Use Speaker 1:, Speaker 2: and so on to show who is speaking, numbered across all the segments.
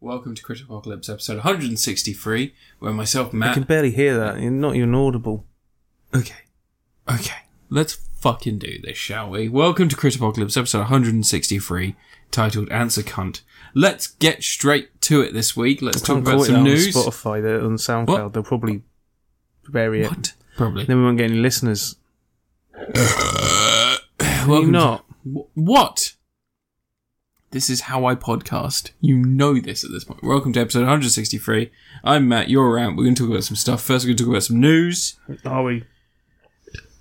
Speaker 1: welcome to Critical Apocalypse episode 163, where myself,
Speaker 2: I
Speaker 1: Matt.
Speaker 2: can barely hear that. You're not even audible.
Speaker 1: Okay. Okay. Let's fucking do this, shall we? Welcome to Critical Apocalypse episode 163, titled Answer Cunt. Let's get straight to it this week. Let's talk
Speaker 2: Can't
Speaker 1: about
Speaker 2: call it that
Speaker 1: some
Speaker 2: on
Speaker 1: news.
Speaker 2: Spotify, they're on SoundCloud,
Speaker 1: What?
Speaker 2: they'll probably bury it.
Speaker 1: What? Probably.
Speaker 2: Then we won't get any listeners.
Speaker 1: Welcome
Speaker 2: Maybe
Speaker 1: to-
Speaker 2: not.
Speaker 1: Wh- What? This is how I podcast. You know this at this point. Welcome to episode 163. I'm Matt, you're around. We're going to talk about some stuff. First, we're going to talk about some news.
Speaker 2: Are we?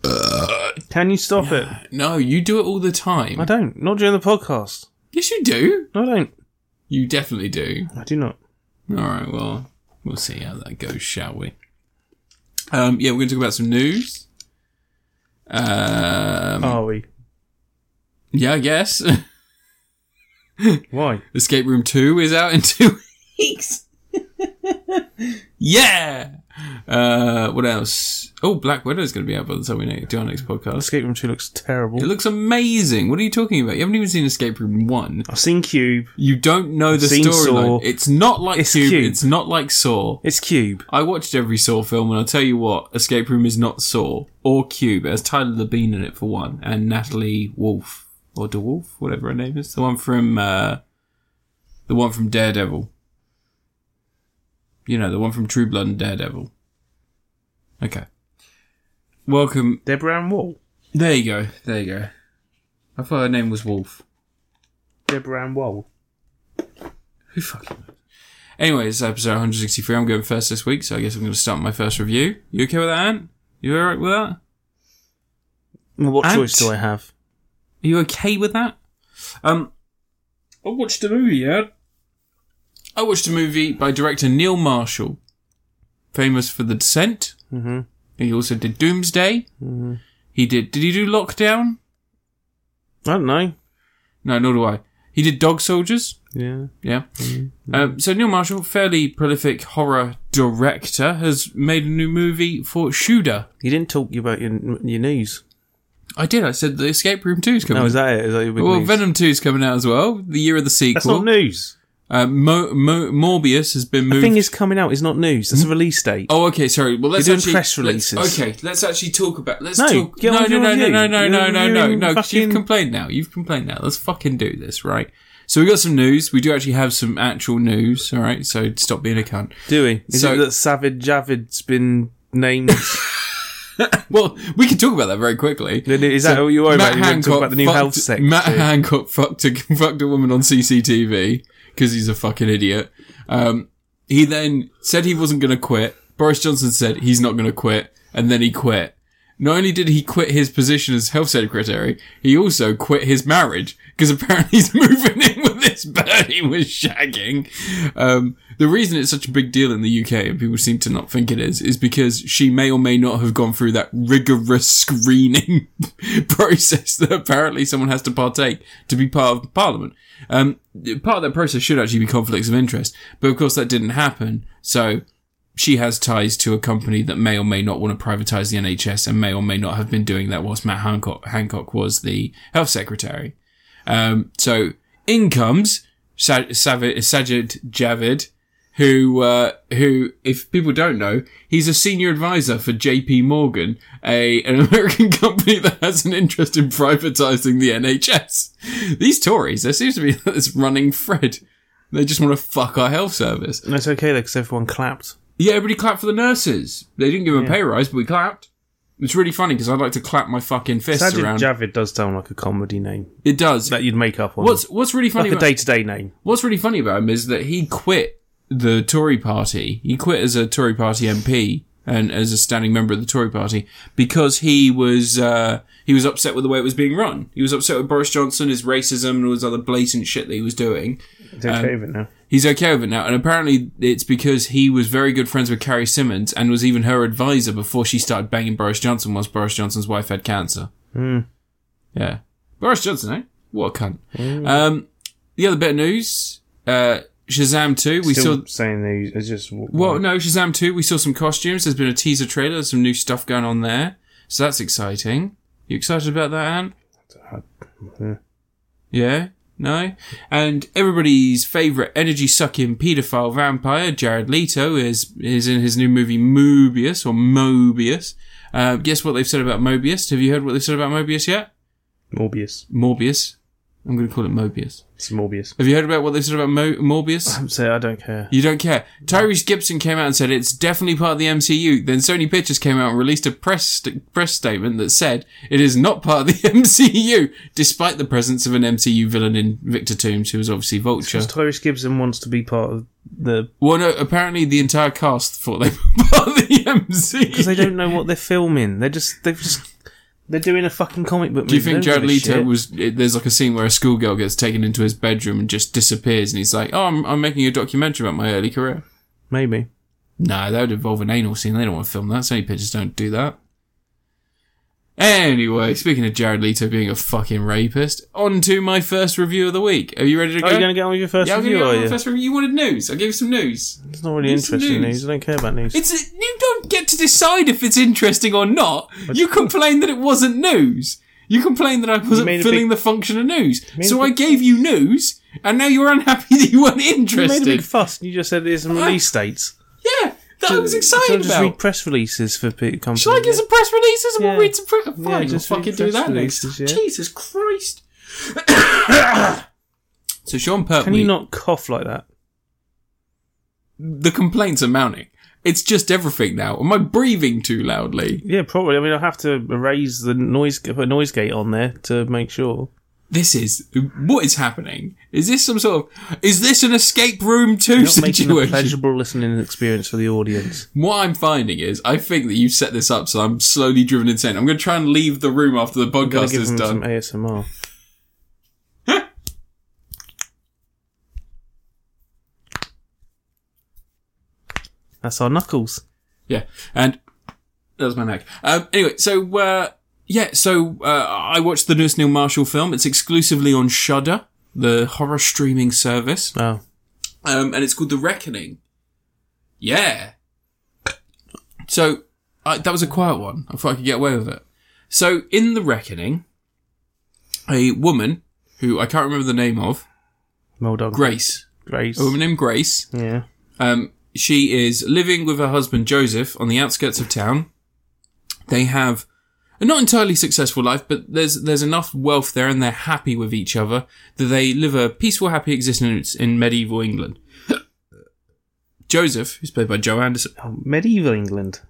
Speaker 1: Uh,
Speaker 2: Can you stop it?
Speaker 1: No, you do it all the
Speaker 2: I
Speaker 1: time.
Speaker 2: don't. Not during the podcast.
Speaker 1: Yes, you do.
Speaker 2: No, I don't.
Speaker 1: You definitely do.
Speaker 2: I do not.
Speaker 1: All right, well, we'll see how that goes, shall we? Um, yeah, we're going to talk about some news. Um,
Speaker 2: Are we?
Speaker 1: Yeah, I guess.
Speaker 2: Why?
Speaker 1: Escape Room 2 is out in two weeks. yeah! Uh, what else? Oh, Black Widow is going to be out by the time we ne- do our next podcast.
Speaker 2: Escape Room 2 looks terrible.
Speaker 1: It looks amazing. What are you talking about? You haven't even seen Escape Room 1.
Speaker 2: I've seen Cube.
Speaker 1: You don't know the
Speaker 2: Seen Saw.
Speaker 1: storyline. It's not like
Speaker 2: It's
Speaker 1: Cube.
Speaker 2: Cube.
Speaker 1: It's not like Saw.
Speaker 2: It's Cube.
Speaker 1: I watched every Saw film, and I'll tell you what, Escape Room is not Saw or Cube. It has Tyler Labine in it for one, and Natalie Wolf or DeWolf, whatever her name is, the one from uh, the one from Daredevil. You know, the one from True Blood and Daredevil. Okay. Welcome.
Speaker 2: Deborah Ann Wall.
Speaker 1: There you go. There you go. I thought her name was Wolf.
Speaker 2: Deborah Ann Wall.
Speaker 1: Who fucking knows? Anyway, it's episode 163. I'm going first this week, so I guess I'm going to start my first review. You okay with that, Ant? You alright with that?
Speaker 2: Well, what
Speaker 1: Ant.
Speaker 2: choice do I have?
Speaker 1: Are you okay with that? Um, I watched a movie, yeah. I watched a movie by director Neil Marshall, famous for The Descent.
Speaker 2: Mm-hmm.
Speaker 1: He also did Doomsday. He did. Did he do Lockdown?
Speaker 2: I don't know.
Speaker 1: No, nor do I. He did Dog Soldiers.
Speaker 2: Yeah.
Speaker 1: Yeah. Um, so Neil Marshall, fairly prolific horror director, has made a new movie for Shooter.
Speaker 2: You didn't talk about your, your news.
Speaker 1: I did. I said the Escape Room Two is coming.
Speaker 2: No, is
Speaker 1: out.
Speaker 2: that it? Is that your big
Speaker 1: well,
Speaker 2: news?
Speaker 1: Venom Two is coming out as well. The year of the sequel.
Speaker 2: That's not news.
Speaker 1: Uh, Mo- Mo- Morbius has been
Speaker 2: The
Speaker 1: moved.
Speaker 2: thing is coming out is not news. That's a release date.
Speaker 1: oh, okay, sorry. Well, let's
Speaker 2: You're doing
Speaker 1: actually
Speaker 2: press
Speaker 1: let's-
Speaker 2: releases.
Speaker 1: okay, let's actually talk about. Let's
Speaker 2: No,
Speaker 1: talk.
Speaker 2: get
Speaker 1: no,
Speaker 2: on with
Speaker 1: no,
Speaker 2: your
Speaker 1: no, no,
Speaker 2: review.
Speaker 1: no, no, no,
Speaker 2: You're
Speaker 1: no, no,
Speaker 2: reviewing
Speaker 1: no, 'cause You've
Speaker 2: fucking-
Speaker 1: complained now. You've complained now. Let's fucking do this, right? So we got some news. We do actually have some actual news. All right. So stop being a cunt.
Speaker 2: Do we? Is
Speaker 1: So-
Speaker 2: it that Savage Javid's been named?
Speaker 1: Well, we can talk about that very quickly.
Speaker 2: is that what you were about? You were talking about the new
Speaker 1: fucked,
Speaker 2: health sector.
Speaker 1: Matt Hancock fucked a, fucked a woman on CCTV because he's a fucking idiot. Um, he then said he wasn't going to quit. Boris Johnson said he's not going to quit, and then he quit. Not only did he quit his position as health secretary, he also quit his marriage because apparently he's moving in with this bird he was shagging. Um, the reason it's such a big deal in the UK and people seem to not think it is is because she may or may not have gone through that rigorous screening process that apparently someone has to partake to be part of Parliament. Um, part of that process should actually be conflicts of interest, but of course that didn't happen. So she has ties to a company that may or may not want to privatize the NHS and may or may not have been doing that whilst Matt Hancock, Hancock was the health secretary. Um, so in comes Sa- Savi- Sajid Javid, who, uh, who, if people don't know, he's a senior advisor for JP Morgan, a, an American company that has an interest in privatizing the NHS. These Tories, there seems to be this running thread. They just want to fuck our health service.
Speaker 2: That's okay though, because everyone clapped.
Speaker 1: Yeah, everybody clapped for the nurses. They didn't give them a pay rise, but we clapped. It's really funny because I'd like to clap my fucking fists
Speaker 2: Savage
Speaker 1: around.
Speaker 2: Javid does sound like a comedy name
Speaker 1: it does.
Speaker 2: that you'd make up on.
Speaker 1: what's what's really funny
Speaker 2: like a
Speaker 1: about
Speaker 2: day-to-day name?
Speaker 1: what's really funny about him is that he quit the Tory party. He quit as a Tory party MP and as a standing member of the Tory party because he was uh, he was upset with the way it was being run. He was upset with Boris Johnson, his racism, and all this other blatant shit that he was doing.
Speaker 2: It's
Speaker 1: Um,
Speaker 2: okay with it now.
Speaker 1: He's okay with it now, and apparently it's because he was very good friends with Carrie Simmons and was even her advisor before she started banging Boris Johnson once Boris Johnson's wife had cancer.
Speaker 2: Hmm.
Speaker 1: Yeah. Boris Johnson, eh? What a cunt. Um, the other bit of news, uh, Shazam 2, we
Speaker 2: Still
Speaker 1: saw...
Speaker 2: saying these. It's just
Speaker 1: Well, no, Shazam 2, we saw some costumes. There's been a teaser trailer, there's some new stuff going on there.
Speaker 2: Hmm.
Speaker 1: So that's exciting. You excited about that, Anne?
Speaker 2: Yeah.
Speaker 1: Yeah? No. And everybody's favourite energy sucking paedophile vampire, Jared Leto, is, is in his new movie Mobius or Mobius. Uh, guess what they've said about Mobius? Have you heard what they've said about Mobius yet?
Speaker 2: Morbius.
Speaker 1: Morbius. I'm going to call it Mobius.
Speaker 2: It's Morbius.
Speaker 1: Have you heard about what they've said about Mo- Morbius?
Speaker 2: I'm saying I don't care.
Speaker 1: You don't care. Tyrese Gibson came out and said it's definitely part of the MCU. Then Sony Pictures came out and released a press st- press statement that said it is not part of the MCU, despite the presence of an MCU villain in Victor Toombs, who was obviously Vulture.
Speaker 2: Because Tyrese Gibson wants to be part of the
Speaker 1: Well, no, apparently the entire cast thought they were part of the
Speaker 2: because
Speaker 1: MCU.
Speaker 2: they don't know what they're filming. They're just they've just they're doing a fucking comic book.
Speaker 1: Do you think Jared Leto was? It, there's like a scene where a schoolgirl gets taken into his bedroom and just disappears, and he's like, "Oh, I'm, I'm making a documentary about my early career."
Speaker 2: Maybe.
Speaker 1: No, that would involve an anal scene. They don't want to film that. Sony Pictures don't do that. Anyway, speaking of Jared Leto being a fucking rapist, on to my first review of the week. Are you ready to go?
Speaker 2: Are Oh, you going to get on with your first
Speaker 1: yeah, I'm gonna
Speaker 2: review?
Speaker 1: go on
Speaker 2: Are
Speaker 1: with my
Speaker 2: you?
Speaker 1: first review. You wanted news. I'll give you some news.
Speaker 2: It's not really
Speaker 1: Give me some
Speaker 2: interesting
Speaker 1: news.
Speaker 2: news. I don't care about news.
Speaker 1: It's you don't get to decide if it's interesting or not. You complained that it wasn't news. You complained that I wasn't
Speaker 2: made a
Speaker 1: filling the
Speaker 2: big-
Speaker 1: function of news.
Speaker 2: made a
Speaker 1: So I
Speaker 2: big-
Speaker 1: gave you news, and now you're unhappy that you weren't
Speaker 2: you made a
Speaker 1: interested.
Speaker 2: big fuss. You just said there's some release dates.
Speaker 1: yeah, that I was
Speaker 2: Shall I
Speaker 1: excited
Speaker 2: just
Speaker 1: about.
Speaker 2: read press releases for pe- companies?
Speaker 1: Shall I get
Speaker 2: yeah?
Speaker 1: some press releases and we'll
Speaker 2: Yeah.
Speaker 1: read some press? Fine, we'll
Speaker 2: just
Speaker 1: fucking
Speaker 2: read
Speaker 1: do
Speaker 2: press
Speaker 1: that next.
Speaker 2: releases, yeah.
Speaker 1: Jesus Christ. so Sean Pertwee,
Speaker 2: Can you not cough like that?
Speaker 1: the complaints are mounting. It's just everything now. Am I breathing too loudly?
Speaker 2: Yeah, probably. I mean, I have to erase the noise, put a noise gate on there to make sure.
Speaker 1: This is what is happening. Is this some sort of? Is this an escape room two
Speaker 2: You're not making a
Speaker 1: situation?
Speaker 2: pleasurable listening experience for the audience.
Speaker 1: What I'm finding is, I think that you've set this up, so I'm slowly driven insane. I'm going to try and leave the room after the
Speaker 2: I'm gonna
Speaker 1: podcast
Speaker 2: give
Speaker 1: is
Speaker 2: them
Speaker 1: done.
Speaker 2: some ASMR. That's our knuckles.
Speaker 1: Yeah, and that was my neck. Um, anyway, so uh, yeah, so uh, I watched the newest Neil Marshall film. It's exclusively on Shudder, the horror streaming service,
Speaker 2: Oh,
Speaker 1: um, and it's called The Reckoning. Yeah. So I that was a quiet one. I thought I could get away with it. So in The Reckoning, a woman who I can't remember the name of,
Speaker 2: well done,
Speaker 1: Grace,
Speaker 2: Grace.
Speaker 1: a woman named Grace,
Speaker 2: Yeah,
Speaker 1: um, she is living with her husband Joseph on the outskirts of town. They have a not entirely successful life, but there's there's enough wealth there, and they're happy with each other that they live a peaceful, happy existence in medieval England. Joseph, who's played by Joe Anderson,
Speaker 2: oh, medieval England.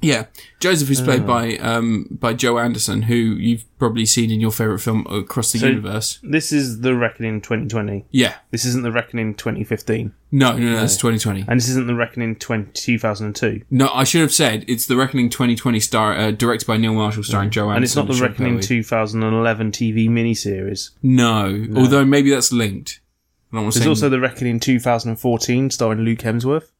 Speaker 1: yeah, Joseph, who's played by um, by Joe Anderson, who you've probably seen in your favorite film uh, across the
Speaker 2: So-
Speaker 1: universe.
Speaker 2: This is the Reckoning 2020.
Speaker 1: Yeah,
Speaker 2: This isn't the Reckoning 2015,
Speaker 1: no, no, no, that's 2020.
Speaker 2: and this isn't the Reckoning 20, 2002.
Speaker 1: No, I should have said it's the Reckoning 2020, star uh, directed by Neil Marshall, starring Joe Anderson.
Speaker 2: Mm. And it's not the
Speaker 1: Sean
Speaker 2: Reckoning
Speaker 1: Pertwee.
Speaker 2: 2011 TV miniseries.
Speaker 1: No, although maybe that's linked. I don't want to
Speaker 2: There's
Speaker 1: say
Speaker 2: also the Reckoning 2014 starring Luke Hemsworth.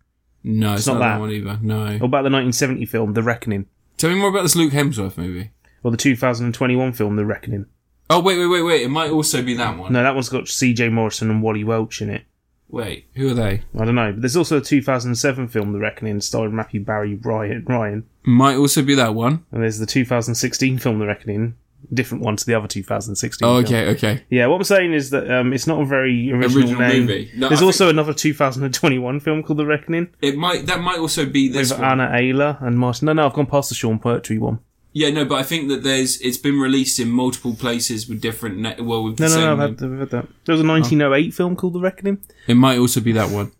Speaker 1: no. It's, not,
Speaker 2: not
Speaker 1: that
Speaker 2: that. Oh.
Speaker 1: one either. No.
Speaker 2: Or about the 1970 film The Reckoning,
Speaker 1: Tell me more about this Luke Hemsworth movie.
Speaker 2: or the 2021 film The Reckoning.
Speaker 1: Oh wait, wait, wait, wait. It might also be that one.
Speaker 2: No, that one's got C.J. Morrison and Wally Welch in it.
Speaker 1: Wait, who are they?
Speaker 2: I don't know. But there's also a 2007 film The Reckoning starring Matthew Barry Ryan, Ryan.
Speaker 1: Might also be that one.
Speaker 2: and there's the 2016 film The Reckoning, different one to the other 2016.
Speaker 1: Oh,
Speaker 2: film.
Speaker 1: okay, okay.
Speaker 2: Yeah, what I'm saying is that um, it's not a very original,
Speaker 1: Original
Speaker 2: name.
Speaker 1: movie. No,
Speaker 2: There's
Speaker 1: I
Speaker 2: also another 2021 film called The Reckoning
Speaker 1: It might. That might also be this
Speaker 2: with uh,
Speaker 1: one.
Speaker 2: Anna Ayler and Martin. No, no, I've gone past the Sean Pertwee one.
Speaker 1: yeah, no, but I think that there's. It's been released in multiple places with different. Ne- well, with
Speaker 2: No,
Speaker 1: the
Speaker 2: no,
Speaker 1: same
Speaker 2: no, I've
Speaker 1: name.
Speaker 2: had, I've had that. There was a 1908 film called The Reckoning.
Speaker 1: It might also be that one.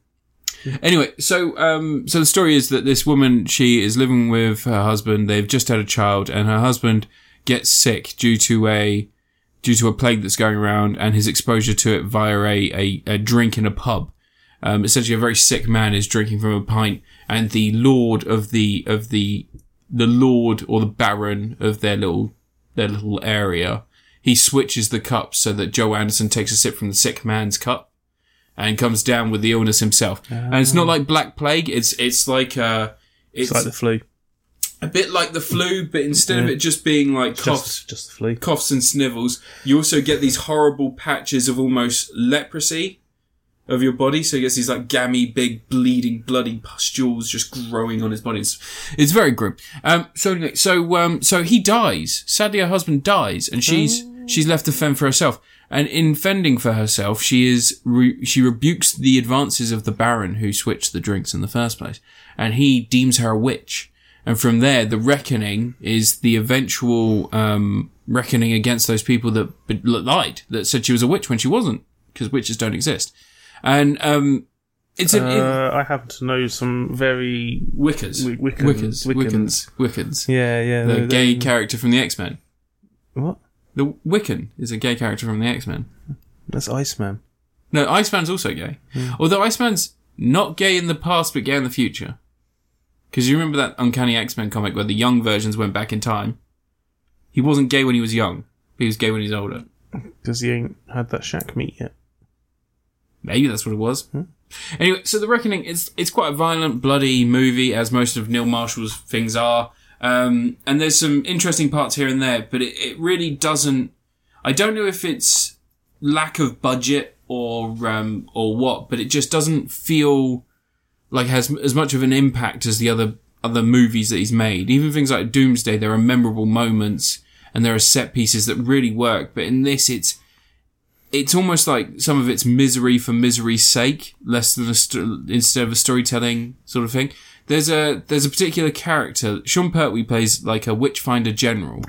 Speaker 1: Anyway, so um, so the story is that this woman she is living with her husband. They've just had a child, and her husband gets sick due to a due to a plague that's going around and his exposure to it via a a, a drink in a pub. Um, essentially, a very sick man is drinking from a pint, and the lord of the of the the lord or the baron of their little their little area, he switches the cup so that Joe Anderson takes a sip from the sick man's cup and comes down with the illness himself. And it's not like black plague. It's it's like uh, it's,
Speaker 2: It's like the flu.
Speaker 1: a bit like the flu, but instead of it just being like coughs,
Speaker 2: Just, just the flu.
Speaker 1: coughs and snivels, you also get these horrible patches of almost leprosy of your body. So he gets these like gammy, big, bleeding, bloody pustules just growing on his body. It's, it's very grim. Um, so anyway, so um, so he dies. Sadly, her husband dies, and she's she's left to fend for herself. And in fending for herself, she is re- she rebukes the advances of the Baron who switched the drinks in the first place, and he deems her a witch. And from there, the reckoning is the eventual um, reckoning against those people that be- lied, that said she was a witch when she wasn't, because witches don't exist. And um, it's an, it-
Speaker 2: Uh, I happen to know some very.
Speaker 1: Wickers.
Speaker 2: Wi- Wiccans.
Speaker 1: Wickers. Wiccans.
Speaker 2: Wiccans.
Speaker 1: Wiccans.
Speaker 2: Yeah, yeah.
Speaker 1: The
Speaker 2: they're-
Speaker 1: gay
Speaker 2: they're-
Speaker 1: character from the X Men.
Speaker 2: What?
Speaker 1: The Wiccan is a gay character from the X Men.
Speaker 2: That's Iceman.
Speaker 1: No, Iceman's also gay.
Speaker 2: Hmm.
Speaker 1: Although Iceman's not gay in the past, but gay in the future. Because you remember that Uncanny X Men comic where the young versions went back in time? He wasn't gay when he was young, but he was gay when he was older.
Speaker 2: Because he ain't had that shack meat yet.
Speaker 1: Maybe that's what it was. Anyway, so the Reckoning it's it's quite a violent, bloody movie, as most of Neil Marshall's things are. Um, and there's some interesting parts here and there, but it, it really doesn't. I don't know if it's lack of budget or um, or what, but it just doesn't feel like it has as much of an impact as the other other movies that he's made. Even things like Doomsday, there are memorable moments and there are set pieces that really work. But in this, it's it's almost like some of it's misery for misery's sake, less than a st- instead of a storytelling sort of thing. There's a there's a particular character Sean Pertwee plays like a witchfinder general,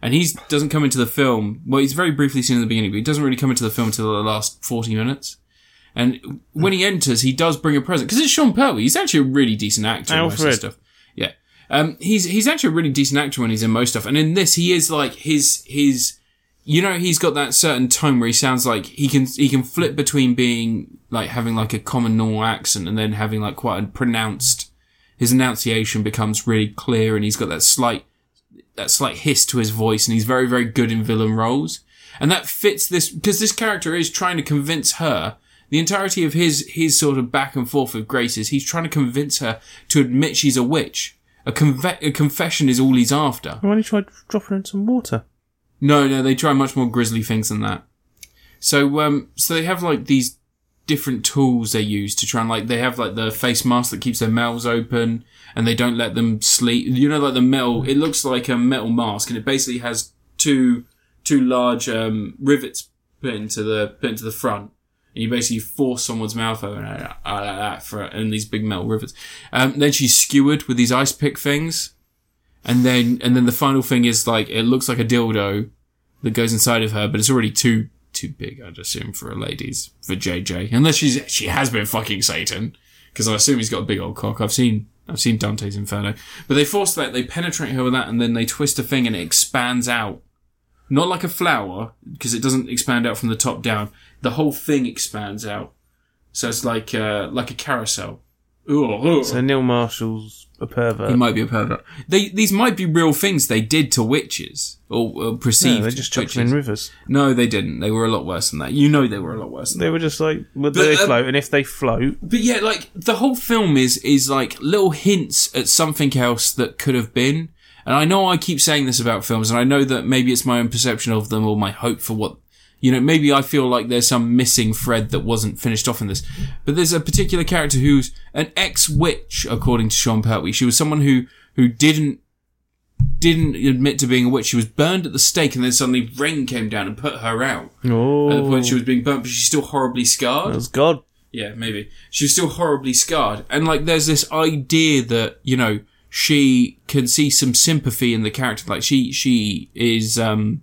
Speaker 1: and he doesn't come into the film. Well, he's very briefly seen in the beginning, but he doesn't really come into the film until the last forty minutes. And when he enters, he does bring a present because it's Sean Pertwee. He's actually a really decent actor. in most of his
Speaker 2: Alfred.
Speaker 1: stuff. Yeah. Um, he's he's actually a really decent actor when he's in most stuff, and in this he is like his his you know he's got that certain tone where he sounds like he can he can flip between being like having like a common normal accent and then having like quite a pronounced his enunciation becomes really clear and he's got that slight that slight hiss to his voice and he's very very good in villain roles and that fits this because this character is trying to convince her the entirety of his his sort of back and forth with Grace is he's trying to convince her to admit she's a witch a, conve- a confession is all he's after
Speaker 2: I only tried dropping in some water.
Speaker 1: no, no, they try much more grisly things than that. So, um, so they have like these different tools they use to try and like they have like the face mask that keeps their mouths open and they don't let them sleep. You know, like the metal. It looks like a metal mask, and it basically has two two large um, rivets put into the put into the front. And you basically force someone's mouth open uh, like that for and these big metal rivets. Um, then she's skewered with these ice pick things, and then and then the final thing is like it looks like a dildo, that goes inside of her, but it's already too too big, I'd assume, for a lady's for JJ. Unless she's she has been fucking Satan, because I assume he's got a big old cock. I've seen I've seen Dante's Inferno, but they force that they penetrate her with that, and then they twist a thing and it expands out, not like a flower because it doesn't expand out from the top down. The whole thing expands out, so it's like uh, like a carousel. Ooh, ooh.
Speaker 2: So Neil Marshall's a pervert.
Speaker 1: He might be a pervert. They, these might be real things they did to witches or, or perceived.
Speaker 2: no, they just chucked
Speaker 1: witches.
Speaker 2: them in rivers.
Speaker 1: No, they didn't. They were a lot worse than that. You know, they were a lot worse than that.
Speaker 2: They were just like, well, they
Speaker 1: But, uh,
Speaker 2: float, and if they float,
Speaker 1: But yeah, like the whole film is is like little hints at something else that could have been. And I know I keep saying this about films, and I know that maybe it's my own perception of them or my hope for what you know. Maybe I feel like there's some missing thread that wasn't finished off in this. But there's a particular character who's an ex witch, according to Sean Pertwee. She was someone who who didn't didn't admit to being a witch. She was burned at the stake, and then suddenly rain came down and put her out. At the
Speaker 2: oh,
Speaker 1: point uh, she was being burnt, but she's still horribly scarred.
Speaker 2: that was God.
Speaker 1: Yeah, maybe. She was still horribly scarred. And like, there's this idea that, you know, she can see some sympathy in the character. Like, she, she is, um,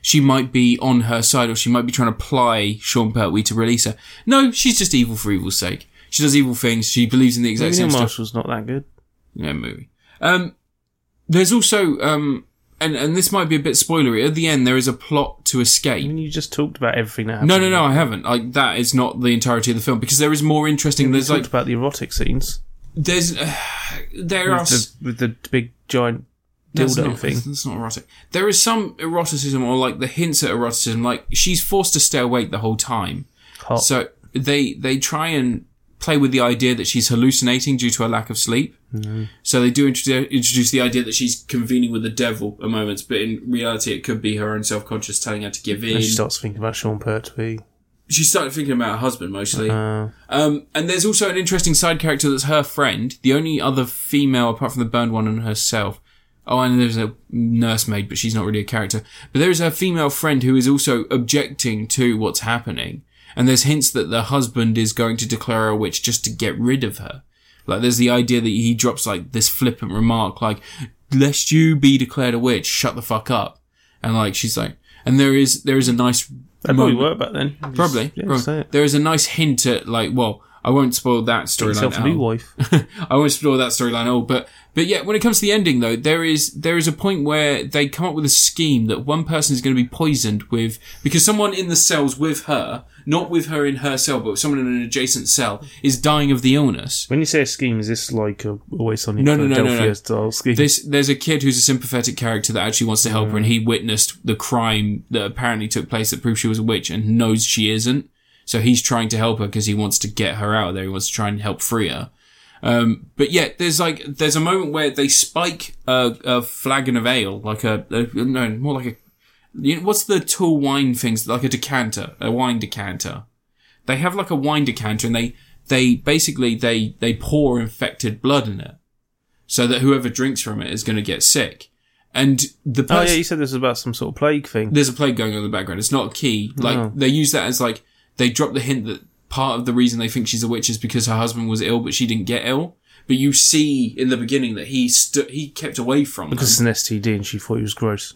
Speaker 1: she might be on her side or she might be trying to ply Sean Pertwee to release her. No, she's just evil for evil's sake. She does evil things. She believes in the exact
Speaker 2: Maybe
Speaker 1: same
Speaker 2: Neil
Speaker 1: stuff.
Speaker 2: Marshall's not that good.
Speaker 1: Yeah, movie. Um, there's also, um, and, and this might be a bit spoilery. At the end, there is a plot to escape.
Speaker 2: I mean, you just talked about everything that happened.
Speaker 1: No, no, no, I haven't. Like that is not the entirety of the film because there is more interesting.
Speaker 2: You
Speaker 1: There's
Speaker 2: talked
Speaker 1: like
Speaker 2: about the erotic scenes
Speaker 1: there's uh, there are
Speaker 2: with
Speaker 1: s-
Speaker 2: the, with the big giant
Speaker 1: that's
Speaker 2: dildo
Speaker 1: not,
Speaker 2: thing.
Speaker 1: That's not erotic. There is some eroticism or like the hints at eroticism. Like she's forced to stay awake the whole time.
Speaker 2: Hot.
Speaker 1: So they they try and play with the idea that she's hallucinating due to her lack of sleep. So they do introduce, introduce the idea that she's convening with the devil at moments, but in reality, it could be her own self conscious telling her to give in.
Speaker 2: and she starts thinking about Sean Pertwee.
Speaker 1: she started thinking about her husband mostly.
Speaker 2: Uh,
Speaker 1: Um, and there's also an interesting side character that's her friend, the only other female apart from the burned one and herself. Oh, and there's a nursemaid, but she's not really a character. But there is her female friend who is also objecting to what's happening. And there's hints that the husband is going to declare her a witch just to get rid of her. Like, there's the idea that he drops, like, this flippant remark, like, lest you be declared a witch, shut the fuck up. And, like, she's like, and there is, there is a nice
Speaker 2: They probably were back then.
Speaker 1: Probably.
Speaker 2: Yeah,
Speaker 1: Probably.
Speaker 2: say it.
Speaker 1: There is a nice hint at like, well, I won't spoil that storyline.
Speaker 2: Yourself
Speaker 1: at
Speaker 2: a new
Speaker 1: all.
Speaker 2: wife.
Speaker 1: I won't spoil that storyline at all. But but yeah, when it comes to the ending though, there is there is a point where they come up with a scheme that one person is going to be poisoned with because someone in the cells with her, not with her in her cell, but someone in an adjacent cell, is dying of the illness.
Speaker 2: When you say a scheme, is this like a always on
Speaker 1: No, no,
Speaker 2: your
Speaker 1: no, no, no.
Speaker 2: Philadelphia style scheme?
Speaker 1: This, there's a kid who's a sympathetic character that actually wants to help her, and he witnessed the crime that apparently took place that proves she was a witch and knows she isn't. So he's trying to help her because he wants to get her out of there. He wants to try and help free her. Um, but yeah, there's like there's a moment where they spike a, a flagon of ale, like a, a no, more like a you know, what's the tall wine things like a decanter, a wine decanter they have like a wine decanter and they they basically they they pour infected blood in it so that whoever drinks from it is going to get sick and the
Speaker 2: oh
Speaker 1: person
Speaker 2: yeah, you said this was about some sort of plague thing.
Speaker 1: there's a plague going on in the background it's not a key like
Speaker 2: No.
Speaker 1: they use that as like they drop the hint that part of the reason they think she's a witch is because her husband was ill but she didn't get ill but you see in the beginning that he stu- he kept away from them.
Speaker 2: Because it's an STD and she thought it was gross.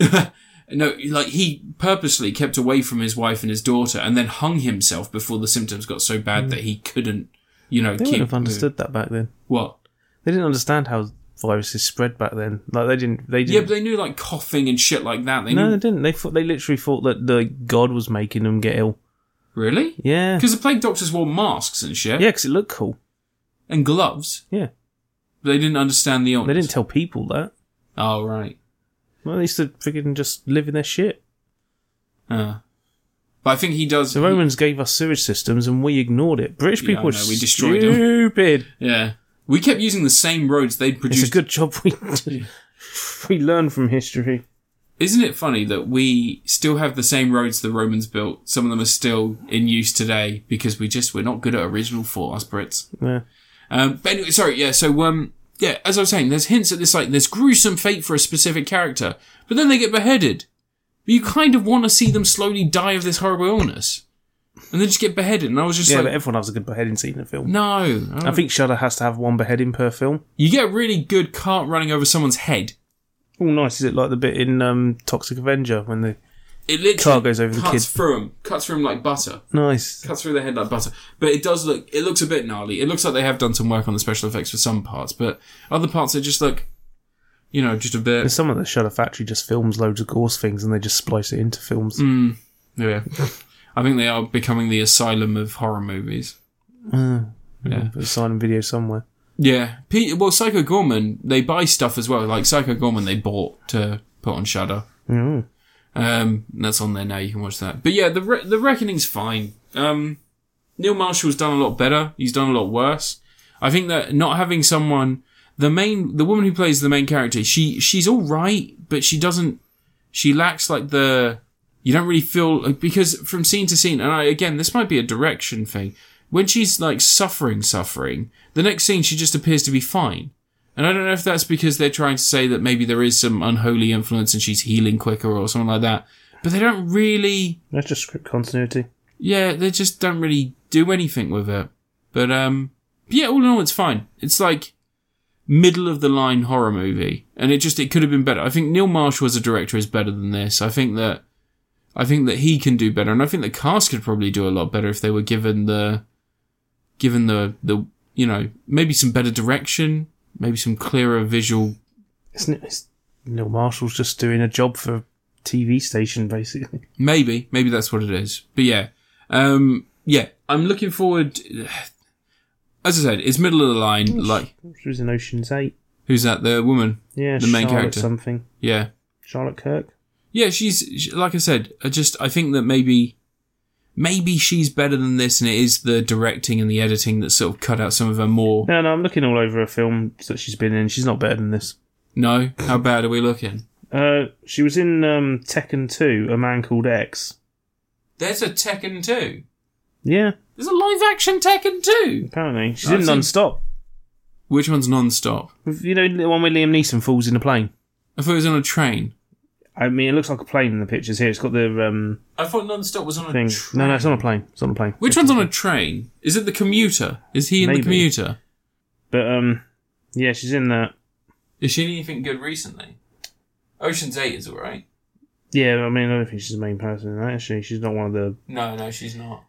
Speaker 1: No, like he purposely kept away from his wife and his daughter, and then hung himself before the symptoms got so bad that he couldn't, you know,
Speaker 2: Mm. They
Speaker 1: keep
Speaker 2: wouldn't have understood that back then.
Speaker 1: what.
Speaker 2: They didn't understand how viruses spread back then. Like they didn't. They
Speaker 1: Yeah,
Speaker 2: didn't.
Speaker 1: but they knew like coughing and shit like that. They
Speaker 2: no,
Speaker 1: knew
Speaker 2: they didn't. They thought they literally thought that the God was making them get ill.
Speaker 1: really
Speaker 2: Yeah,
Speaker 1: because the plague doctors wore masks and shit
Speaker 2: yeah, because it looked cool.
Speaker 1: and gloves.
Speaker 2: Yeah,
Speaker 1: They didn't understand the illness.
Speaker 2: they didn't tell people that.
Speaker 1: Oh right.
Speaker 2: Well, they used to freaking just live in their shit.
Speaker 1: Uh. But I think he does.
Speaker 2: The Romans gave us sewage systems and we ignored it. British
Speaker 1: Yeah,
Speaker 2: people
Speaker 1: I
Speaker 2: are
Speaker 1: know, we
Speaker 2: stupid.
Speaker 1: destroyed them. yeah. We kept using the same roads they'd
Speaker 2: It's a
Speaker 1: produced.
Speaker 2: good job we we learn from history.
Speaker 1: Isn't it funny that we still have the same roads the Romans built? Some of them are still in use today because we just we're not good at original thought, us Brits.
Speaker 2: Yeah.
Speaker 1: Um, but anyway, sorry, yeah. So, um, yeah, as I was saying, there's hints at this like there's gruesome fate for a specific character, but then they get beheaded. But you kind of want to see them slowly die of this horrible illness, and then just get beheaded. And I was just
Speaker 2: Yeah, but
Speaker 1: like,
Speaker 2: everyone has a good beheading scene in a film.
Speaker 1: no,
Speaker 2: I think Shudder has to have one beheading per film.
Speaker 1: you get a really good cart running over someone's head.
Speaker 2: Oh, nice. Is it like the bit in um, Toxic Avenger when the
Speaker 1: It literally
Speaker 2: Car goes over the
Speaker 1: cuts
Speaker 2: kid.
Speaker 1: through him, cuts through him like butter.
Speaker 2: nice?
Speaker 1: cuts through the head like butter. But it does look, it looks a bit gnarly. It looks like they have done some work on the special effects for some parts, but other parts they just look, you know, just a
Speaker 2: There's
Speaker 1: bit.
Speaker 2: someone at the Shudder Factory just films loads of gorse things and they just splice it into films.
Speaker 1: Mm, Yeah. I think they are becoming the asylum of horror movies.
Speaker 2: Yeah, Put a silent video somewhere.
Speaker 1: Yeah. Pete, well, Psycho Gorman, they buy stuff as well. Like Psycho Gorman, they bought to put on Shudder.
Speaker 2: Mm.
Speaker 1: Um, that's on there now. You can watch that. But yeah, the Re- the Reckoning's fine. Um, Neil Marshall's done a lot better. He's done a lot worse. I think that not having someone, the main, the woman who plays the main character, she she's all right, but she doesn't. She lacks like the. You don't really feel because from scene to scene, and I again, this might be a direction thing. When she's like suffering, suffering, the next scene she just appears to be fine. And I don't know if that's because they're trying to say that maybe there is some unholy influence and she's healing quicker or something like that. But they don't really,
Speaker 2: That's just script continuity.
Speaker 1: yeah, they just don't really do anything with it. But, um, yeah, all in all, it's fine. It's like middle of the line horror movie. And it just, it could have been better. I think Neil Marshall as a director is better than this. I think that, I think that he can do better. And I think the cast could probably do a lot better if they were given the, given the, the, you know, maybe some better direction, maybe some clearer visual
Speaker 2: Isn't it? It's, Neil Marshall's just doing a job for a TV station, basically.
Speaker 1: Maybe, maybe that's what it is. But yeah, um, yeah, I'm looking forward. As I said, it's middle of the line. Like,
Speaker 2: She was in Ocean's Eight.
Speaker 1: who's that? The woman.
Speaker 2: Yeah,
Speaker 1: The main
Speaker 2: Charlotte
Speaker 1: character.
Speaker 2: something.
Speaker 1: Yeah,
Speaker 2: Charlotte Kirk.
Speaker 1: yeah. She's she, like I said. I just I think that maybe, maybe she's better than this, and it is the directing and the editing that sort of cut out some of her more.
Speaker 2: No, no, I'm looking all over a film that she's been in. She's not better than this.
Speaker 1: No, how bad are we looking?
Speaker 2: Uh, she was in um, Tekken 2, A Man Called X.
Speaker 1: There's a Tekken two.
Speaker 2: Yeah,
Speaker 1: There's a live action Tekken two.
Speaker 2: apparently. She's
Speaker 1: I've
Speaker 2: in
Speaker 1: seen-
Speaker 2: Non-Stop.
Speaker 1: Which one's non-stop?
Speaker 2: You know the one where Liam Neeson falls in a plane?
Speaker 1: I thought it was on a train.
Speaker 2: I mean, it looks like a plane in the pictures here. It's got the um,
Speaker 3: I thought Nonstop was on a
Speaker 2: thing.
Speaker 3: train.
Speaker 2: No, no, it's on a plane. It's on a plane.
Speaker 1: Which one's on a train? Is it the commuter? Is he in
Speaker 2: Maybe.
Speaker 1: the commuter?
Speaker 2: But um, yeah, she's in that.
Speaker 3: Did
Speaker 1: Is she?
Speaker 3: anything good recently? Ocean's Eight is alright.
Speaker 2: Yeah, I mean, I don't think she's the main person in that. Is she? She's not one of the
Speaker 3: No, no, she's not.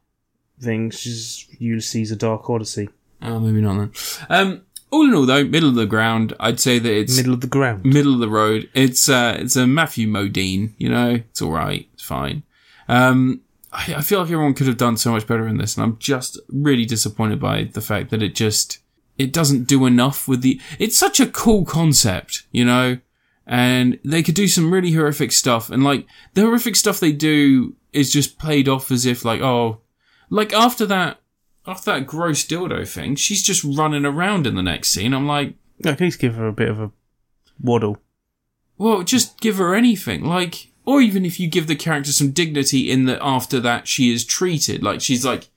Speaker 2: things. She's Ulysses: A Dark Odyssey.
Speaker 1: Oh, maybe not then. Um, all in all, though, middle of the ground. I'd say that it's middle,
Speaker 2: Middle of the ground.
Speaker 1: of the road. It's uh, it's a Matthew Modine. You know, it's all right. It's fine. Um, I, I feel like everyone could have done so much better in this, and I'm just really disappointed by the fact that it just it doesn't do enough with the. It's such a cool concept, you know, and they could do some really horrific stuff. And like the horrific stuff they do is just played off as if like oh, like after that after that gross dildo thing, she's just running around in the next scene. I'm like,
Speaker 2: At least give her a bit of a waddle.
Speaker 1: well, just give her anything. Like, or even if you give the character some dignity in that after that she is treated, like she's like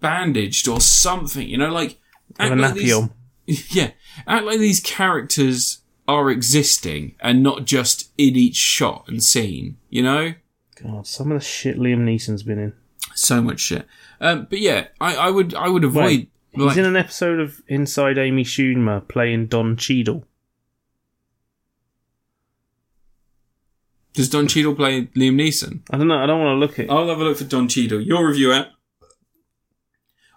Speaker 1: bandaged or something, you know, like
Speaker 2: Have a
Speaker 1: act like
Speaker 2: nappy
Speaker 1: these-
Speaker 2: on.
Speaker 1: yeah, act like these characters are existing and not just in each shot and scene, you know?
Speaker 2: God, some of the shit Liam Neeson's been in.
Speaker 1: So much shit. Um, but yeah, I, I would I would avoid
Speaker 2: Wait,
Speaker 1: like
Speaker 2: He's in an episode of Inside Amy Schumer playing Don Cheadle.
Speaker 1: does Don Cheadle play Liam Neeson?
Speaker 2: I don't know. I don't want to look at.
Speaker 1: I'll have a look for Don Cheadle. Your review app.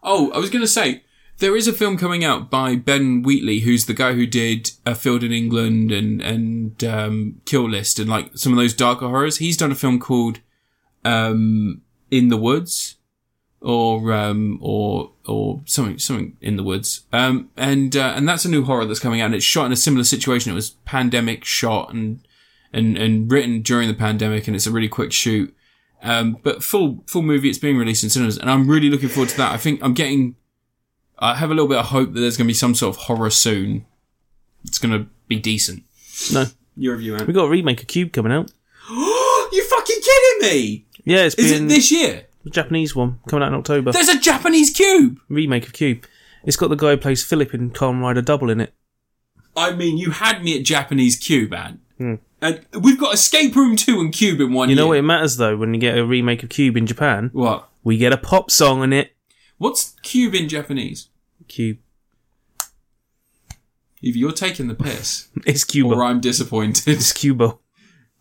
Speaker 1: Oh, I was going to say there is a film coming out by Ben Wheatley, who's the guy who did A Field in England and and um, Kill List and like some of those darker horrors. He's done a film called um, In the Woods or um, or or something something in the woods. Um, and uh, and that's a new horror that's coming out, and it's shot in a similar situation. It was pandemic shot and and and written during the pandemic, and it's a really quick shoot. Um, but full full movie, it's being released in cinemas, and I'm really looking forward to that. I think I'm getting, I have a little bit of hope that there's going to be some sort of horror soon. It's going to be decent.
Speaker 2: No,
Speaker 1: Your review, Ant.
Speaker 2: we got a remake of Cube coming out.
Speaker 1: you fucking kidding me?
Speaker 2: Yeah, it's
Speaker 1: Is
Speaker 2: been
Speaker 1: it this year?
Speaker 2: the Japanese one coming out in October.
Speaker 1: There's a Japanese cube.
Speaker 2: remake of Cube. It's got the guy who plays Philip in Calm Rider Double in it.
Speaker 1: I mean, you had me at Japanese cube, Ant.
Speaker 2: Hmm.
Speaker 1: And we've got Escape Room Two and Cube in one.
Speaker 2: You know what
Speaker 1: year.
Speaker 2: it matters though when you get a remake of Cube in Japan,
Speaker 1: what?
Speaker 2: we get a pop song in it.
Speaker 1: What's cube in Japanese?
Speaker 2: Cube,
Speaker 1: Either you're taking the piss,
Speaker 2: it's Cuba,
Speaker 1: or I'm disappointed.
Speaker 2: it's Cuba.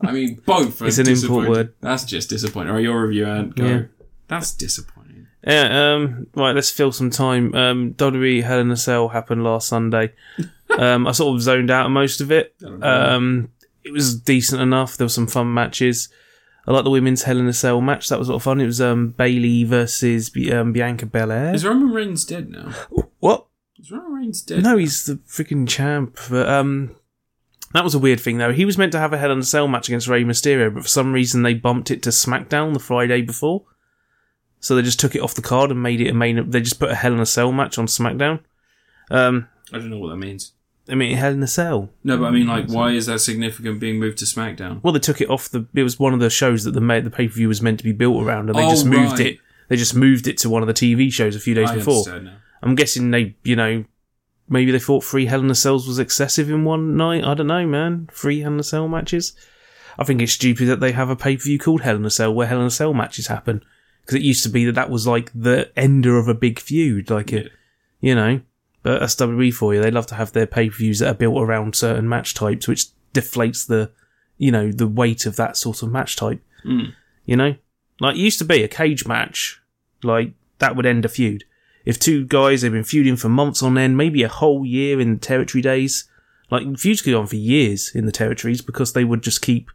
Speaker 1: I mean, both. Are
Speaker 2: It's an import
Speaker 1: disappointing.
Speaker 2: word.
Speaker 1: That's just disappointing. Or your review, Ant. Go.
Speaker 2: Yeah.
Speaker 1: That's disappointing.
Speaker 2: Yeah, um, right, let's fill some time. Um, WWE Hell in a Cell happened last Sunday. um, I sort of zoned out of most of it. Um, it was decent enough. There were some fun matches. I like the women's Hell in a Cell match. That was a lot of fun. It was um, Bailey versus B- um, Bianca Belair.
Speaker 1: Is Roman Reigns dead now?
Speaker 2: what?
Speaker 1: Is Roman Reigns dead?
Speaker 2: No, he's the freaking champ. But um, that was a weird thing though. He was meant to have a Hell in a Cell match against Rey Mysterio, but for some reason they bumped it to SmackDown the Friday before. So they just took it off the card and made it a main. They just put a Hell in a Cell match on SmackDown. Um,
Speaker 1: I don't know what that means.
Speaker 2: I mean Hell in a Cell.
Speaker 1: No, but I mean, like, why is that significant being moved to SmackDown?
Speaker 2: Well, they took it off the. It was one of the shows that the ma- the pay per view was meant to be built around, and they
Speaker 1: Oh,
Speaker 2: just moved
Speaker 1: right.
Speaker 2: it. They just moved it to one of the TV shows a few days
Speaker 1: I
Speaker 2: before.
Speaker 1: understand now.
Speaker 2: I'm guessing they, you know, maybe they thought three Hell in a Cells was excessive in one night. I don't know, man. Three Hell in a Cell matches. I think it's stupid that they have a pay per view called Hell in a Cell where Hell in a Cell matches happen because it used to be that that was like the ender of a big feud, like it, you know. But that's WWE for you. They love to have their pay per views that are built around certain match types, which deflates the, you know, the weight of that sort of match type. You know, like it used to be a cage match, like that would end a feud. If two guys have been feuding for months on end, maybe a whole year in the territory days, like feuds could go on for years in the territories because they would just keep,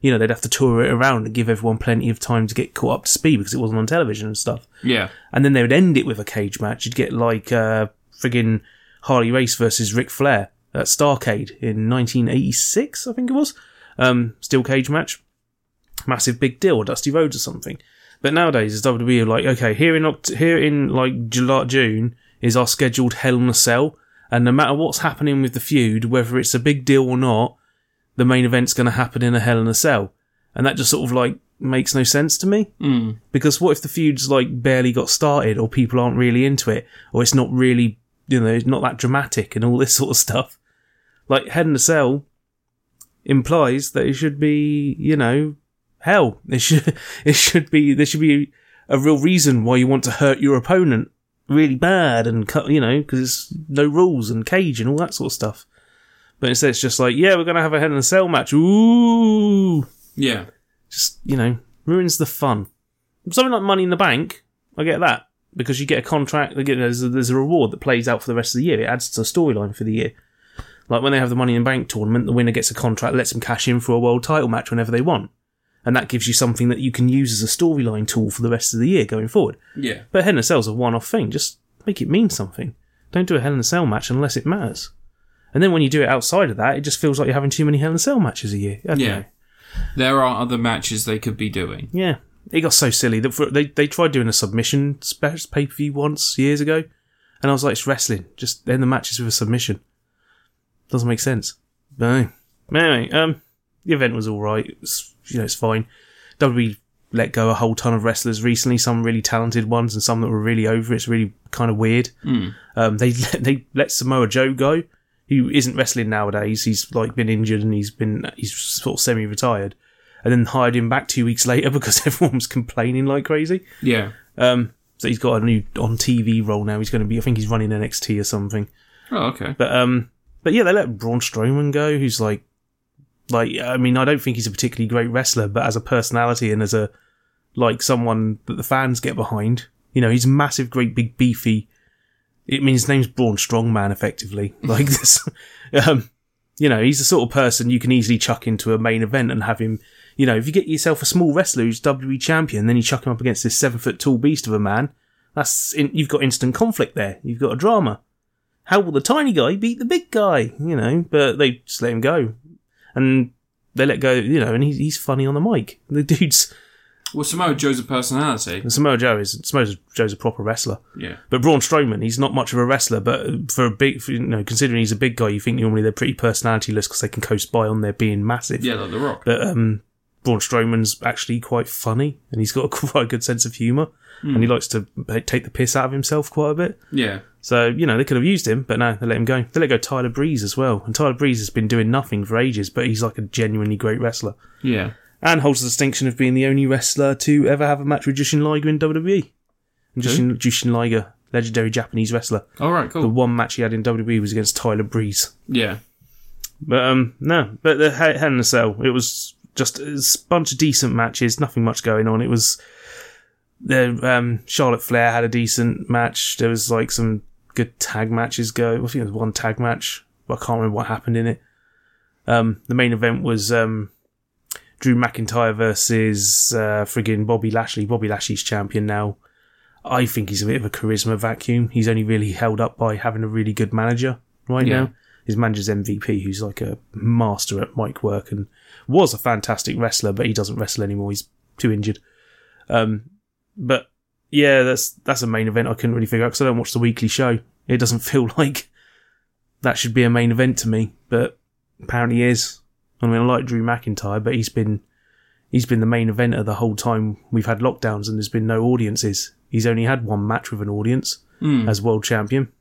Speaker 2: you know, they'd have to tour it around and give everyone plenty of time to get caught up to speed because it wasn't on television and stuff.
Speaker 1: Yeah.
Speaker 2: And then they would end it with a cage match. You'd get like uh, friggin' Harley Race versus Ric Flair at Starcade in 1986, I think it was. Um, steel cage match, massive big deal, or Dusty Rhodes or something. But nowadays, it's WWE are like, okay, here in Oct- here in like July, June is our scheduled Hell in a Cell, and no matter what's happening with the feud, whether it's a big deal or not, the main event's going to happen in a Hell in a Cell, and that just sort of like makes no sense to me. Because what if the feud's like barely got started, or people aren't really into it, or it's not really, you know, it's not that dramatic and all this sort of stuff? Like Head in a Cell implies that it should be, you know, hell. It should, it should be, there should be a real reason why you want to hurt your opponent really bad and cut, you know, because it's no rules and cage and all that sort of stuff. But instead, it's just like, yeah, we're going to have a head in a cell match. Ooh.
Speaker 4: Yeah.
Speaker 2: Just, you know, ruins the fun. Something like Money in the Bank, I get that. Because you get a contract, you know, there's, a, there's a reward that plays out for the rest of the year. It adds to the storyline for the year. Like when they have the Money in the Bank tournament, the winner gets a contract, that lets them cash in for a world title match whenever they want. And that gives you something that you can use as a storyline tool for the rest of the year going forward.
Speaker 4: Yeah.
Speaker 2: But Hell in a Cell's a one-off thing. Just make it mean something. Don't do a Hell in a Cell match unless it matters. And then when you do it outside of that, it just feels like you're having too many Hell in a Cell matches a year. I don't
Speaker 4: Yeah.
Speaker 2: know.
Speaker 4: There are other matches they could be doing.
Speaker 2: Yeah. It got so silly that for, they they tried doing a submission spe- pay per view once years ago, and I was like, it's wrestling. Just end the matches with a submission. Doesn't make sense. No. Anyway, um, the event was all right. It was, you know, it's fine. WWE let go a whole ton of wrestlers recently. Some really talented ones, and some that were really over. It's really kind of weird. Um, they let, they let Samoa Joe go, who isn't wrestling nowadays. He's like been injured and he's been he's sort of semi retired and then hired him back two weeks later because everyone was complaining like crazy.
Speaker 4: Yeah.
Speaker 2: Um, so he's got a new on TV role now. He's going to be, I think he's running NXT or something.
Speaker 4: Oh, okay.
Speaker 2: But um, but yeah, they let Braun Strowman go, who's like, like I mean, I don't think he's a particularly great wrestler, but as a personality and as a like someone that the fans get behind, you know, he's massive, great, big, beefy. It means his name's Braun Strongman, effectively. Like this, um, you know, he's the sort of person you can easily chuck into a main event and have him. You know, if you get yourself a small wrestler who's WWE champion, then you chuck him up against this seven foot tall beast of a man. That's in, you've got instant conflict there. You've got a drama how will the tiny guy beat the big guy? You know, but they just let him go, and they let go. You know, and he's he's funny on the mic. The dude's
Speaker 4: Well, Samoa Joe's a personality.
Speaker 2: Samoa Joe is Samoa Joe's a proper wrestler,
Speaker 4: Yeah.
Speaker 2: but Braun Strowman he's not much of a wrestler. But for a big, for, you know, considering he's a big guy, you think normally they're pretty personalityless because they can coast by on their being massive.
Speaker 4: Yeah, like The Rock.
Speaker 2: But um, Braun Strowman's actually quite funny, and he's got a quite good sense of humour, and he likes to uh, take the piss out of himself quite a bit.
Speaker 4: Yeah.
Speaker 2: So, you know, they could have used him, but no, they let him go. They let go Tyler Breeze as well. And Tyler Breeze has been doing nothing for ages, but he's like a genuinely great wrestler.
Speaker 4: Yeah.
Speaker 2: And holds the distinction of being the only wrestler to ever have a match with Jushin Liger in WWE. And Jushin, Jushin Liger, legendary Japanese wrestler.
Speaker 4: All right,
Speaker 2: The
Speaker 4: cool.
Speaker 2: one match he had in WWE was against Tyler Breeze.
Speaker 4: Yeah.
Speaker 2: But um, no, but the Hell Hell in a Cell, it was just a bunch of decent matches, nothing much going on. It was the um, Charlotte Flair had a decent match. There was like some good tag matches go. I think there was one tag match, but I can't remember what happened in it. Um, the main event was um, Drew McIntyre versus uh, friggin' Bobby Lashley. Bobby Lashley's champion now. I think he's a bit of a charisma vacuum. He's only really held up by having a really good manager right
Speaker 4: Yeah.
Speaker 2: now. His manager's MVP, who's like a master at mic work and was a fantastic wrestler, but he doesn't wrestle anymore. He's too injured. Um, but yeah, that's that's a main event. I couldn't really figure out because I don't watch the weekly show. It doesn't feel like that should be a main event to me, but apparently is. I mean, I like Drew McIntyre, but he's been he's been the main eventer the whole time we've had lockdowns and there's been no audiences. He's only had one match with an audience
Speaker 1: Hmm.
Speaker 4: Mm.
Speaker 2: as world champion,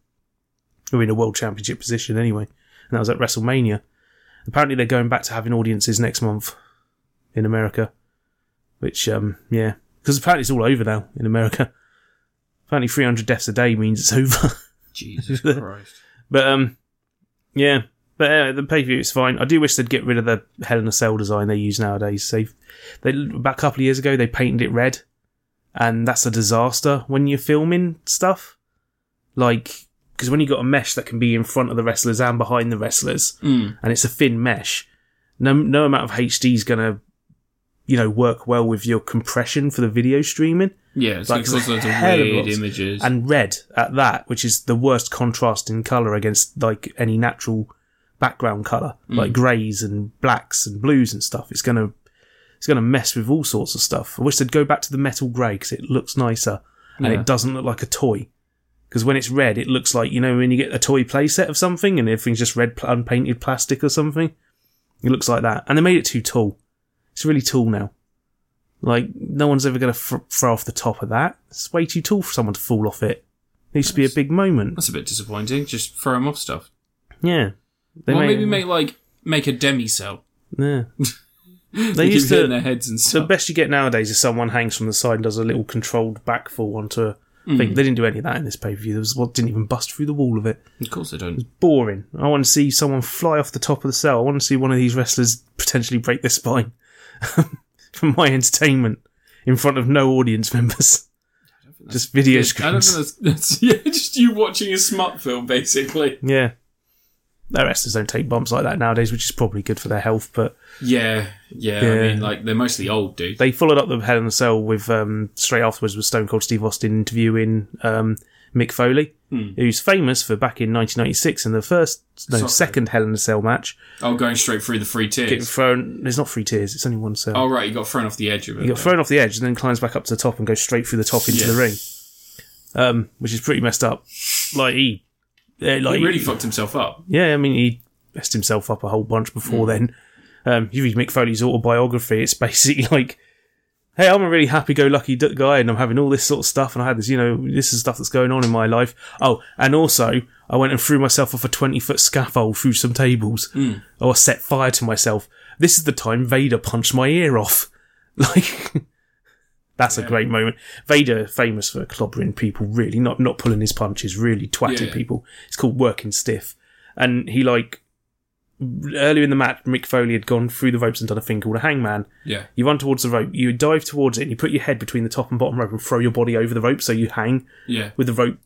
Speaker 2: or in a world championship position anyway, and that was at WrestleMania. Apparently, they're going back to having audiences next month in America, which um yeah, because apparently it's all over now in America. Apparently, 300 deaths a day means it's over.
Speaker 4: Jesus Christ.
Speaker 2: But um, yeah. But uh, the pay per view is fine. I do wish they'd get rid of the Hell in a Cell design they use nowadays. They, they about a couple of years ago they painted it red, and that's a disaster when you're filming stuff. Like because when you got a mesh that can be in front of the wrestlers and behind the wrestlers,
Speaker 4: Mm.
Speaker 2: and it's a thin mesh, no no amount of HD is gonna, you know, work well with your compression for the video streaming
Speaker 4: Yeah, it's
Speaker 2: Like,
Speaker 4: like lots of
Speaker 2: hell of
Speaker 4: weird
Speaker 2: lots.
Speaker 4: images.
Speaker 2: and red at that, which is the worst contrast in color against like any natural background color, like greys and blacks and blues and stuff. It's gonna it's gonna mess with all sorts of stuff. I wish they'd go back to the metal grey because it looks nicer and
Speaker 4: Yeah.
Speaker 2: it doesn't look like a toy. Because when it's red, it looks like you know when you get a toy playset of something and everything's just red pl- unpainted plastic or something. It looks like that, and they made it too tall. It's really tall now. Like no one's ever going to fr- throw off the top of that. It's way too tall for someone to fall off it. It used to be a big moment.
Speaker 4: That's a bit disappointing. Just throw them off stuff.
Speaker 2: Yeah. They
Speaker 4: well,
Speaker 2: made-
Speaker 4: maybe make like make a demi cell.
Speaker 2: Yeah. They,
Speaker 1: They, keep
Speaker 2: used
Speaker 1: hitting
Speaker 2: to.
Speaker 1: their heads and
Speaker 2: So the
Speaker 1: stuff.
Speaker 2: best you get nowadays is someone hangs from the side and does a little controlled back fall onto a thing. They didn't do any of that in this pay per view. There was what didn't even bust through the wall of it.
Speaker 1: of course they don't.
Speaker 2: Boring. I want to see someone fly off the top of the cell. I want to see one of these wrestlers potentially break their spine for my entertainment in front of no audience members. Just video
Speaker 1: I don't
Speaker 2: screens.
Speaker 1: know. That's, that's yeah, just you watching a smut film, basically.
Speaker 2: Yeah. The wrestlers don't take bumps like that nowadays, which is probably good for their health. But
Speaker 1: Yeah, yeah. I
Speaker 2: Yeah.
Speaker 1: mean, like they're mostly old, dude.
Speaker 2: they followed up the Hell in a Cell with um, straight afterwards with Stone Cold Steve Austin interviewing um, Mick Foley,
Speaker 1: Hmm.
Speaker 2: who's famous for back in 1996 in the first, no,
Speaker 1: Sorry.
Speaker 2: second Hell in a Cell match.
Speaker 1: Oh, going straight through the three
Speaker 2: Getting
Speaker 1: tiers.
Speaker 2: thrown, there's not three tiers, it's only one cell.
Speaker 1: oh right, you got thrown off the edge of it.
Speaker 2: He got
Speaker 1: then.
Speaker 2: thrown off the edge and then climbs back up to the top and goes straight through the top into
Speaker 1: Yeah.
Speaker 2: the ring, um, which is pretty messed up. Like he, eh, like
Speaker 1: He really fucked himself up.
Speaker 2: yeah, I mean, he messed himself up a whole bunch
Speaker 1: Hmm.
Speaker 2: before then. Um, you read Mick Foley's autobiography, it's basically like, hey, I'm a really happy go lucky d- guy and I'm having all this sort of stuff and I had this, you know, this is stuff that's going on in my life. Oh, and also, I went and threw myself off a 20 foot scaffold through some tables
Speaker 1: Hmm.
Speaker 2: or set fire to myself. This is the time Vader punched my ear off. Like, that's a great moment. Vader, famous for clobbering people, really, not, not pulling his punches, really twatting
Speaker 1: Yeah.
Speaker 2: people. It's called working stiff and he like earlier in the match Mick Foley had gone through the ropes and done a thing called a hangman
Speaker 1: Yeah.
Speaker 2: you run towards the rope you dive towards it and you put your head between the top and bottom rope and throw your body over the rope so you hang
Speaker 1: Yeah.
Speaker 2: with the rope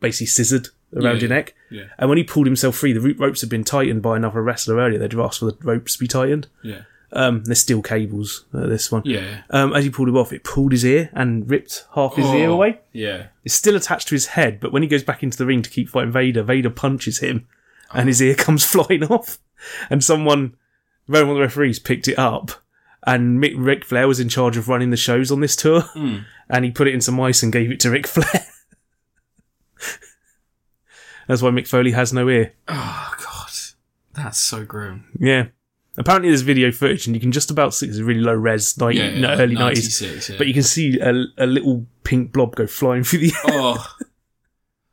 Speaker 2: basically scissored around
Speaker 1: Yeah,
Speaker 2: your
Speaker 1: yeah,
Speaker 2: neck
Speaker 1: yeah.
Speaker 2: and when he pulled himself free the root ropes had been tightened by another wrestler earlier they'd asked for the ropes to be tightened
Speaker 1: Yeah.
Speaker 2: um, there's steel cables uh, this one
Speaker 1: Yeah.
Speaker 2: um, as he pulled him off it pulled his ear and ripped half his ear
Speaker 1: Oh,
Speaker 2: away
Speaker 1: Yeah.
Speaker 2: it's still attached to his head, but when he goes back into the ring to keep fighting Vader, Vader punches him and his ear comes flying off. And someone, one of the referees, picked it up. And Mick, Ric Flair was in charge of running the shows on this tour.
Speaker 1: Hmm.
Speaker 2: And he put it in some ice and gave it to Ric Flair. That's why Mick Foley has no ear.
Speaker 1: Oh god, that's so grim.
Speaker 2: Yeah. Apparently, there's video footage, and you can just about see it's really low res, like
Speaker 1: Yeah. yeah,
Speaker 2: early 90s.
Speaker 1: 96, yeah.
Speaker 2: But you can see a, a little pink blob go flying through the air.
Speaker 1: oh.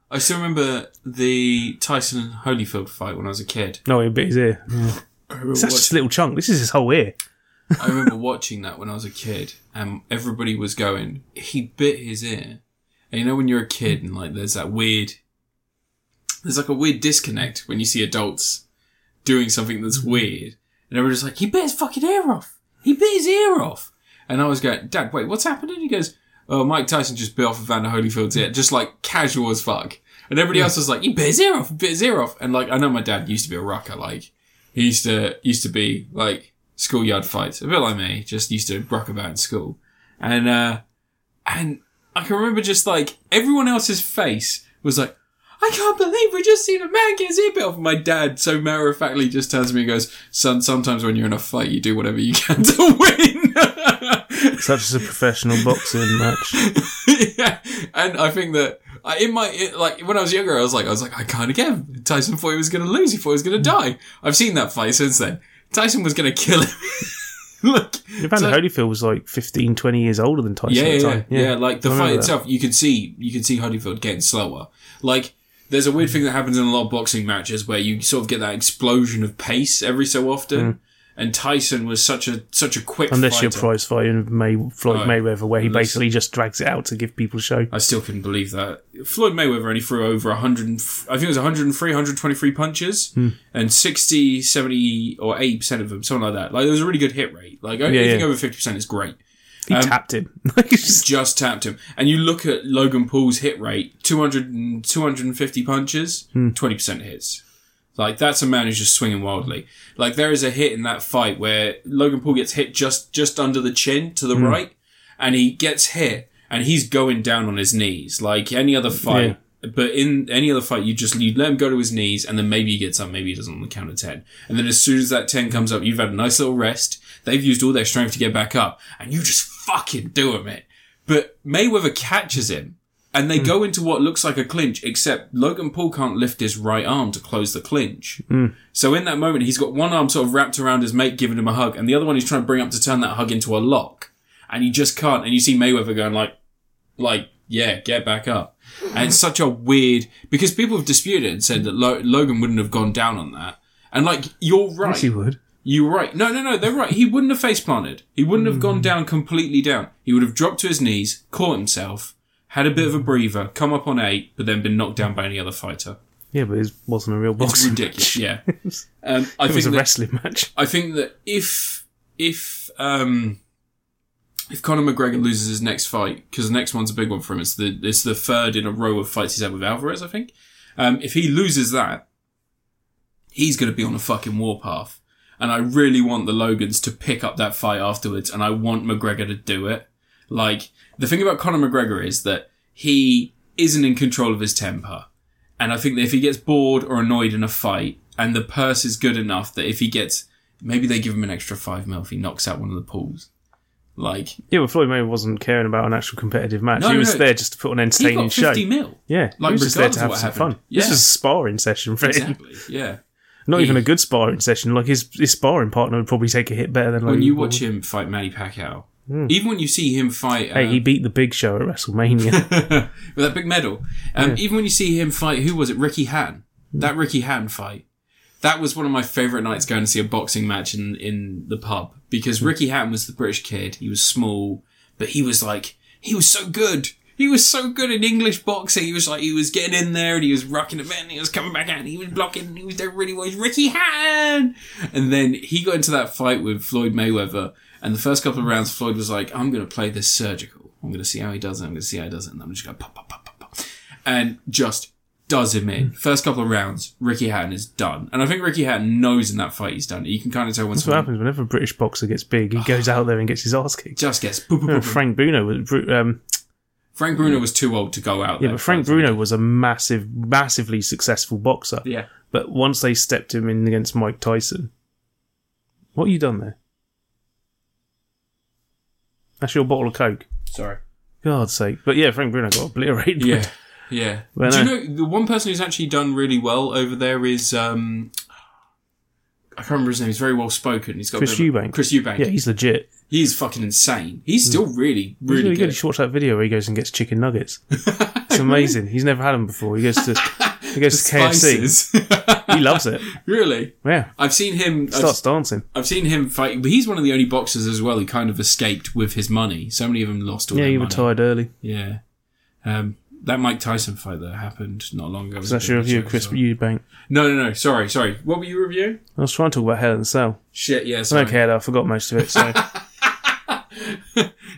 Speaker 1: I still remember the Tyson and Holyfield fight when I was a kid.
Speaker 2: No, he bit his ear.
Speaker 1: I remember,
Speaker 2: That's just a little chunk. This is his whole ear.
Speaker 1: watch- I remember watching that when I was a kid, and everybody was going. He bit his ear, and you know when you're a kid, and like there's that weird, there's like a weird disconnect when you see adults doing something that's weird, and everybody's like, "He bit his fucking ear off. He bit his ear off." And I was going, "Dad, wait, what's happening?" He goes, "Oh, Mike Tyson just bit off of Vander Holyfield's ear, just like casual as fuck." And everybody else was like, "He bit his ear off. Bit his ear off." And like, I know my dad used to be a rucker, like he used to used to be like schoolyard fights, a bit like me, just used to rock about in school, and uh, and I can remember just like everyone else's face was like, I can't believe we just seen a man get his ear bit off. My dad so matter of factly just turns to me and goes, son, sometimes when you're in a fight, you do whatever you can to win.
Speaker 2: Such as a professional boxing match.
Speaker 1: yeah, and I think that. I, in my it, like when I was younger, I was like, I was like, I can't again. Tyson thought he was going to lose. He thought he was
Speaker 2: Hmm.
Speaker 1: going to die. I've seen that fight since then. Tyson was going to kill him. Look,
Speaker 2: Evander Holyfield was like 15, 20 years older than
Speaker 1: yeah,
Speaker 2: Tyson at the
Speaker 1: yeah,
Speaker 2: time.
Speaker 1: yeah, yeah. Like the
Speaker 2: I
Speaker 1: fight
Speaker 2: remember that.
Speaker 1: itself, you can see you can see Holyfield getting slower. Like there's a weird thing that happens in a lot of boxing matches where you sort of get that explosion of pace every so often. And Tyson was such a such a quick.
Speaker 2: Hmm. Unless
Speaker 1: fighter.
Speaker 2: you're prize fighting May, Floyd
Speaker 1: No.
Speaker 2: Mayweather, where he
Speaker 1: Unless-
Speaker 2: basically just drags it out to give people a show.
Speaker 1: I still couldn't believe that. Floyd Mayweather only threw over 100, and f- I think it was 103, 123 punches,
Speaker 2: Hmm.
Speaker 1: and 60, 70, or 80% of them, something like that. Like, it was a really good hit rate. Like, anything
Speaker 2: yeah.
Speaker 1: over 50% is great.
Speaker 2: He
Speaker 1: Um,
Speaker 2: tapped him. Like, it's just-
Speaker 1: just tapped him. And you look at Logan Paul's hit rate 200, and 250 punches, 20% hits. Like, that's a man who's just swinging wildly. Like, there is a hit in that fight where Logan Paul gets hit just, just under the chin to the right, and he gets hit, and he's going down on his knees, like any other fight. But in any other fight, you just you let him go to his knees, and then maybe he gets up, maybe he doesn't on the count of ten, and then as soon as that ten comes up, you've had a nice little rest. They've used all their strength to get back up, and you just fucking do him it. But Mayweather catches him, and they go into what looks like a clinch, except Logan Paul can't lift his right arm to close the clinch. So in that moment, he's got one arm sort of wrapped around his mate, giving him a hug, and the other one he's trying to bring up to turn that hug into a lock. And you just can't. And you see Mayweather going like, like, yeah, get back up. And it's such a weird because people have disputed and said that Lo- Logan wouldn't have gone down on that. And like, you're right.
Speaker 2: Yes, he would.
Speaker 1: You're right. No, no, no. They're right. He wouldn't have face planted. He wouldn't have
Speaker 2: Hmm.
Speaker 1: gone down completely down. He would have dropped to his knees, caught himself, had a bit of
Speaker 2: Hmm.
Speaker 1: a breather, come up on eight, but then been knocked down by any other fighter.
Speaker 2: Yeah, but it wasn't a real
Speaker 1: It's
Speaker 2: boxing
Speaker 1: ridiculous.
Speaker 2: match.
Speaker 1: Yeah. Um, I
Speaker 2: It
Speaker 1: think
Speaker 2: was a
Speaker 1: that-
Speaker 2: wrestling match.
Speaker 1: I think that if if um if Conor McGregor loses his next fight because the next one's a big one for him, it's the it's the third in a row of fights he's had with Alvarez. I think um, if he loses that, he's going to be on a fucking warpath. And I really want the Logans to pick up that fight afterwards, and I want McGregor to do it. Like the thing about Conor McGregor is that he isn't in control of his temper. And I think that if he gets bored or annoyed in a fight, and the purse is good enough that if he gets, maybe they give him an extra five mil if he knocks out one of the pools. Like
Speaker 2: Yeah, but Floyd Mayweather wasn't caring about an actual competitive match.
Speaker 1: No,
Speaker 2: he was
Speaker 1: no.
Speaker 2: there just to put on an
Speaker 1: he
Speaker 2: entertaining
Speaker 1: got
Speaker 2: show.
Speaker 1: fifty mil.
Speaker 2: Yeah,
Speaker 1: Like,
Speaker 2: he was just there
Speaker 1: regardless of
Speaker 2: to have
Speaker 1: what
Speaker 2: some
Speaker 1: happened.
Speaker 2: fun. This
Speaker 1: Yeah.
Speaker 2: was a sparring session for him.
Speaker 1: Exactly. Yeah.
Speaker 2: Not even
Speaker 1: Yeah.
Speaker 2: a good sparring session. Like his, his sparring partner would probably take a hit better than Logan
Speaker 1: When you
Speaker 2: Paul.
Speaker 1: watch him fight Manny Pacquiao, even when you see him fight, uh,
Speaker 2: Hey, he beat the Big Show at WrestleMania.
Speaker 1: with that big medal. Um, Even when you see him fight, who was it? Ricky Han. That Ricky Han fight. That was one of my favourite nights going to see a boxing match in, in the pub because Ricky Han was the British kid. He was small, but he was like, he was so good. He was so good in English boxing. He was like, he was getting in there and he was rocking it, and he was coming back out and he was blocking and he was doing really well. He's Ricky Han! And then he got into that fight with Floyd Mayweather. And the first couple of rounds, Floyd was like, I'm going to play this surgical. I'm going to see how he does it. I'm going to see how he does it. And I'm just going to pop, pop, pop, pop, pop. And just does him in. First couple of rounds, Ricky Hatton is done. And I think Ricky Hatton knows in that fight he's done. it. You can kind of tell when
Speaker 2: That's what
Speaker 1: someone
Speaker 2: happens whenever a British boxer gets big. He goes out there and gets his ass kicked.
Speaker 1: just gets. boop, boop,
Speaker 2: Remember
Speaker 1: boop, boop.
Speaker 2: Frank Bruno was Bru- um,
Speaker 1: Frank Bruno was too old to go out
Speaker 2: yeah,
Speaker 1: there.
Speaker 2: but Frank
Speaker 1: Bruno.
Speaker 2: Bruno was a massive, massively successful boxer.
Speaker 1: Yeah.
Speaker 2: But once they stepped him in against Mike Tyson, what you done there? That's your bottle of Coke.
Speaker 1: Sorry.
Speaker 2: God's sake. But yeah, Frank Bruno got obliterated.
Speaker 1: Yeah. Yeah.
Speaker 2: Well,
Speaker 1: Do you
Speaker 2: no.
Speaker 1: know the one person who's actually done really well over there is um I can't remember his name. He's very well spoken. He's got a
Speaker 2: Chris
Speaker 1: bit of a-
Speaker 2: Eubank.
Speaker 1: Chris Eubank.
Speaker 2: Yeah, he's legit.
Speaker 1: He's fucking insane. He's still really,
Speaker 2: He's
Speaker 1: really,
Speaker 2: really good. You
Speaker 1: good.
Speaker 2: should watch that video where he goes and gets chicken nuggets. It's amazing. He's never had them before. He goes to he goes to KFC. He loves it.
Speaker 1: really?
Speaker 2: Yeah,
Speaker 1: I've seen him. I've,
Speaker 2: starts dancing.
Speaker 1: I've seen him fight. But he's one of the only boxers as well who kind of escaped with his money. So many of them lost all
Speaker 2: Yeah,
Speaker 1: their
Speaker 2: he
Speaker 1: money.
Speaker 2: retired early.
Speaker 1: Yeah. Um, that Mike Tyson fight that happened not long ago.
Speaker 2: So that's your review, of Chris Eubank.
Speaker 1: No, no, no. Sorry, sorry. What were you reviewing?
Speaker 2: I was trying to talk about Hell in a Cell.
Speaker 1: Shit. Yeah.
Speaker 2: I
Speaker 1: Sorry.
Speaker 2: don't care. though, I forgot most of it. So I'm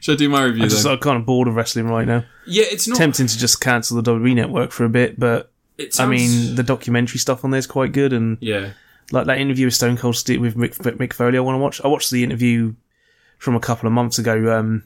Speaker 1: Should I do my review
Speaker 2: just uh,
Speaker 1: then?
Speaker 2: like, kind of bored of wrestling right now.
Speaker 1: yeah, it's not.
Speaker 2: Tempting to just cancel the WWE network for a bit, but
Speaker 1: it
Speaker 2: I
Speaker 1: sounds-
Speaker 2: mean the documentary stuff on there is quite good, and
Speaker 1: yeah.
Speaker 2: like that interview with Stone Cold Steve with Mick, Mick Foley. I want to watch. I watched the interview from a couple of months ago um,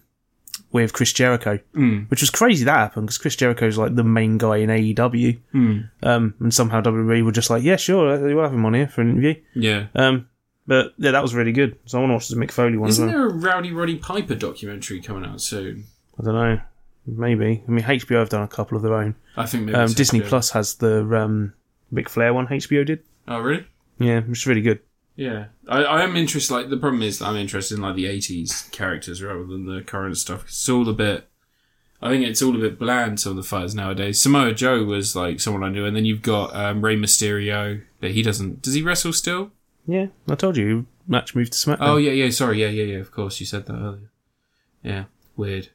Speaker 2: with Chris Jericho,
Speaker 1: Mm.
Speaker 2: which was crazy that happened because Chris Jericho's like the main guy in AEW,
Speaker 1: Mm.
Speaker 2: um, and somehow WWE were just like, yeah, sure, uh, we'll have him on here for an interview.
Speaker 1: Yeah.
Speaker 2: Um, but yeah, that was really good. So I want to watch the Mick Foley one. as
Speaker 1: Isn't
Speaker 2: well.
Speaker 1: there a Rowdy Roddy Piper documentary coming out soon?
Speaker 2: I don't know. Maybe. I mean, HBO have done a couple of their own.
Speaker 1: I think maybe
Speaker 2: Um,
Speaker 1: so,
Speaker 2: Disney
Speaker 1: yeah.
Speaker 2: Plus has the um, Mick Flair one. HBO did.
Speaker 1: Oh, really?
Speaker 2: Yeah, which is really good.
Speaker 1: Yeah, I, I am interested. Like the problem is, that I'm interested in like the '80s characters rather than the current stuff. It's all a bit. I think it's all a bit bland. Some of the fighters nowadays. Samoa Joe was like someone I knew, and then you've got um, Rey Mysterio, but he doesn't. Does he wrestle still?
Speaker 2: Yeah, I told you. Match moved to SmackDown.
Speaker 1: Oh yeah, yeah. Sorry, yeah, yeah, yeah. Of course, you said that earlier. Yeah, weird.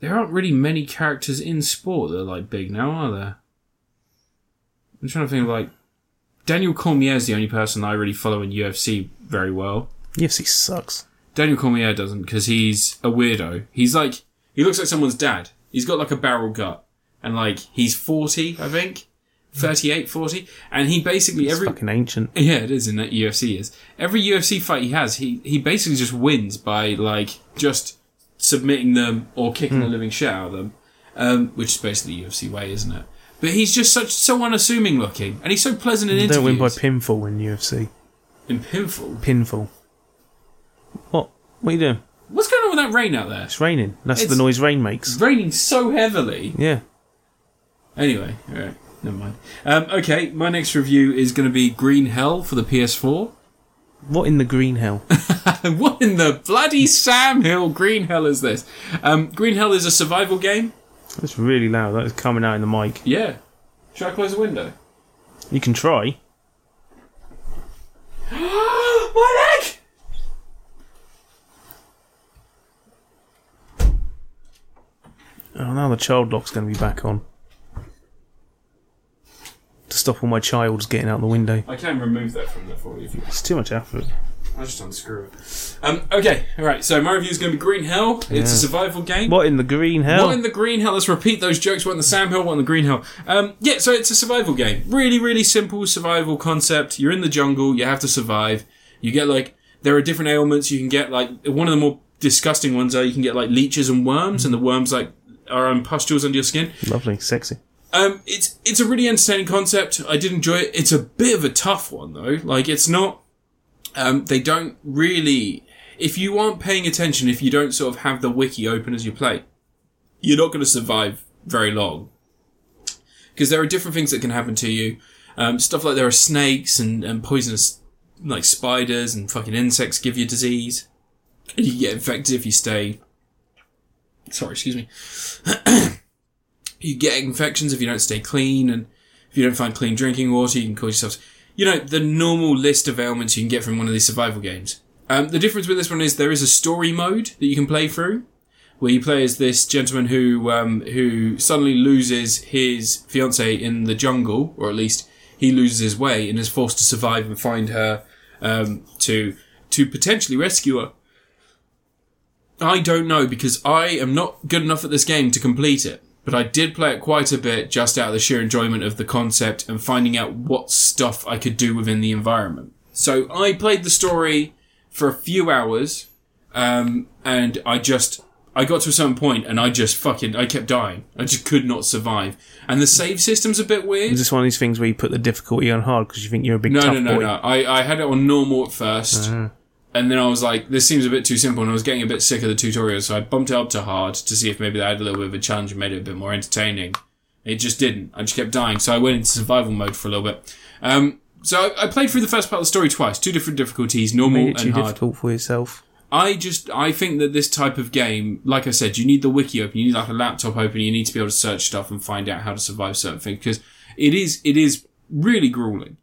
Speaker 1: There aren't really many characters in sport that are like big now, are there? I'm trying to think. of, Like Daniel Cormier is the only person I really follow in UFC very well.
Speaker 2: UFC sucks.
Speaker 1: Daniel Cormier doesn't because he's a weirdo. He's like he looks like someone's dad. He's got like a barrel gut and like he's 40, I think. 38, 40 and he basically
Speaker 2: It's
Speaker 1: every
Speaker 2: fucking ancient.
Speaker 1: yeah, it is in that UFC is. Every UFC fight he has, he he basically just wins by like just submitting them or kicking the
Speaker 2: Hmm.
Speaker 1: living shit out of them, um, which is basically the UFC way, isn't it? But he's just such so unassuming looking, and he's so pleasant in
Speaker 2: They
Speaker 1: interviews.
Speaker 2: don't win by pinfall in UFC.
Speaker 1: in pinfall.
Speaker 2: Pinfall. What? What are you doing?
Speaker 1: What's going on with that rain out there?
Speaker 2: It's raining. That's
Speaker 1: It's-
Speaker 2: the noise rain
Speaker 1: It's
Speaker 2: makes.
Speaker 1: raining so heavily.
Speaker 2: Yeah.
Speaker 1: Anyway, alright, never mind. Um, okay, my next review is going to be Green Hell for the PS4.
Speaker 2: What in the green hell?
Speaker 1: And what in the bloody Sam Hill Green Hell is this? Um, Green Hell is a survival game.
Speaker 2: That's really loud. That is coming out in the mic.
Speaker 1: Yeah. Should I close the window?
Speaker 2: You can try. child lock's going to be back on. To stop all my childs getting out the window.
Speaker 1: I can remove that from there for you if you want.
Speaker 2: It's too much effort.
Speaker 1: I just unscrew it. Um, okay, alright, so my review is going to be Green Hell. It's a survival game.
Speaker 2: What in the green hell?
Speaker 1: What in the Green Hell? Let's repeat those jokes. What in the Sam Hill? What in the Green Hell? Um, yeah, so it's a survival game. Really, really simple survival concept. You're in the jungle. You have to survive. You get like there are different ailments. You can get like one of the more disgusting ones are you can get like leeches and worms, and the worms like are um, pustules under your skin.
Speaker 2: Lovely, sexy.
Speaker 1: Um, it's it's a really entertaining concept. I did enjoy it. It's a bit of a tough one though. Like it's not. Um, they don't really. If you aren't paying attention, if you don't sort of have the wiki open as you play, you're not going to survive very long. Because there are different things that can happen to you. Um, stuff like there are snakes and, and poisonous like spiders and fucking insects give you disease. And you get infected if you stay. Sorry, excuse me you get infections if you don't stay clean and if you don't find clean drinking water you can cause yourself you know the normal list of ailments you can get from one of these survival games um, the difference with this one is there is a story mode that you can play through where you play as this gentleman who um, who suddenly loses his fiancee in the jungle or at least he loses his way and is forced to survive and find her um, to to potentially rescue her I don't know because I am not good enough at this game to complete it. But I did play it quite a bit just out of the sheer enjoyment of the concept and finding out what stuff I could do within the environment. So I played the story for a few hours, um, and I just I got to a certain point and I just fucking I kept dying. I just could not survive. And the save system's a bit weird.
Speaker 2: Is this one of these things where you put the difficulty on hard because you think you're a big
Speaker 1: No,
Speaker 2: tough
Speaker 1: no, no,
Speaker 2: boy? Uh-huh.
Speaker 1: no. I, I had it on normal at 1st and then I was like, this seems a bit too simple, and I was getting a bit sick of the tutorial, so I bumped it up to hard to see if maybe that had a little bit of a challenge and made it a bit more entertaining. It just didn't. I just kept dying, so I went into survival mode for a little bit. Um, so I, I played through the first part of the story twice, two different difficulties, normal
Speaker 2: Made it too
Speaker 1: and hard.
Speaker 2: difficult for yourself.
Speaker 1: I just I think that this type of game, like I said, you need the wiki open, you need like a laptop open, you need to be able to search stuff and find out how to survive certain things because it is it is really grueling.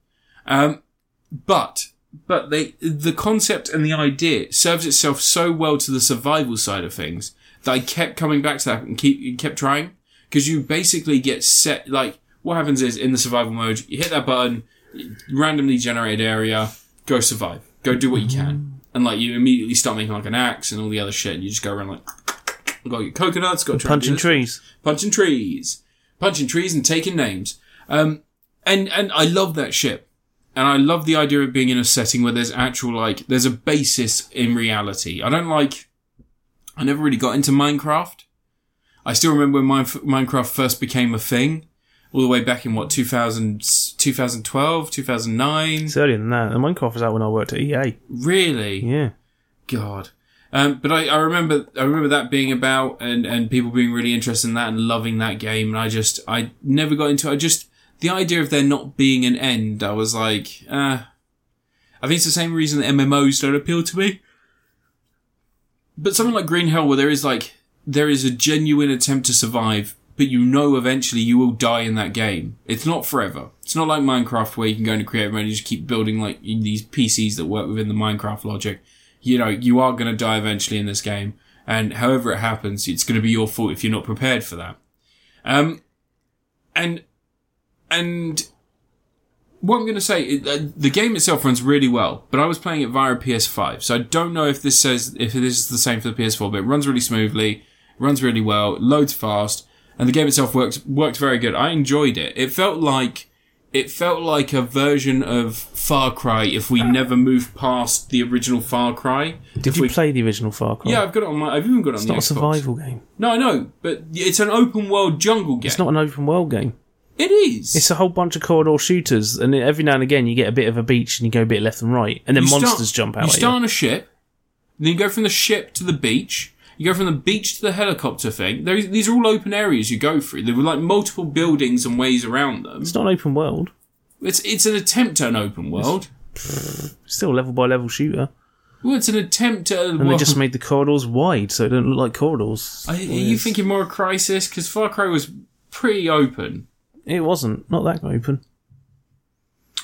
Speaker 1: Um, but but they the concept and the idea serves itself so well to the survival side of things that I kept coming back to that and keep kept trying because you basically get set like what happens is in the survival mode you hit that button randomly generated area go survive go do what you can and like you immediately start making like an axe and all the other shit and you just go around like got your coconuts got to
Speaker 2: Punching trees.
Speaker 1: punching trees, punching trees and taking names. Um, and and I love that shit, and I love the idea of being in a setting where there's actual like there's a basis in reality. I don't like. I never really got into Minecraft. I still remember when Minef- Minecraft first became a thing, all the way back in what 2000, 2012, 2009.
Speaker 2: It's earlier than that. The Minecraft was out when I worked at EA.
Speaker 1: Really?
Speaker 2: Yeah.
Speaker 1: God. Um, but I, I remember I remember that being about and, and people being really interested in that and loving that game and I just I never got into it. I just the idea of there not being an end, I was like, uh I think it's the same reason that MMOs don't appeal to me. But something like Green Hell where there is like there is a genuine attempt to survive, but you know eventually you will die in that game. It's not forever. It's not like Minecraft where you can go into creative mode and just keep building like these PCs that work within the Minecraft logic you know, you are going to die eventually in this game. And however it happens, it's going to be your fault if you're not prepared for that. Um, and, and what I'm going to say, is, uh, the game itself runs really well, but I was playing it via a PS5. So I don't know if this says, if this is the same for the PS4, but it runs really smoothly, runs really well, loads fast, and the game itself worked, worked very good. I enjoyed it. It felt like, it felt like a version of Far Cry if we never moved past the original Far Cry.
Speaker 2: Did you play the original Far Cry?
Speaker 1: Yeah, I've got it on my. I've even got it on
Speaker 2: It's
Speaker 1: the
Speaker 2: not a
Speaker 1: Xbox.
Speaker 2: survival game.
Speaker 1: No, I know, but it's an open world jungle game.
Speaker 2: It's not an open world game.
Speaker 1: It is.
Speaker 2: It's a whole bunch of corridor shooters, and every now and again you get a bit of a beach and you go a bit left and right, and then
Speaker 1: You start-
Speaker 2: monsters jump out
Speaker 1: You
Speaker 2: at
Speaker 1: start on a ship, then you go from the ship to the beach. You go from the beach to the helicopter thing. There is- these are all open areas you go through. There were like multiple buildings and ways around them.
Speaker 2: you. It's not an open world.
Speaker 1: It's it's an attempt at an open world.
Speaker 2: It's still a level by level shooter.
Speaker 1: Well, it's an attempt at.
Speaker 2: And
Speaker 1: well,
Speaker 2: they just made the corridors wide so it don't look like corridors.
Speaker 1: I- are you thinking more of Crisis? Because Far Cry was pretty open.
Speaker 2: It wasn't. Not that open.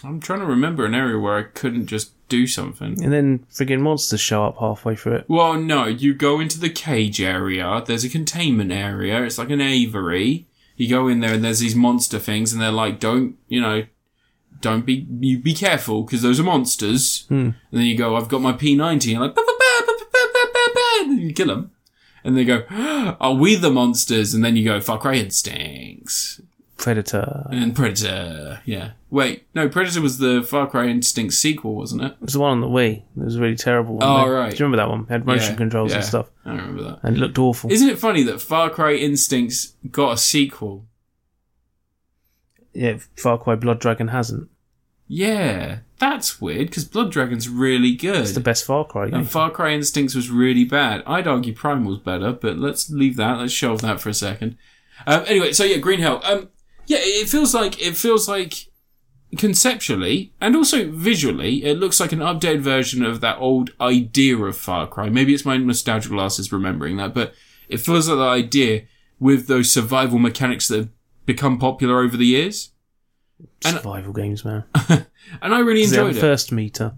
Speaker 1: I'm trying to remember an area where I couldn't just do something.
Speaker 2: And then friggin' monsters show up halfway through it.
Speaker 1: Well, no, you go into the cage area. There's a containment area. It's like an aviary. You go in there and there's these monster things, and they're like, "Don't you know? Don't be you be careful because those are monsters."
Speaker 2: Hmm.
Speaker 1: And then you go, "I've got my P90," and like, "Bah, bah, bah, bah, bah, bah, bah, bah, bah," and you kill them. And they go, "Ah, "Are we the monsters?" And then you go, "Fuck right instincts."
Speaker 2: Predator.
Speaker 1: And then Predator, yeah. Wait, no, Predator was the Far Cry Instinct sequel, wasn't it?
Speaker 2: It was the one on the Wii. It was a really terrible. one.
Speaker 1: Oh,
Speaker 2: They-
Speaker 1: right.
Speaker 2: Do you remember that one? It had motion
Speaker 1: Yeah,
Speaker 2: controls and
Speaker 1: yeah.
Speaker 2: stuff.
Speaker 1: I remember that.
Speaker 2: And it looked awful.
Speaker 1: Isn't it funny that Far Cry Instincts got a sequel?
Speaker 2: yeah, Far Cry Blood Dragon hasn't.
Speaker 1: Yeah, that's weird because Blood Dragon's really good.
Speaker 2: It's the best Far Cry game.
Speaker 1: and Far Cry Instincts was really bad. I'd argue Prime was better, but let's leave that. Let's shelve that for a second. Um, anyway, so yeah, Green Hell. Um, yeah, it feels like it feels like conceptually and also visually, it looks like an updated version of that old idea of Far Cry. Maybe it's my nostalgia glasses remembering that, but it feels like the idea with those survival mechanics that have become popular over the years. and-
Speaker 2: Survival games, man.
Speaker 1: And I really
Speaker 2: Does it have
Speaker 1: enjoyed
Speaker 2: a
Speaker 1: it.
Speaker 2: thirst meter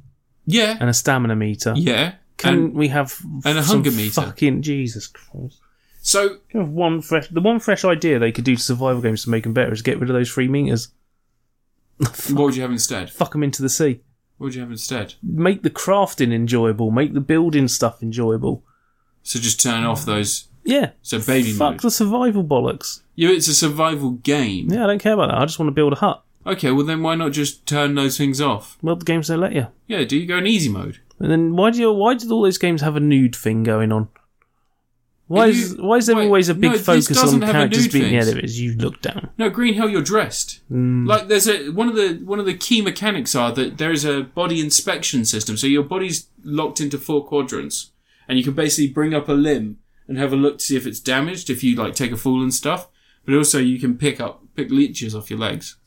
Speaker 1: Yeah,
Speaker 2: and a stamina meter?
Speaker 1: yeah.
Speaker 2: Can
Speaker 1: and
Speaker 2: we have
Speaker 1: and a
Speaker 2: some
Speaker 1: hunger meter.
Speaker 2: Fucking Jesus Christ!
Speaker 1: so
Speaker 2: Can we have one fresh, the one fresh idea they could do to survival games to make them better is get rid of those three meters.
Speaker 1: what would you have instead?
Speaker 2: Fuck them into the sea.
Speaker 1: What would you have instead?
Speaker 2: Make the crafting enjoyable. Make the building stuff enjoyable.
Speaker 1: So just turn off those.
Speaker 2: Yeah.
Speaker 1: So baby
Speaker 2: Fuck
Speaker 1: mode.
Speaker 2: the survival bollocks.
Speaker 1: Yeah, it's a survival game.
Speaker 2: Yeah, I don't care about that. I just want to build a hut.
Speaker 1: Okay, well then why not just turn those things off?
Speaker 2: Well, the games don't let you.
Speaker 1: Yeah, do you go in easy mode?
Speaker 2: And then why do you, why did all those games have a nude thing going on? Why
Speaker 1: You-
Speaker 2: is why is there
Speaker 1: wait,
Speaker 2: always a
Speaker 1: no,
Speaker 2: big
Speaker 1: this
Speaker 2: focus on
Speaker 1: doesn't have a
Speaker 2: characters
Speaker 1: nude
Speaker 2: being
Speaker 1: thing.
Speaker 2: yeah, there it is. You look down. Mm.
Speaker 1: No, Green Hill, you're dressed. Like there's a one of the one of the key mechanics are that there is a body inspection system. So your body's locked into four quadrants, and you can basically bring up a limb and have a look to see if it's damaged. If you like take a fall and stuff, but also you can pick up pick leeches off your legs.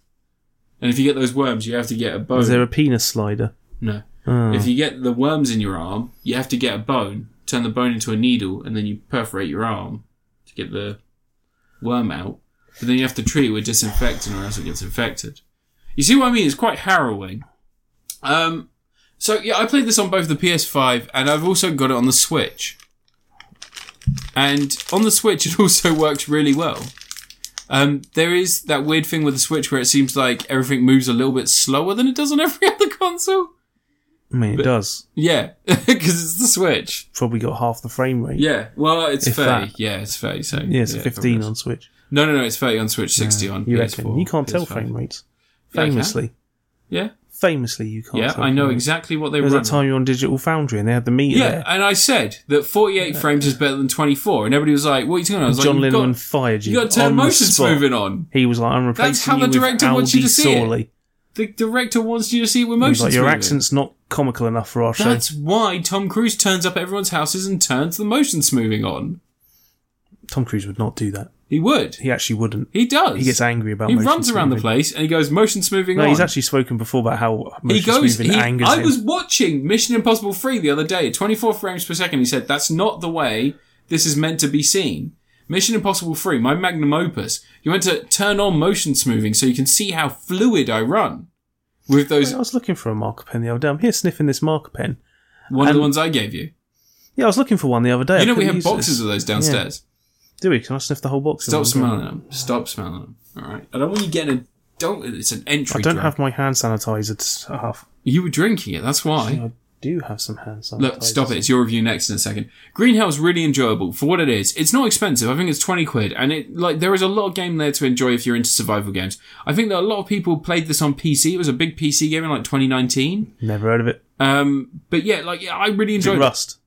Speaker 1: And if you get those worms, you have to get a bone.
Speaker 2: Is there a penis slider?
Speaker 1: No.
Speaker 2: Oh.
Speaker 1: If you get the worms in your arm, you have to get a bone, turn the bone into a needle, and then you perforate your arm to get the worm out. But then you have to treat it with disinfectant or else it gets infected. You see what I mean? It's quite harrowing. Um, so yeah, I played this on both the PS5 and I've also got it on the Switch. And on the Switch, it also works really well. Um, there is that weird thing with the Switch where it seems like everything moves a little bit slower than it does on every other console.
Speaker 2: I mean, it does.
Speaker 1: Yeah, because it's the Switch.
Speaker 2: Probably got half the frame rate.
Speaker 1: Yeah, well, it's
Speaker 2: If
Speaker 1: 30.
Speaker 2: that.
Speaker 1: Yeah, it's 30. So
Speaker 2: Yeah, it's
Speaker 1: yeah,
Speaker 2: fifteen
Speaker 1: probably.
Speaker 2: on Switch.
Speaker 1: No, no, no, it's 30 on Switch, 60 on
Speaker 2: You
Speaker 1: PS4.
Speaker 2: reckon? You can't tell
Speaker 1: PS5.
Speaker 2: frame rates.
Speaker 1: Yeah, I can.
Speaker 2: Famously,
Speaker 1: Yeah,
Speaker 2: famously, you can't.
Speaker 1: yeah,
Speaker 2: tell
Speaker 1: I know
Speaker 2: frame rates.
Speaker 1: exactly what they
Speaker 2: There was
Speaker 1: run.
Speaker 2: that time you were on Digital Foundry and they had the meter
Speaker 1: yeah,
Speaker 2: there.
Speaker 1: and I said that 48 frames is better than 24, and everybody was like, "What are you talking?" about?" I was
Speaker 2: John
Speaker 1: like,
Speaker 2: Linneman
Speaker 1: "You've
Speaker 2: fired
Speaker 1: got,
Speaker 2: you.
Speaker 1: you got to turn
Speaker 2: on the
Speaker 1: motion
Speaker 2: spot.
Speaker 1: smoothing on."
Speaker 2: He was like, "I'm replacing
Speaker 1: That's how
Speaker 2: you
Speaker 1: the
Speaker 2: with
Speaker 1: director wants
Speaker 2: Aldi
Speaker 1: you to see it.
Speaker 2: Sorley.
Speaker 1: The director wants you to see it with
Speaker 2: He
Speaker 1: motion
Speaker 2: was like, "Your
Speaker 1: smoothing."
Speaker 2: accent's not comical enough for our show."
Speaker 1: That's why Tom Cruise turns up at everyone's houses and turns the motion smoothing on.
Speaker 2: Tom Cruise would not do that.
Speaker 1: He would.
Speaker 2: He actually wouldn't.
Speaker 1: He does.
Speaker 2: He gets angry about.
Speaker 1: He
Speaker 2: motion
Speaker 1: runs around the
Speaker 2: smoothing.
Speaker 1: place and he goes motion smoothing
Speaker 2: No,
Speaker 1: on.
Speaker 2: he's actually spoken before about how motion
Speaker 1: he goes.
Speaker 2: smoothing
Speaker 1: he-
Speaker 2: angers
Speaker 1: I
Speaker 2: him.
Speaker 1: was watching Mission Impossible Three the other day, at 24 frames per second. He said, "That's not the way this is meant to be seen." Mission Impossible Three, my magnum opus. You meant to turn on motion smoothing so you can see how fluid I run with those.
Speaker 2: I was looking for a marker pen the other day. I'm here sniffing this marker pen.
Speaker 1: One of the
Speaker 2: and-
Speaker 1: ones I gave you.
Speaker 2: Yeah, I was looking for one the other day. I
Speaker 1: you know we
Speaker 2: couldn't
Speaker 1: have
Speaker 2: use
Speaker 1: boxes
Speaker 2: this.
Speaker 1: of those downstairs.
Speaker 2: Do we? Can I sniff the whole box?
Speaker 1: Stop
Speaker 2: of them?
Speaker 1: smelling them. Stop smelling them. All right. I don't want you getting a. Don't. It's an entry.
Speaker 2: I don't
Speaker 1: drug.
Speaker 2: have my hand sanitizer to stuff.
Speaker 1: You were drinking it. That's why.
Speaker 2: I do have some hand sanitizer.
Speaker 1: Look, stop it. It's your review next in a second. Green Hell's really enjoyable for what it is. It's not expensive. I think it's 20 quid. And it, like, there is a lot of game there to enjoy if you're into survival games. I think that a lot of people played this on PC. It was a big PC game in like 2019.
Speaker 2: Never heard of it.
Speaker 1: Um, but yeah, like, yeah, I really
Speaker 2: Is it
Speaker 1: enjoyed it.
Speaker 2: Rust. Oh.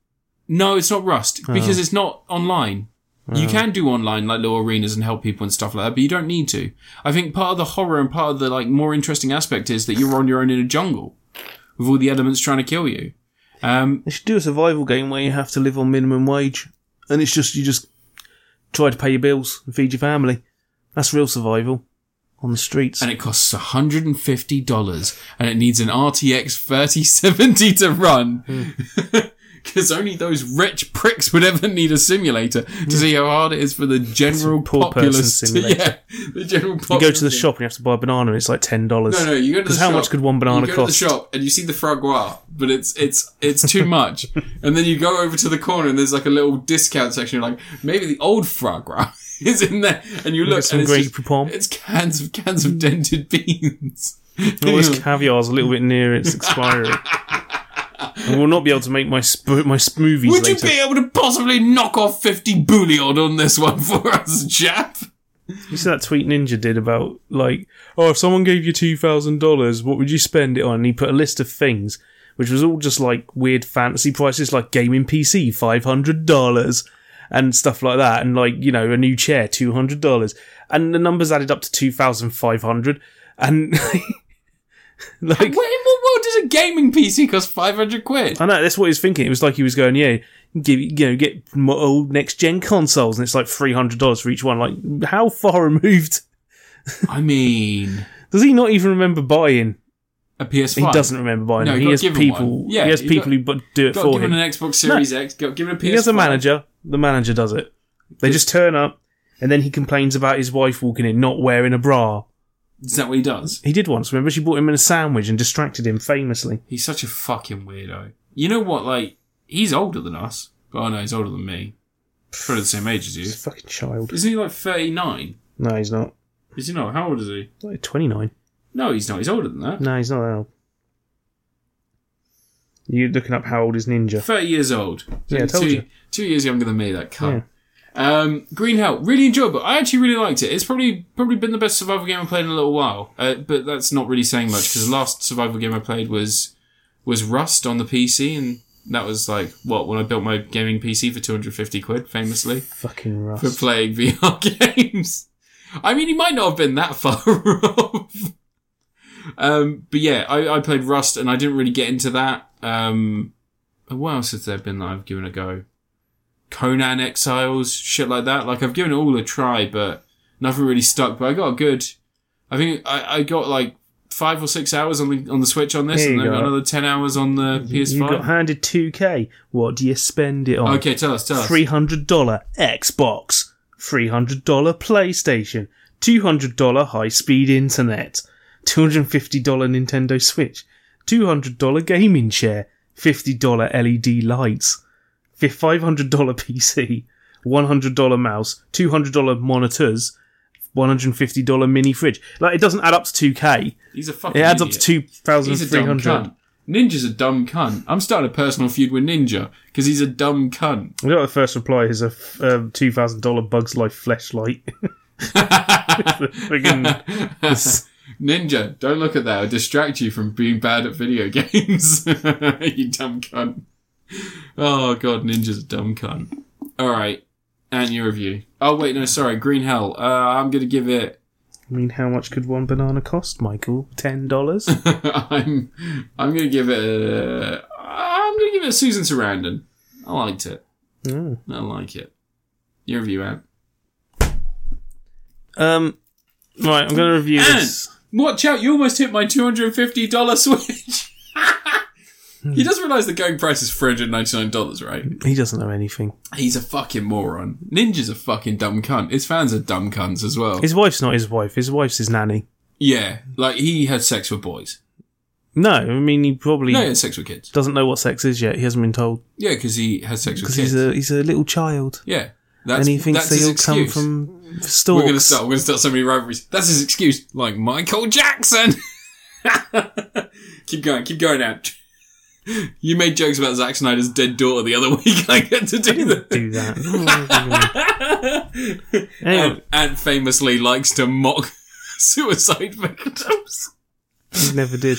Speaker 1: No, it's not Rust because it's not online. You can do online like little arenas and help people and stuff like that, but you don't need to. I think part of the horror and part of the like more interesting aspect is that you're on your own in a jungle with all the elements trying to kill you. Um,
Speaker 2: They should do a survival game where you have to live on minimum wage, and it's just you just try to pay your bills and feed your family. That's real survival on the streets.
Speaker 1: and it costs $150 and it needs an RTX 3070 to run. Because only those rich pricks would ever need a simulator to see how hard it is for the general
Speaker 2: poor
Speaker 1: populace.
Speaker 2: person
Speaker 1: to-
Speaker 2: simulator.
Speaker 1: yeah, the general populace.
Speaker 2: you go to the shop and you have to buy a banana, and it's like ten dollars.
Speaker 1: No, no, you go to the
Speaker 2: how
Speaker 1: shop,
Speaker 2: much could one banana
Speaker 1: you go
Speaker 2: cost?
Speaker 1: to the shop and you see the fragois, but it's it's it's too much. and then you go over to the corner and there's like a little discount section. You're like, maybe the old foie gras is in there. And you look,
Speaker 2: some
Speaker 1: and it's,
Speaker 2: Grey
Speaker 1: just-
Speaker 2: Poupon.
Speaker 1: it's cans of cans of dented beans.
Speaker 2: All this caviar's a little bit near its expiry. I will not be able to make my sp- my smoothies
Speaker 1: Would you
Speaker 2: later.
Speaker 1: be able to possibly knock off fifty bouillon on this one for us, chap?
Speaker 2: You see that tweet Ninja did about like, oh, if someone gave you two thousand dollars, what would you spend it on? And he put a list of things, which was all just like weird fantasy prices, like gaming PC five hundred dollars, and stuff like that, and like you know a new chair two hundred dollars, and the numbers added up to two thousand five hundred, and like.
Speaker 1: Wait, in what world does a gaming PC cost five hundred quid?
Speaker 2: I know that's what he was thinking. It was like he was going, yeah, give you know, get m- old next gen consoles, and it's like three hundred dollars for each one. Like, how far removed
Speaker 1: I mean,
Speaker 2: does he not even remember buying?
Speaker 1: a PS5.
Speaker 2: He doesn't remember buying
Speaker 1: No,
Speaker 2: them.
Speaker 1: you got
Speaker 2: He has
Speaker 1: given
Speaker 2: people.
Speaker 1: one. Yeah,
Speaker 2: he has
Speaker 1: you
Speaker 2: people
Speaker 1: got-
Speaker 2: who bu- do it
Speaker 1: Got
Speaker 2: for him.
Speaker 1: given an Xbox Series X. Got given a PS5.
Speaker 2: he has a manager. The manager does it. They just turn up, and then he complains about his wife walking in not wearing a bra.
Speaker 1: Is that what he does?
Speaker 2: He did once. Remember, she bought him in a sandwich and distracted him famously.
Speaker 1: He's such a fucking weirdo. You know what? Like, he's older than us. Oh no, he's older than me. Probably the same age as you.
Speaker 2: He's a fucking child.
Speaker 1: Isn't he like thirty nine?
Speaker 2: No, he's not.
Speaker 1: Is he not? How old is he?
Speaker 2: He's Like twenty nine.
Speaker 1: No, he's not. He's older than that.
Speaker 2: No, he's not that old. You looking up how old is Ninja?
Speaker 1: Thirty years old.
Speaker 2: Yeah, I told
Speaker 1: two,
Speaker 2: you.
Speaker 1: two years younger than me. That cunt. Um, Green Hell, really enjoyable. I actually really liked it. It's probably probably been the best survival game I've played in a little while. Uh, but that's not really saying much because the last survival game I played was was Rust on the PC, and that was like what when I built my gaming PC for two hundred fifty quid, famously
Speaker 2: Fucking
Speaker 1: for
Speaker 2: Russ.
Speaker 1: playing VR games. I mean, he might not have been that far off. Um, but yeah, I, I played Rust and I didn't really get into that. Um, what else has there been that I've given a go? Conan Exiles, shit like that. Like, I've given it all a try, but nothing really stuck. But I got a good, I think I, I got like five or six hours on the, on the Switch on this
Speaker 2: There
Speaker 1: and
Speaker 2: you
Speaker 1: then
Speaker 2: go.
Speaker 1: another 10 hours on the PS5.
Speaker 2: You got handed two k. What do you spend it on?
Speaker 1: okay, tell us, tell us.
Speaker 2: three hundred dollar Xbox, three hundred dollar PlayStation, two hundred dollar high speed internet, two hundred fifty dollar Nintendo Switch, two hundred dollar gaming chair, fifty dollar LED lights, five hundred dollar PC, one hundred dollar mouse, two hundred dollar monitors. $150 mini fridge. Like, it doesn't add up to 2k.
Speaker 1: He's a fucking
Speaker 2: It adds up
Speaker 1: idiot.
Speaker 2: to 2,300.
Speaker 1: He's a dumb cunt. Ninja's a dumb cunt. I'm starting a personal feud with Ninja because he's a dumb cunt.
Speaker 2: We got the first reply is a f- um, two thousand dollar Bugs Life flashlight. Friggin-
Speaker 1: Ninja, don't look at that. It'll distract you from being bad at video games. you dumb cunt. Oh god, Ninja's a dumb cunt. All right, and your review. Oh wait, no, sorry, Green Hell. Uh, I'm gonna give it.
Speaker 2: I mean, how much could one banana cost, Michael? Ten dollars.
Speaker 1: I'm I'm gonna give it. A, I'm gonna give it a Susan Sarandon. I liked it.
Speaker 2: Hmm.
Speaker 1: I like it. Your review, Ant.
Speaker 2: um, right, I'm going to review
Speaker 1: Ant,
Speaker 2: this.
Speaker 1: watch out! You almost hit my two hundred and fifty dollar switch.
Speaker 2: Hmm.
Speaker 1: he does realize the going price is three hundred ninety nine dollars, right?
Speaker 2: He doesn't know anything.
Speaker 1: He's a fucking moron. Ninja's a fucking dumb cunt. His fans are dumb cunts as well.
Speaker 2: His wife's not his wife. His wife's his nanny.
Speaker 1: yeah, like he had sex with boys.
Speaker 2: No, I mean he probably
Speaker 1: No, he had sex with kids.
Speaker 2: doesn't know what sex is yet. He hasn't been told
Speaker 1: Yeah, because he had sex with
Speaker 2: because
Speaker 1: kids.
Speaker 2: he's a he's a little child
Speaker 1: yeah, that's
Speaker 2: and he thinks
Speaker 1: that's his
Speaker 2: they all come
Speaker 1: excuse.
Speaker 2: from
Speaker 1: We're gonna
Speaker 2: storks.
Speaker 1: start. We're gonna start so many rivalries. That's his excuse. Like Michael Jackson. keep going. Keep going out. You made jokes about Zack Snyder's dead daughter the other week. I get to do that.
Speaker 2: Do that. anyway,
Speaker 1: And, and famously likes to mock suicide victims.
Speaker 2: he never did.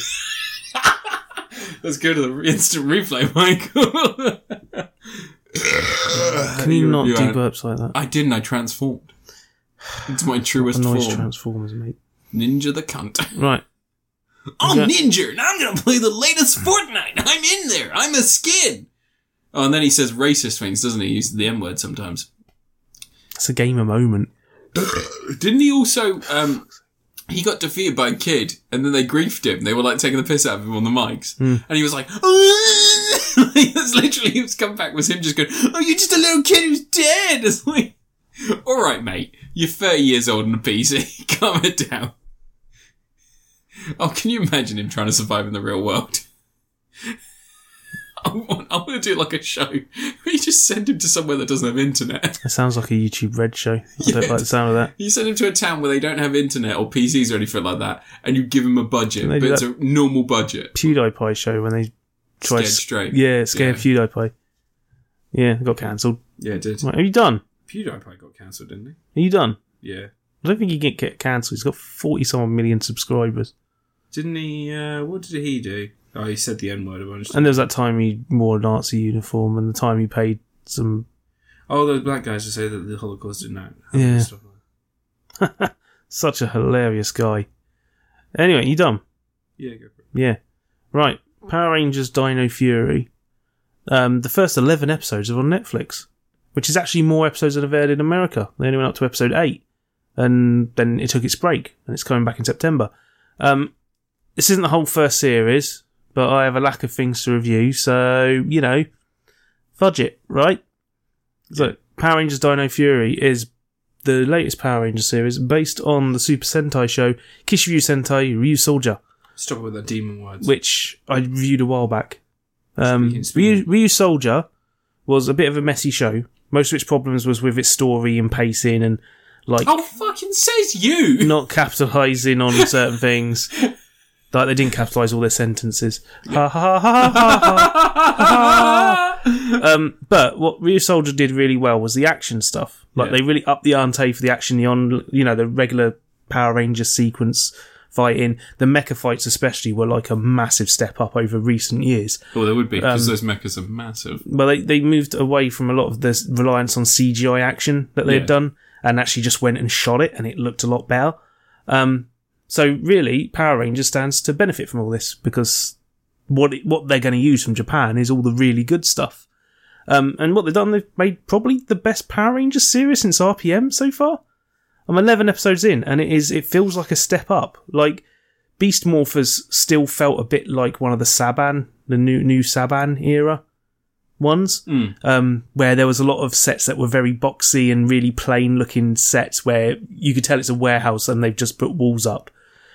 Speaker 1: Let's go to the instant replay, Michael.
Speaker 2: Can you
Speaker 1: You-
Speaker 2: not
Speaker 1: you
Speaker 2: do
Speaker 1: had-
Speaker 2: burps like that?
Speaker 1: I didn't. I transformed into my
Speaker 2: A
Speaker 1: truest
Speaker 2: noise
Speaker 1: form.
Speaker 2: transformers, mate.
Speaker 1: Ninja the cunt.
Speaker 2: Right.
Speaker 1: I'm
Speaker 2: Yeah.
Speaker 1: Ninja, and I'm gonna play the latest Fortnite. I'm in there. I'm a skin. Oh, and then he says racist things, doesn't he? He uses the N word sometimes.
Speaker 2: It's a gamer moment.
Speaker 1: Didn't he also? Um, he got defeated by a kid, and then they griefed him. They were like taking the piss out of him on the mics, and he was like, "That's literally his comeback was him just going, oh, you're just a little kid who's dead.' It's like, all right, mate, you're 30 years old and a PC. Calm it down. Oh, can you imagine him trying to survive in the real world? I want, I want to do like a show where you just send him to somewhere that doesn't have internet.
Speaker 2: It sounds like a YouTube Red show. I don't like the sound of that.
Speaker 1: You send him to a town where they don't have internet or PCs or anything like that, and you give him a budget,
Speaker 2: They
Speaker 1: but
Speaker 2: do
Speaker 1: it's a
Speaker 2: that-
Speaker 1: normal budget.
Speaker 2: PewDiePie show when they try
Speaker 1: Scared
Speaker 2: to
Speaker 1: straight.
Speaker 2: Yeah, scare
Speaker 1: Yeah.
Speaker 2: PewDiePie. Yeah, it got cancelled.
Speaker 1: Yeah, it did.
Speaker 2: Right, are you done?
Speaker 1: PewDiePie got cancelled, didn't
Speaker 2: Are you done?
Speaker 1: he? Yeah.
Speaker 2: I don't think he can get cancelled. He's got forty some million subscribers.
Speaker 1: Didn't he? Uh, what did he do? Oh, he said the N word a bunch.
Speaker 2: And there was that time he wore a Nazi uniform, and the time he paid some.
Speaker 1: Oh, those black guys who say that the Holocaust didn't happen.
Speaker 2: Yeah.
Speaker 1: Stuff like that.
Speaker 2: Such a hilarious guy. Anyway, you done?
Speaker 1: Yeah, go for it.
Speaker 2: Yeah. Right. Power Rangers Dino Fury. Um, the first 11 episodes are on Netflix, which is actually more episodes than have aired in America. They only went up to episode 8, and then it took its break, and it's coming back in September. Um, this isn't the whole first series, but I have a lack of things to review, so, you know, fudge it, right? So, Power Rangers Dino Fury is the latest Power Rangers series based on the Super Sentai show Kishiryu Sentai Ryu Soldier
Speaker 1: Stop with that demon words.
Speaker 2: which I reviewed a while back. Um,
Speaker 1: Speaking-
Speaker 2: Ryu,
Speaker 1: speaking-
Speaker 2: Ryu Soldier was a bit of a messy show. Most of its problems was with its story and pacing and like
Speaker 1: Oh, fucking says you!
Speaker 2: not capitalizing on certain things. Like they didn't capitalize all their sentences. Ha ha ha ha ha ha. ha, ha. Um, but what Ryu Soldier did really well was the action stuff. Like
Speaker 1: Yeah.
Speaker 2: they really upped the ante for the action, the on you know the regular Power Ranger sequence fighting. The mecha fights especially were like a massive step up over recent years.
Speaker 1: Well, there would be,
Speaker 2: Um,
Speaker 1: because those mechas are massive.
Speaker 2: Well, they, they moved away from a lot of this reliance on CGI action that they
Speaker 1: Yeah.
Speaker 2: had done and actually just went and shot it and it looked a lot better. Um, so really, Power Rangers stands to benefit from all this because what it, what they're going to use from Japan is all the really good stuff. Um, and what they've done, they've made probably the best Power Rangers series since RPM so far. I'm 11 episodes in, and it is it feels like a step up. Like Beast Morphers still felt a bit like one of the Saban, the new new Saban era ones, um, where there was a lot of sets that were very boxy and really plain looking sets where you could tell it's a warehouse and they've just put walls up.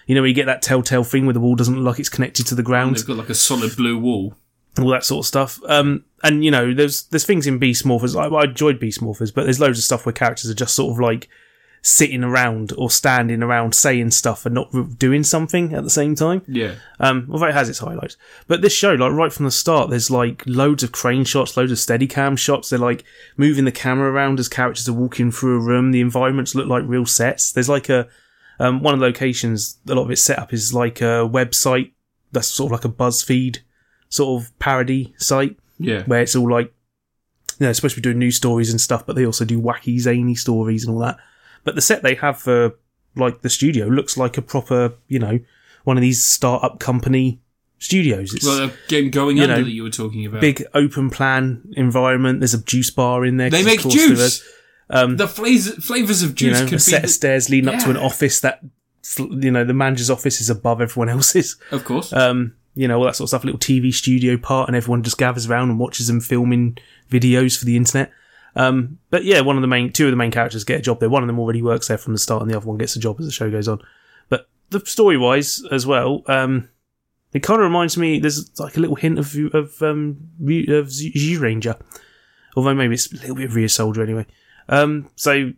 Speaker 2: You know, where you get that telltale thing where the wall doesn't look like it's connected to the ground
Speaker 1: They've got like a solid blue wall.
Speaker 2: all that sort of stuff. Um, and you know, there's there's things in Beast Morphers. I, I enjoyed Beast Morphers, but there's loads of stuff where characters are just sort of like sitting around or standing around saying stuff and not r- doing something at the same time.
Speaker 1: Yeah.
Speaker 2: Um, although it has its highlights. But this show, like right from the start, there's like loads of crane shots, loads of steady cam shots. They're like moving the camera around as characters are walking through a room. The environments look like real sets. There's like a um, one of the locations, a lot of its setup is like a website that's sort of like a BuzzFeed sort of parody site
Speaker 1: Yeah.
Speaker 2: where it's all like you know, they're supposed to be doing news stories and stuff, but they also do wacky zany stories and all that. But the set they have for like the studio looks like a proper, you know, one of these startup company studios. It's
Speaker 1: Well, the game going
Speaker 2: You
Speaker 1: under
Speaker 2: know,
Speaker 1: that you were talking about.
Speaker 2: big open plan environment. There's a juice bar in there.
Speaker 1: they
Speaker 2: 'cause of
Speaker 1: make
Speaker 2: course there
Speaker 1: juice.
Speaker 2: is. Um,
Speaker 1: the flavors, flavors of
Speaker 2: you
Speaker 1: juice
Speaker 2: know,
Speaker 1: could be
Speaker 2: a set of stairs leading up to an
Speaker 1: Yeah.
Speaker 2: office that fl- you know the manager's office is above everyone else's.
Speaker 1: of course.
Speaker 2: um, you know, all that sort of stuff, little TV studio part, and everyone just gathers around and watches them filming videos for the internet. Um, but yeah, one of the main, two of the main characters get a job there. One of them already works there from the start, and the other one gets a job as the show goes on. But the story wise as well, um, it kind of reminds me. There's like a little hint of of um, Ru- of G Ranger, although maybe it's a little bit of Rear Soldier anyway. Um, so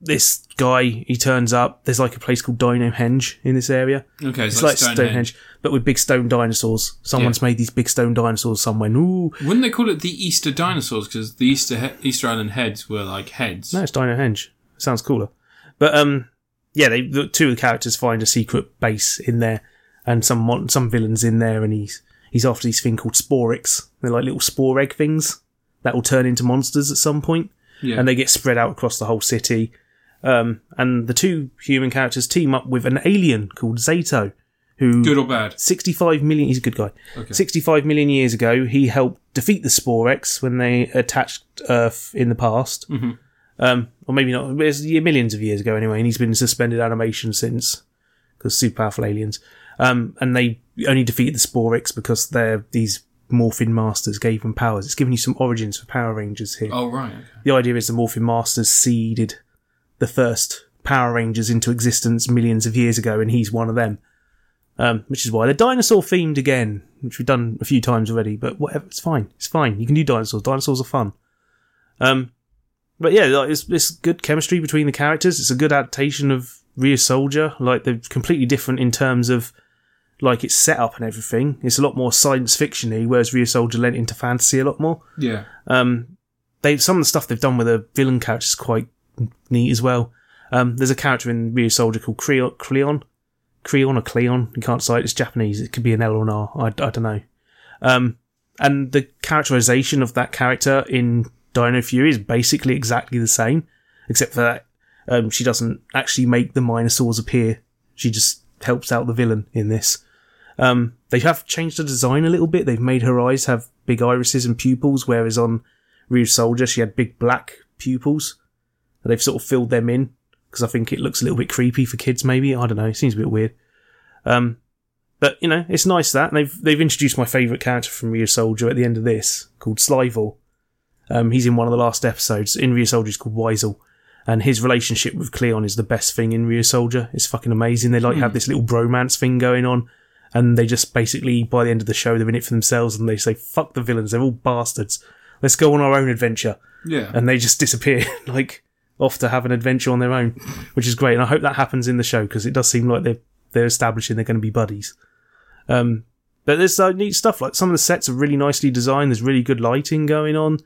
Speaker 2: this guy, he turns up. There's like a place called Dino Henge in this area.
Speaker 1: okay,
Speaker 2: It's
Speaker 1: so
Speaker 2: like
Speaker 1: like
Speaker 2: Stonehenge.
Speaker 1: Stonehenge.
Speaker 2: but with big stone dinosaurs. Someone's made these big stone dinosaurs somewhere. Ooh,
Speaker 1: Wouldn't they call it the Easter dinosaurs? Because the Easter he- Easter Island heads were like heads.
Speaker 2: no, it's Dinohenge. Sounds cooler. But um, yeah, they the two of the characters find a secret base in there, and some mon- some villains in there, and he's he's after these thing called sporix. They're like little spore egg things that will turn into monsters at some point.
Speaker 1: yeah.
Speaker 2: and they get spread out across the whole city. Um, and the two human characters team up with an alien called Zato, who
Speaker 1: Good or bad?
Speaker 2: 65 million. He's a good guy. 65 million years ago, he helped defeat the Sporex when they attacked Earth in the past. Mm-hmm. Um, or maybe not. It's ye- millions of years ago, anyway. And he's been in suspended animation since because super powerful aliens. Um, and they only defeated the Sporex because they're these morphin masters gave them powers. It's giving you some origins for Power Rangers here
Speaker 1: Oh right. Okay.
Speaker 2: the idea is the Morphin Masters seeded the first Power Rangers into existence millions of years ago, and he's one of them. um, which is why they're dinosaur themed again, which we've done a few times already. But whatever, it's fine. It's fine. You can do dinosaurs. Dinosaurs are fun. Um, but yeah, like, it's it's good chemistry between the characters. It's a good adaptation of Rear Soldier. Like they're completely different in terms of like its setup and everything. It's a lot more science fictiony, whereas Rear Soldier lent into fantasy a lot more.
Speaker 1: Yeah.
Speaker 2: Um, they some of the stuff they've done with the villain characters is quite neat as well. Um, there's a character in Rear Soldier called Creon, Creon, Creon or Cleon. You can't say it. It's Japanese. It could be an L or an R. I, I don't know. Um, and the characterization of that character in Dino Fury is basically exactly the same, except for that um, she doesn't actually make the Minosaurs appear. She just helps out the villain in this. Um, they have changed the design a little bit. They've made her eyes have big irises and pupils, whereas on Rouge Soldier she had big black pupils. And they've sort of filled them in because I think it looks a little bit creepy for kids. Maybe I don't know. It seems a bit weird. Um, but you know, it's nice that and they've they've introduced my favourite character from Rio Soldier at the end of this called Slival. Um, he's in one of the last episodes. In Rio Soldier, he's called Weisel, and his relationship with Cleon is the best thing in Rio Soldier. It's fucking amazing. They like have this little bromance thing going on, and they just basically by the end of the show they're in it for themselves, and they say fuck the villains. They're all bastards. Let's go on our own adventure,
Speaker 1: Yeah.
Speaker 2: and they just disappear like off to have an adventure on their own, which is great. And I hope that happens in the show because it does seem like they're they're establishing they're going to be buddies. Um, but there's like neat stuff. Like some of the sets are really nicely designed. There's really good lighting going on.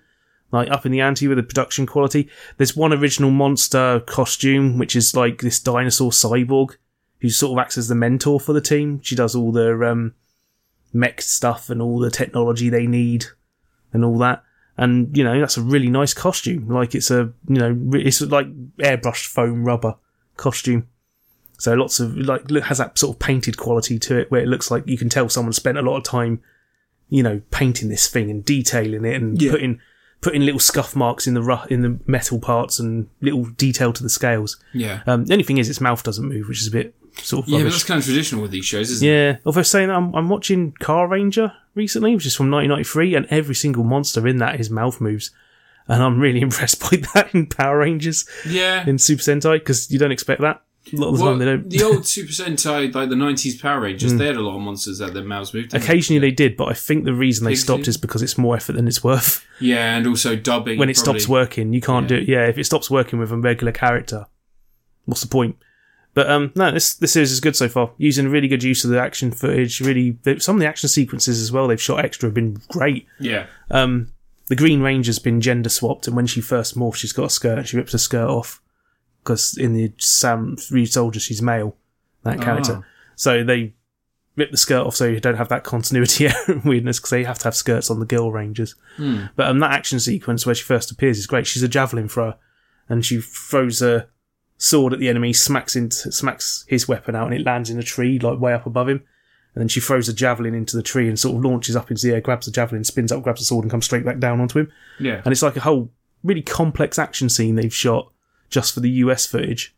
Speaker 2: Like up in the ante with the production quality. There's one original monster costume which is like this dinosaur cyborg who sort of acts as the mentor for the team. She does all their um, mech stuff and all the technology they need and all that. And you know that's a really nice costume. Like it's a you know re- it's like airbrushed foam rubber costume. So lots of like look- has that sort of painted quality to it where it looks like you can tell someone spent a lot of time, you know, painting this thing and detailing it and
Speaker 1: Yeah.
Speaker 2: putting putting little scuff marks in the rough in the metal parts and little detail to the scales.
Speaker 1: Yeah.
Speaker 2: Um, the only thing is its mouth doesn't move, which is a bit sort of
Speaker 1: Yeah, but
Speaker 2: rubbish.
Speaker 1: that's kind of traditional with these shows, isn't
Speaker 2: Yeah. Although saying that, I'm, I'm watching Car Ranger recently, which is from 1993, and every single monster in that his mouth moves, and I'm really impressed by that in Power Rangers
Speaker 1: it? Yeah.
Speaker 2: in Super Sentai because you don't expect that. A lot of the
Speaker 1: Well,
Speaker 2: time they don't. Mm.
Speaker 1: the old Super Sentai, like the 90s Power Rangers, they had a lot of monsters that their mouths moved. didn't they?
Speaker 2: Occasionally they did, but I think the reason they
Speaker 1: Pigs
Speaker 2: stopped
Speaker 1: do.
Speaker 2: is because it's more effort than it's worth.
Speaker 1: Yeah, and also dubbing.
Speaker 2: When it
Speaker 1: probably.
Speaker 2: stops working, you can't do it. Yeah, if it stops working with a regular character, what's the point? But um, no, this this series is good so far. Using really good use of the action footage. Really, some of the action sequences as well they've shot extra have been great.
Speaker 1: Yeah.
Speaker 2: um, the Green Ranger's been gender swapped, and when she first morphs, she's got a skirt and she rips her skirt off because in the Sam Reed Soldier, she's male, that character. So they rip the skirt off so you don't have that continuity error weirdness because they have to have skirts on the girl Rangers. But um, that action sequence where she first appears is great. She's a javelin thrower, and she throws her sword at the enemy, smacks into smacks his weapon out, and it lands in a tree like way up above him. And then she throws a javelin into the tree and sort of launches up into the air, grabs the javelin, spins up, grabs the sword, and comes straight back down onto him.
Speaker 1: Yeah.
Speaker 2: And it's like a whole really complex action scene they've shot just for the US footage.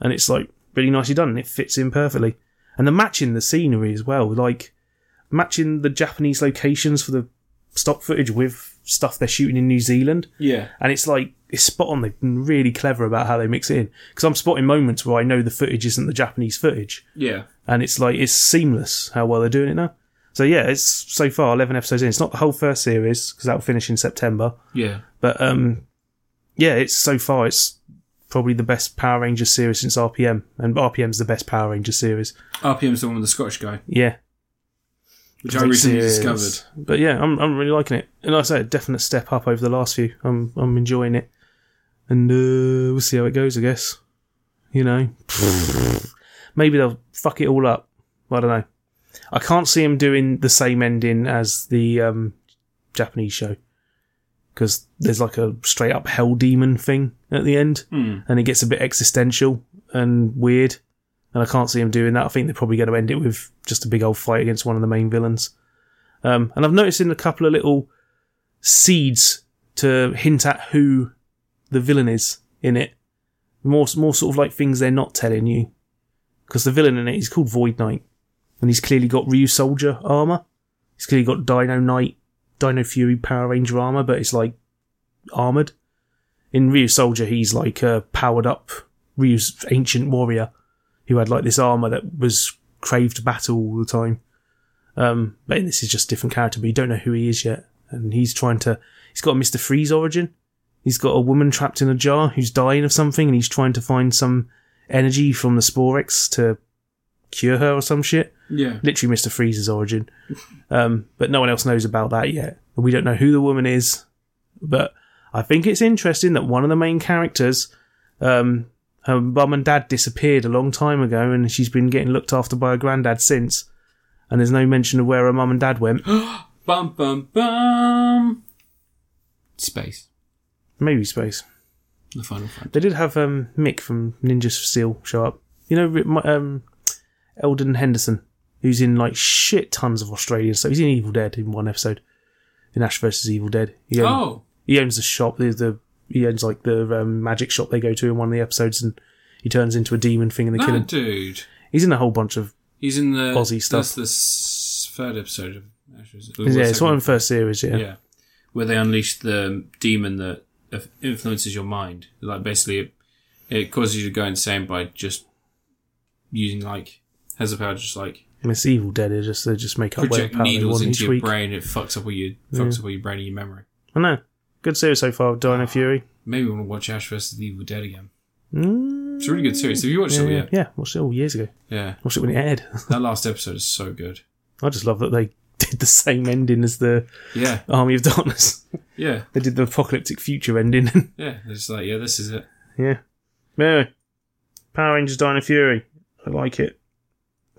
Speaker 2: And it's like really nicely done and it fits in perfectly. And the matching the scenery as well, like matching the Japanese locations for the stock footage with stuff they're shooting in New Zealand
Speaker 1: Yeah.
Speaker 2: and it's like it's spot on. They've been really clever about how they mix it in because I'm spotting moments where I know the footage isn't the Japanese footage,
Speaker 1: Yeah.
Speaker 2: and it's like it's seamless how well they're doing it now. So yeah, it's so far 11 episodes in. It's not the whole first series because that'll finish in September,
Speaker 1: Yeah.
Speaker 2: but um, yeah, it's so far it's probably the best Power Rangers series since RPM, and RPM's the best Power Rangers series.
Speaker 1: RPM's the one with the Scottish guy,
Speaker 2: Yeah,
Speaker 1: which I recently
Speaker 2: Series.
Speaker 1: discovered.
Speaker 2: But yeah, I'm I'm really liking it, and like I say a definite step up over the last few. I'm I'm enjoying it, and uh, we'll see how it goes. I guess, you know, maybe they'll fuck it all up. I don't know. I can't see them doing the same ending as the um, Japanese show because there's like a straight up hell demon thing at the end,
Speaker 1: Hmm.
Speaker 2: and it gets a bit existential and weird. And I can't see him doing that. I think they're probably going to end it with just a big old fight against one of the main villains. Um, and I've noticed in a couple of little seeds to hint at who the villain is in it. More, more sort of like things they're not telling you. Because the villain in it is called Void Knight. And he's clearly got Ryu Soldier armor. He's clearly got Dino Knight, Dino Fury Power Ranger armor, but it's like armored. In Ryu Soldier, he's like a powered up Ryu's ancient warrior who had like this armor that was craved battle all the time. Um, but this is just a different character, but you don't know who he is yet. And he's trying to. He's got a Mister Freeze origin. He's got a woman trapped in a jar who's dying of something, and he's trying to find some energy from the Sporex to cure her or some shit.
Speaker 1: Yeah.
Speaker 2: Literally, Mister Freeze's origin. Um, but no one else knows about that yet. And we don't know who the woman is. But I think it's interesting that one of the main characters, um, her mum and dad disappeared a long time ago, and she's been getting looked after by her granddad since. And there's no mention of where her mum and dad went.
Speaker 1: Bum bum bum.
Speaker 4: Space.
Speaker 2: Maybe space.
Speaker 4: The final fight.
Speaker 2: They did have um, Mick from Ninja Seal show up. You know, my- um, Eldon Henderson, who's in like shit tons of Australian stuff. He's in Evil Dead in one episode, in Ash versus Evil Dead. He, um, own-
Speaker 1: Oh,
Speaker 2: he owns the shop. The, the he owns like the um, magic shop they go to in one of the episodes, and he turns into a demon thing and they
Speaker 1: that
Speaker 2: kill him.
Speaker 1: dude.
Speaker 2: He's in a whole bunch of
Speaker 1: He's in the
Speaker 2: Aussie stuff.
Speaker 1: That's the s- third episode of Ash vs. Evil.
Speaker 2: yeah, it's
Speaker 1: Second-
Speaker 2: one of the first series. Yeah,
Speaker 1: yeah, where they unleash the demon that inf- influences your mind. Like basically, it, it causes you to go insane by just using like has the power to just like
Speaker 2: And it's Evil Dead. They just they just make up whatever
Speaker 1: project
Speaker 2: power they
Speaker 1: needles
Speaker 2: want
Speaker 1: into
Speaker 2: each
Speaker 1: your
Speaker 2: week.
Speaker 1: brain. It fucks up all your fucks up all your brain and your memory.
Speaker 2: I know. Good series so far. with Dino Fury.
Speaker 1: Maybe we want to watch Ash vs. Evil Dead again.
Speaker 2: Mm,
Speaker 1: It's a really good series. Have you watched it
Speaker 2: yeah,
Speaker 1: yet?
Speaker 2: yeah, watched it all years ago.
Speaker 1: Yeah,
Speaker 2: Watched it when it aired.
Speaker 1: that last episode is so good.
Speaker 2: I just love that they did the same ending as the
Speaker 1: Yeah,
Speaker 2: Army of Darkness.
Speaker 1: yeah,
Speaker 2: they did the apocalyptic future ending.
Speaker 1: yeah. It's like yeah, this is it.
Speaker 2: yeah. Anyway, Power Rangers Dino Fury. I like it.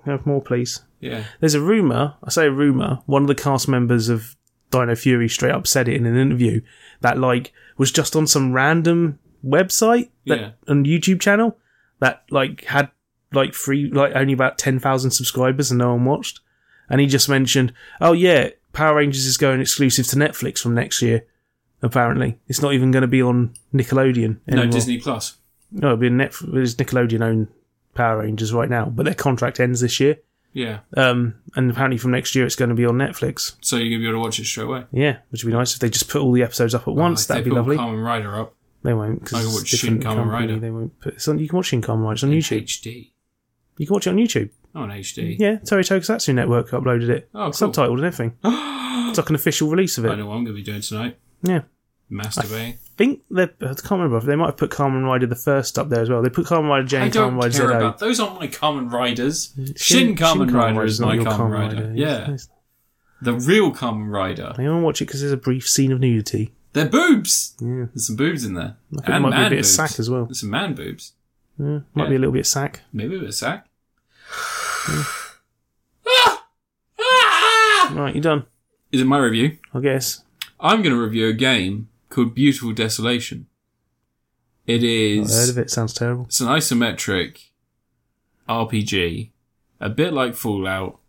Speaker 2: Have more, please.
Speaker 1: Yeah,
Speaker 2: There's a rumor. I say a rumor. One of the cast members of Dino Fury straight up said it in an interview that like was just on some random website that,
Speaker 1: Yeah.
Speaker 2: and YouTube channel that like had like free like only about ten thousand subscribers and no one watched. And he just mentioned, oh yeah, Power Rangers is going exclusive to Netflix from next year. Apparently, it's not even going to be on Nickelodeon. Anymore.
Speaker 1: no Disney Plus.
Speaker 2: No, it'll be on Netflix. It's Nickelodeon owned Power Rangers right now, but their contract ends this year.
Speaker 1: Yeah,
Speaker 2: Um, and apparently from next year it's going to be on Netflix.
Speaker 1: so you're gonna be able to watch it straight away.
Speaker 2: Yeah, which would be nice if they just put all the episodes up at once.
Speaker 1: Like,
Speaker 2: that'd
Speaker 1: they
Speaker 2: be
Speaker 1: put
Speaker 2: lovely.
Speaker 1: Kamen Rider up.
Speaker 2: they won't
Speaker 1: I
Speaker 2: because
Speaker 1: can
Speaker 2: it's
Speaker 1: watch
Speaker 2: different
Speaker 1: Shin Kamen
Speaker 2: company.
Speaker 1: Rider.
Speaker 2: They won't put. It's on, you can watch Shin Kamen Rider. It's on YouTube.
Speaker 1: HD.
Speaker 2: You can watch it on YouTube.
Speaker 1: Oh, an HD.
Speaker 2: Yeah, Terry Tokusatsu Network uploaded it,
Speaker 1: Oh, cool.
Speaker 2: subtitled and everything. it's like an official release of
Speaker 1: I
Speaker 2: it.
Speaker 1: know what I'm going to be doing tonight.
Speaker 2: Yeah,
Speaker 1: Masturbating.
Speaker 2: think they. I can't remember. if They might have put Carmen Rider the first up there as well. They put Carmen Rider J
Speaker 1: I
Speaker 2: and Carmen
Speaker 1: don't
Speaker 2: Rider
Speaker 1: care
Speaker 2: ZO.
Speaker 1: about those. Aren't my Kamen Riders. Shin, Kamen Rider is
Speaker 2: not
Speaker 1: my
Speaker 2: your
Speaker 1: Kamen Rider.
Speaker 2: Yes,
Speaker 1: Yeah,
Speaker 2: yes.
Speaker 1: the real Kamen Rider.
Speaker 2: They only watch it because there's a brief scene of nudity.
Speaker 1: They're boobs.
Speaker 2: Yeah.
Speaker 1: There's some boobs in there,
Speaker 2: I think
Speaker 1: and
Speaker 2: it might be
Speaker 1: man
Speaker 2: a bit
Speaker 1: boobs.
Speaker 2: of sack as well.
Speaker 1: There's some man boobs.
Speaker 2: Yeah, might
Speaker 1: Yeah.
Speaker 2: be a little bit sack.
Speaker 1: Maybe a bit of sack.
Speaker 2: Right, you're done,
Speaker 1: Is it my review?
Speaker 2: I guess.
Speaker 1: I'm going to review a game called Beautiful Desolation. It
Speaker 2: Not heard
Speaker 1: is
Speaker 2: of it. Sounds terrible.
Speaker 1: it's an isometric RPG, a bit like Fallout,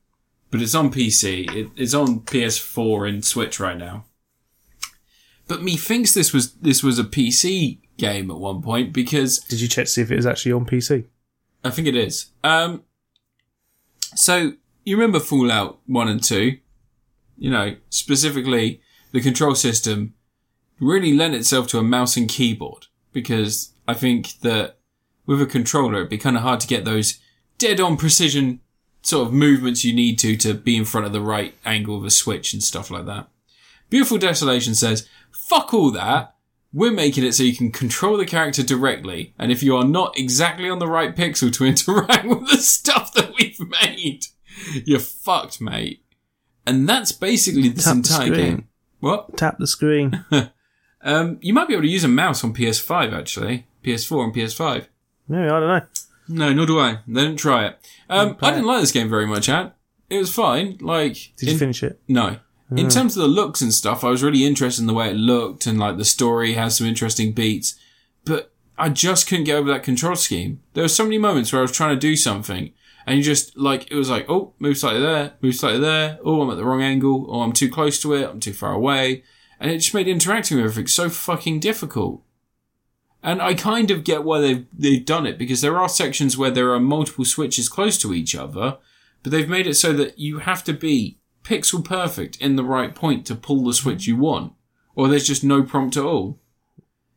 Speaker 1: but it's on PC. It, it's on PS4 and Switch right now. But me thinks this was this was a PC game at one point because
Speaker 2: Did you check to see if it was actually on PC?
Speaker 1: I think it is. Um, so you remember Fallout One and Two? You know, specifically the control system really lent itself to a mouse and keyboard because I think that with a controller it'd be kind of hard to get those dead-on precision sort of movements you need to to be in front of the right angle of a switch and stuff like that. Beautiful Desolation says, "Fuck all that." We're making it so you can control the character directly, and if you are not exactly on the right pixel to interact with the stuff that we've made, you're fucked, mate. And that's basically this
Speaker 2: Tap the
Speaker 1: entire
Speaker 2: screen.
Speaker 1: game. What?
Speaker 2: Tap the screen.
Speaker 1: Um, you might be able to use a mouse on PS5 actually, PS4 and PS5.
Speaker 2: no, I don't know.
Speaker 1: No, nor do I. They didn't try it. Um,
Speaker 2: play
Speaker 1: I didn't like this game very much, Ant. It was fine. Like,
Speaker 2: Did you
Speaker 1: in-
Speaker 2: finish it?
Speaker 1: no. In terms of the looks and stuff, I was really interested in the way it looked and like the story has some interesting beats, but I just couldn't get over that control scheme. There were so many moments where I was trying to do something and you just like, it was like, oh, move slightly there, move slightly there. Oh, I'm at the wrong angle. Oh, I'm too close to it. I'm too far away. And it just made interacting with everything so fucking difficult. And I kind of get why they've, they've done it because there are sections where there are multiple switches close to each other, but they've made it so that you have to be pixel perfect in the right point to pull the switch you want, or there's just no prompt at all.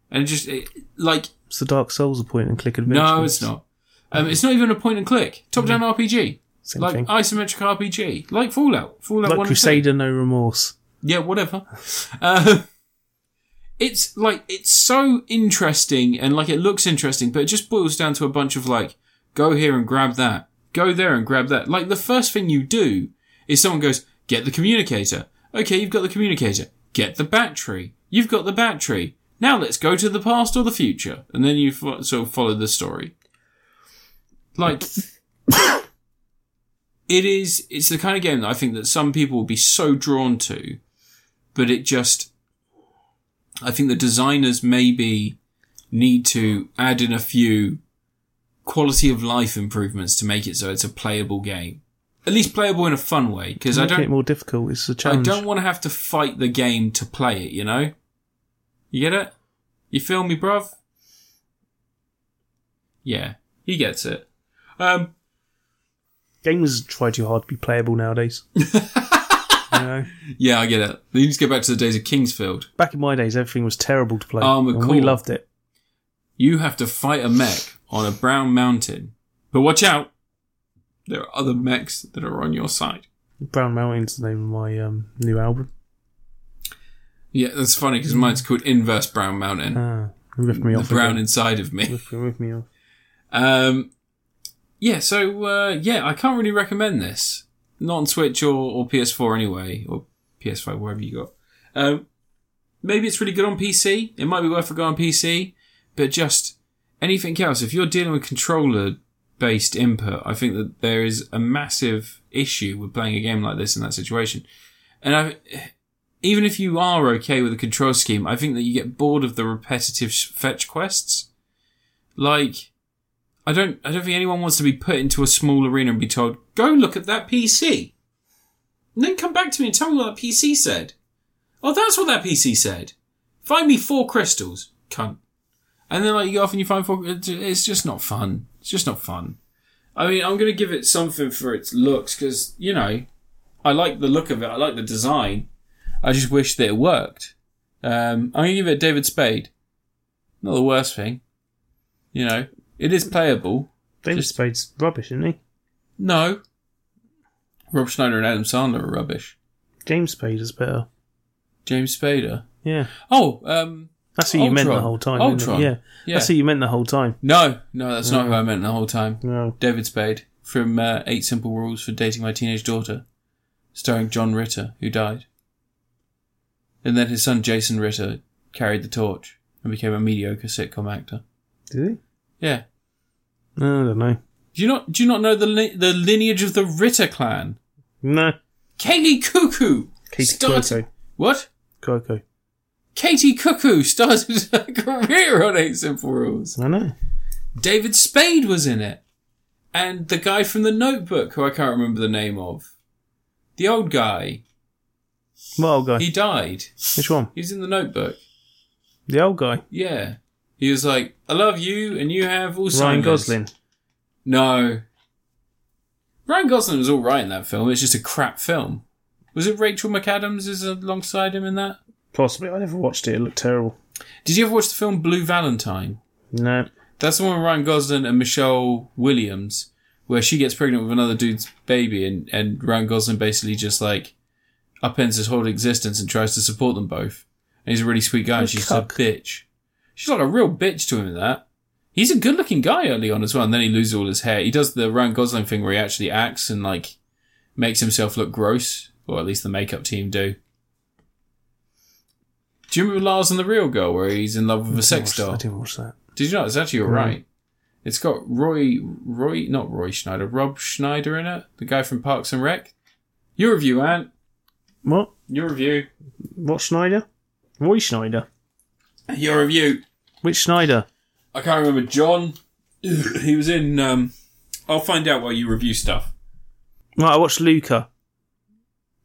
Speaker 1: And it just, it, like,
Speaker 2: It's the Dark Souls a point and click adventure.
Speaker 1: no, it's not. Um, it's not even a point and click. Top down RPG.
Speaker 2: Mm-hmm. Same
Speaker 1: like
Speaker 2: thing.
Speaker 1: isometric RPG, like Fallout, Fallout
Speaker 2: like
Speaker 1: One. and two.
Speaker 2: Crusader, no remorse.
Speaker 1: yeah, whatever. Uh, it's like it's so interesting, and like it looks interesting, but it just boils down to a bunch of like, go here and grab that, go there and grab that. Like the first thing you do is someone goes, get the communicator. Okay, you've got the communicator. Get the battery. You've got the battery. Now let's go to the past or the future, and then you fo- sort of follow the story. Like. It is. It's the kind of game that I think that some people will be so drawn to, but it just I think the designers maybe need to add in a few quality of life improvements to make it so it's a playable game. At least playable in a fun way, because I
Speaker 2: Make it
Speaker 1: don't
Speaker 2: more difficult. It's a
Speaker 1: I
Speaker 2: challenge.
Speaker 1: don't want to have to fight the game to play it, you know? You get it? You feel me, bruv? Yeah, he gets it. Um
Speaker 2: Games try too hard to be playable nowadays. you know?
Speaker 1: yeah, I get it. You need to go back to the days of Kingsfield.
Speaker 2: Back in my days, everything was terrible to play.
Speaker 1: Armored
Speaker 2: and we
Speaker 1: Core.
Speaker 2: loved it.
Speaker 1: You have to fight a mech on a brown mountain. But watch out! There are other mechs that are on your side.
Speaker 2: Brown Mountain's the name of my um, new album.
Speaker 1: Yeah, that's funny because mine's called Inverse Brown Mountain.
Speaker 2: Ah, you ripped me
Speaker 1: the
Speaker 2: off.
Speaker 1: brown
Speaker 2: again.
Speaker 1: inside of me.
Speaker 2: Ripped- ripped me off.
Speaker 1: Um, yeah, so uh, yeah, I can't really recommend this. Not on Switch or, or PS4 anyway, or PS5, wherever you got. Um, maybe it's really good on PC. It might be worth a go on PC, but just anything else. If you're dealing with controller based input, I think that there is a massive issue with playing a game like this in that situation. And I, even if you are okay with the control scheme, I think that you get bored of the repetitive sh- fetch quests. Like, I don't I don't think anyone wants to be put into a small arena and be told, go look at that PC. And then come back to me and tell me what that PC said. Oh, that's what that PC said. Find me four crystals, cunt. And then like you go off and you find four. it- It's just not fun. It's just not fun. I mean, I'm gonna give it something for its looks because you know, I like the look of it. I like the design. I just wish that it worked. Um, I'm gonna give it a David Spade. Not the worst thing. You know, it is playable.
Speaker 2: David
Speaker 1: Just-
Speaker 2: Spade's rubbish, isn't he?
Speaker 1: No. Rob Schneider and Adam Sandler are rubbish.
Speaker 2: James Spade is better.
Speaker 1: James Spader.
Speaker 2: Yeah.
Speaker 1: Oh, um,
Speaker 2: That's who you meant the
Speaker 1: Ultron.
Speaker 2: whole time. isn't it?
Speaker 1: Ultron.
Speaker 2: Yeah. Mm.
Speaker 1: Yeah.
Speaker 2: That's who you meant the whole time.
Speaker 1: no, no, that's not who I meant the whole time.
Speaker 2: No.
Speaker 1: David Spade from uh, Eight Simple Rules for Dating My Teenage Daughter, starring John Ritter, who died. And then his son Jason Ritter carried the torch and became a mediocre sitcom actor.
Speaker 2: Did he?
Speaker 1: Yeah.
Speaker 2: No, I don't know.
Speaker 1: Do you not do you not know the li- the lineage of the Ritter clan?
Speaker 2: No.
Speaker 1: Kaylee Cuckoo
Speaker 2: Katie
Speaker 1: started
Speaker 2: Cuoco.
Speaker 1: what?
Speaker 2: Cuoco.
Speaker 1: Katie Cuckoo started her career on Eight Simple Rules.
Speaker 2: I know.
Speaker 1: David Spade was in it. And the guy from The Notebook, who I can't remember the name of. The old guy.
Speaker 2: What old guy?
Speaker 1: He died.
Speaker 2: Which one?
Speaker 1: He was in The Notebook.
Speaker 2: The old guy.
Speaker 1: Yeah. He was like, I love you and you have all
Speaker 2: Ryan Gosling.
Speaker 1: No. Ryan Gosling was alright in that film. It's just a crap film. Was it Rachel McAdams is alongside him in that?
Speaker 2: Possibly. I never watched it. It looked terrible.
Speaker 1: Did you ever watch the film Blue Valentine?
Speaker 2: No.
Speaker 1: That's the one with Ryan Gosling and Michelle Williams, where she gets pregnant with another dude's baby, and, and Ryan Gosling basically just like upends his whole existence and tries to support them both. And he's a really sweet guy, and
Speaker 2: Oh,
Speaker 1: she's
Speaker 2: cuck.
Speaker 1: a bitch. She's like a real bitch to him in that. He's a good looking guy early on as well, and then he loses all his hair. He does the Ryan Gosling thing where he actually acts and like makes himself look gross, or at least the makeup team do. Do you remember Lars and the Real Girl, where he's in love with a sex
Speaker 2: Oh I
Speaker 1: doll?
Speaker 2: didn't watch that.
Speaker 1: Did you know it's actually all
Speaker 2: Mm.
Speaker 1: right? It's got Roy, Roy, not Roy Schneider, Rob Schneider in it, the guy from Parks and Rec. Your review, Ant.
Speaker 2: What?
Speaker 1: Your review.
Speaker 2: What Schneider? Roy Schneider.
Speaker 1: Your review.
Speaker 2: Which Schneider?
Speaker 1: I can't remember John. he was in. Um, I'll find out while you review stuff.
Speaker 2: Right, I watched Luca.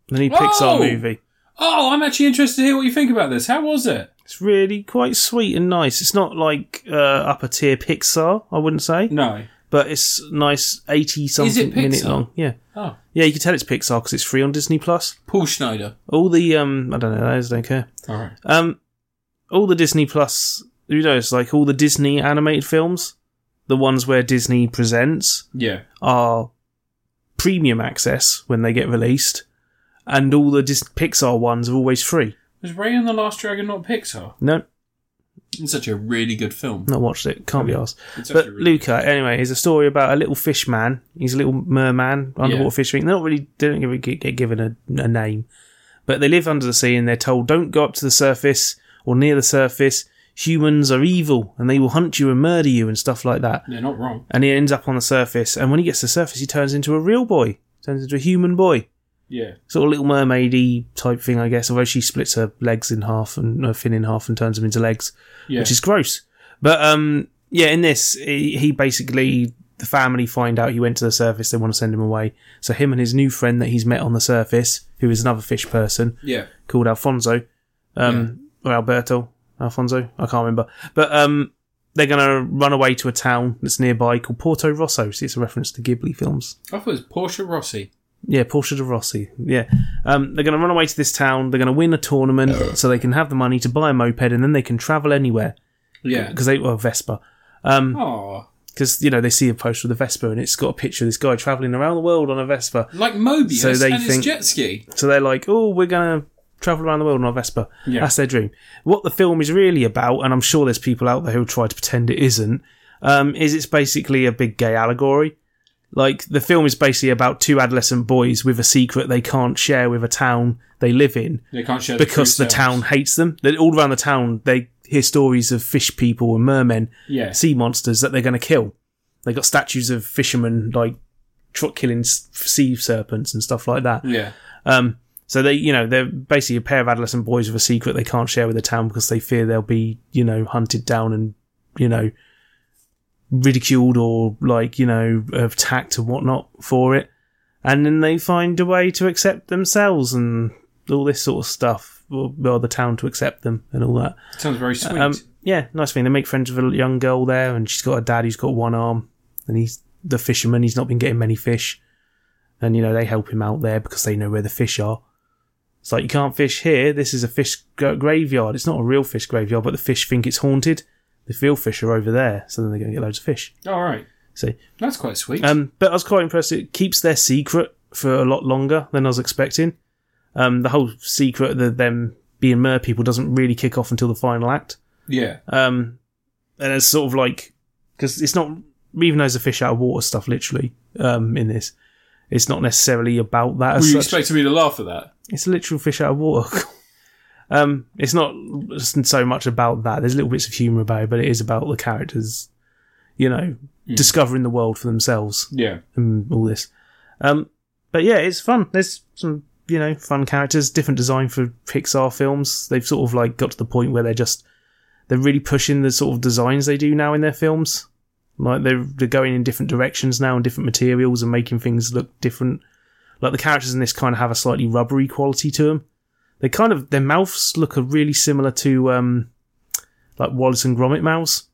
Speaker 2: The new
Speaker 1: Whoa!
Speaker 2: Pixar movie.
Speaker 1: Oh, I'm actually interested to hear what you think about this. How was it?
Speaker 2: It's really quite sweet and nice. It's not like uh, upper tier Pixar, I wouldn't say,
Speaker 1: No.
Speaker 2: but it's nice, eighty something minute
Speaker 1: Pixar?
Speaker 2: long. Yeah,
Speaker 1: Oh,
Speaker 2: yeah, you can tell it's Pixar because it's free on Disney Plus.
Speaker 1: Paul Schneider.
Speaker 2: All the um, I don't know those, I don't care.
Speaker 1: All right.
Speaker 2: Um, all the Disney Plus, you know, it's like all the Disney animated films, the ones where Disney presents
Speaker 1: Yeah.
Speaker 2: are premium access when they get released, and all the Dis- Pixar ones are always free.
Speaker 1: Was Ray and the Last Dragon not Pixar?
Speaker 2: No,
Speaker 1: It's such a really good film.
Speaker 2: not watched it. Can't be asked.
Speaker 1: It's
Speaker 2: But
Speaker 1: actually really
Speaker 2: Luca, anyway, is a story about a little fish man. He's a little merman, underwater
Speaker 1: Yeah.
Speaker 2: fishing. They're not really they don't give- get, get given a, a name, but they live under the sea and they're told don't go up to the surface or near the surface. Humans are evil and they will hunt you and murder you and stuff like that.
Speaker 1: They're not wrong.
Speaker 2: And he ends up on the surface. And when he gets to the surface, he turns into a real boy, turns into a human boy,
Speaker 1: Yeah.
Speaker 2: sort of little mermaidy type thing, I guess. Although she splits her legs in half and her fin in half and turns them into legs
Speaker 1: Yeah.
Speaker 2: which is gross. But um, yeah, in this, he, he basically the family find out he went to the surface. They want to send him away. So him and his new friend that he's met on the surface, who is another fish person
Speaker 1: yeah.
Speaker 2: called Alfonso, um, or Alberto, Alfonso, I can't remember. But um, they're gonna run away to a town that's nearby called Porto Rosso. See, it's a reference to Ghibli films.
Speaker 1: I thought it was Portia Rossi.
Speaker 2: Yeah, Portia de Rossi. Yeah. Um, they're going to run away to this town. They're going to win a tournament so they can have the money to buy a moped and then they can travel anywhere.
Speaker 1: Yeah.
Speaker 2: Because they, well, Vespa. Um,
Speaker 1: Oh,
Speaker 2: because you know they see a poster with a Vespa and it's got a picture of this guy traveling around the world on a Vespa.
Speaker 1: like Mobius
Speaker 2: So they
Speaker 1: and his
Speaker 2: think-
Speaker 1: jet ski.
Speaker 2: So they're like, "Oh, we're gonna travel around the world on a Vespa."
Speaker 1: Yeah.
Speaker 2: That's their dream. What the film is really about, and I'm sure there's people out there who try to pretend it isn't, um, is it's basically a big gay allegory. Like the film is basically about two adolescent boys with a secret they can't share with a town they live in
Speaker 1: They can't share
Speaker 2: because
Speaker 1: true
Speaker 2: the
Speaker 1: selves.
Speaker 2: town hates them. They, all around the town, they hear stories of fish people and mermen
Speaker 1: Yeah.
Speaker 2: sea monsters that they're going to kill. They got statues of fishermen like tr- killing s- sea serpents and stuff like that.
Speaker 1: Yeah.
Speaker 2: Um, so they, you know, they're basically a pair of adolescent boys with a secret they can't share with the town because they fear they'll be, you know, hunted down and, you know, ridiculed or like, you know, attacked and whatnot for it. And then they find a way to accept themselves and all this sort of stuff, or, or the town to accept them and all that.
Speaker 1: Sounds very sweet.
Speaker 2: Um, yeah, nice thing. They make friends with a young girl there, and she's got a dad who's got one arm, and he's the fisherman. He's not been getting many fish, and you know they help him out there because they know where the fish are. It's like you can't fish here. This is a fish gra- graveyard. It's not a real fish graveyard, but the fish think it's haunted. The real fish are over there, so then they're going to get loads of fish.
Speaker 1: All right.
Speaker 2: So,
Speaker 1: That's quite sweet.
Speaker 2: um, but I was quite impressed. It keeps their secret for a lot longer than I was expecting. Um, the whole secret of them being mer people doesn't really kick off until the final act.
Speaker 1: yeah.
Speaker 2: Um, and it's sort of like because it's not even though it's a fish out of water stuff, literally. Um, in this, it's not necessarily about that.
Speaker 1: Were
Speaker 2: As
Speaker 1: you
Speaker 2: such.
Speaker 1: expecting me to laugh at that?
Speaker 2: it's a literal fish out of water. um, it's not so much about that. There's little bits of humour about it, but it is about the characters, you know, discovering the world for themselves
Speaker 1: Yeah.
Speaker 2: and all this. Um, but yeah, it's fun. There's some, you know, fun characters, different design for Pixar films. They've sort of like got to the point where they're just, they're really pushing the sort of designs they do now in their films. Like they're, they're going in different directions now and different materials and making things look different. Like the characters in this kind of have a slightly rubbery quality to them. They kind of, their mouths look really similar to, um, like Wallace and Gromit mouths.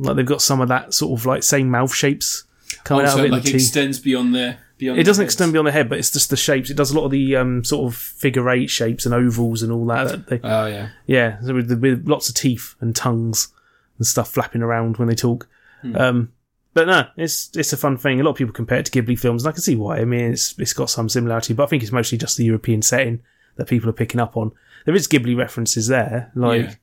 Speaker 2: Like they've got some of that sort of like same mouth shapes coming out
Speaker 1: also,
Speaker 2: of it.
Speaker 1: like
Speaker 2: the
Speaker 1: it
Speaker 2: teeth.
Speaker 1: extends beyond their beyond.
Speaker 2: It doesn't
Speaker 1: their
Speaker 2: extend beyond the head, but it's just the shapes. It does a lot of the um, sort of figure eight shapes and ovals and all that. They,
Speaker 1: heads. Oh yeah.
Speaker 2: yeah, so with, with lots of teeth and tongues and stuff flapping around when they talk. Um, but no, it's it's a fun thing. A lot of people compare it to Ghibli films, and I can see why. I mean, it's it's got some similarity, but I think it's mostly just the European setting that people are picking up on. There is Ghibli references there, like,
Speaker 1: Yeah.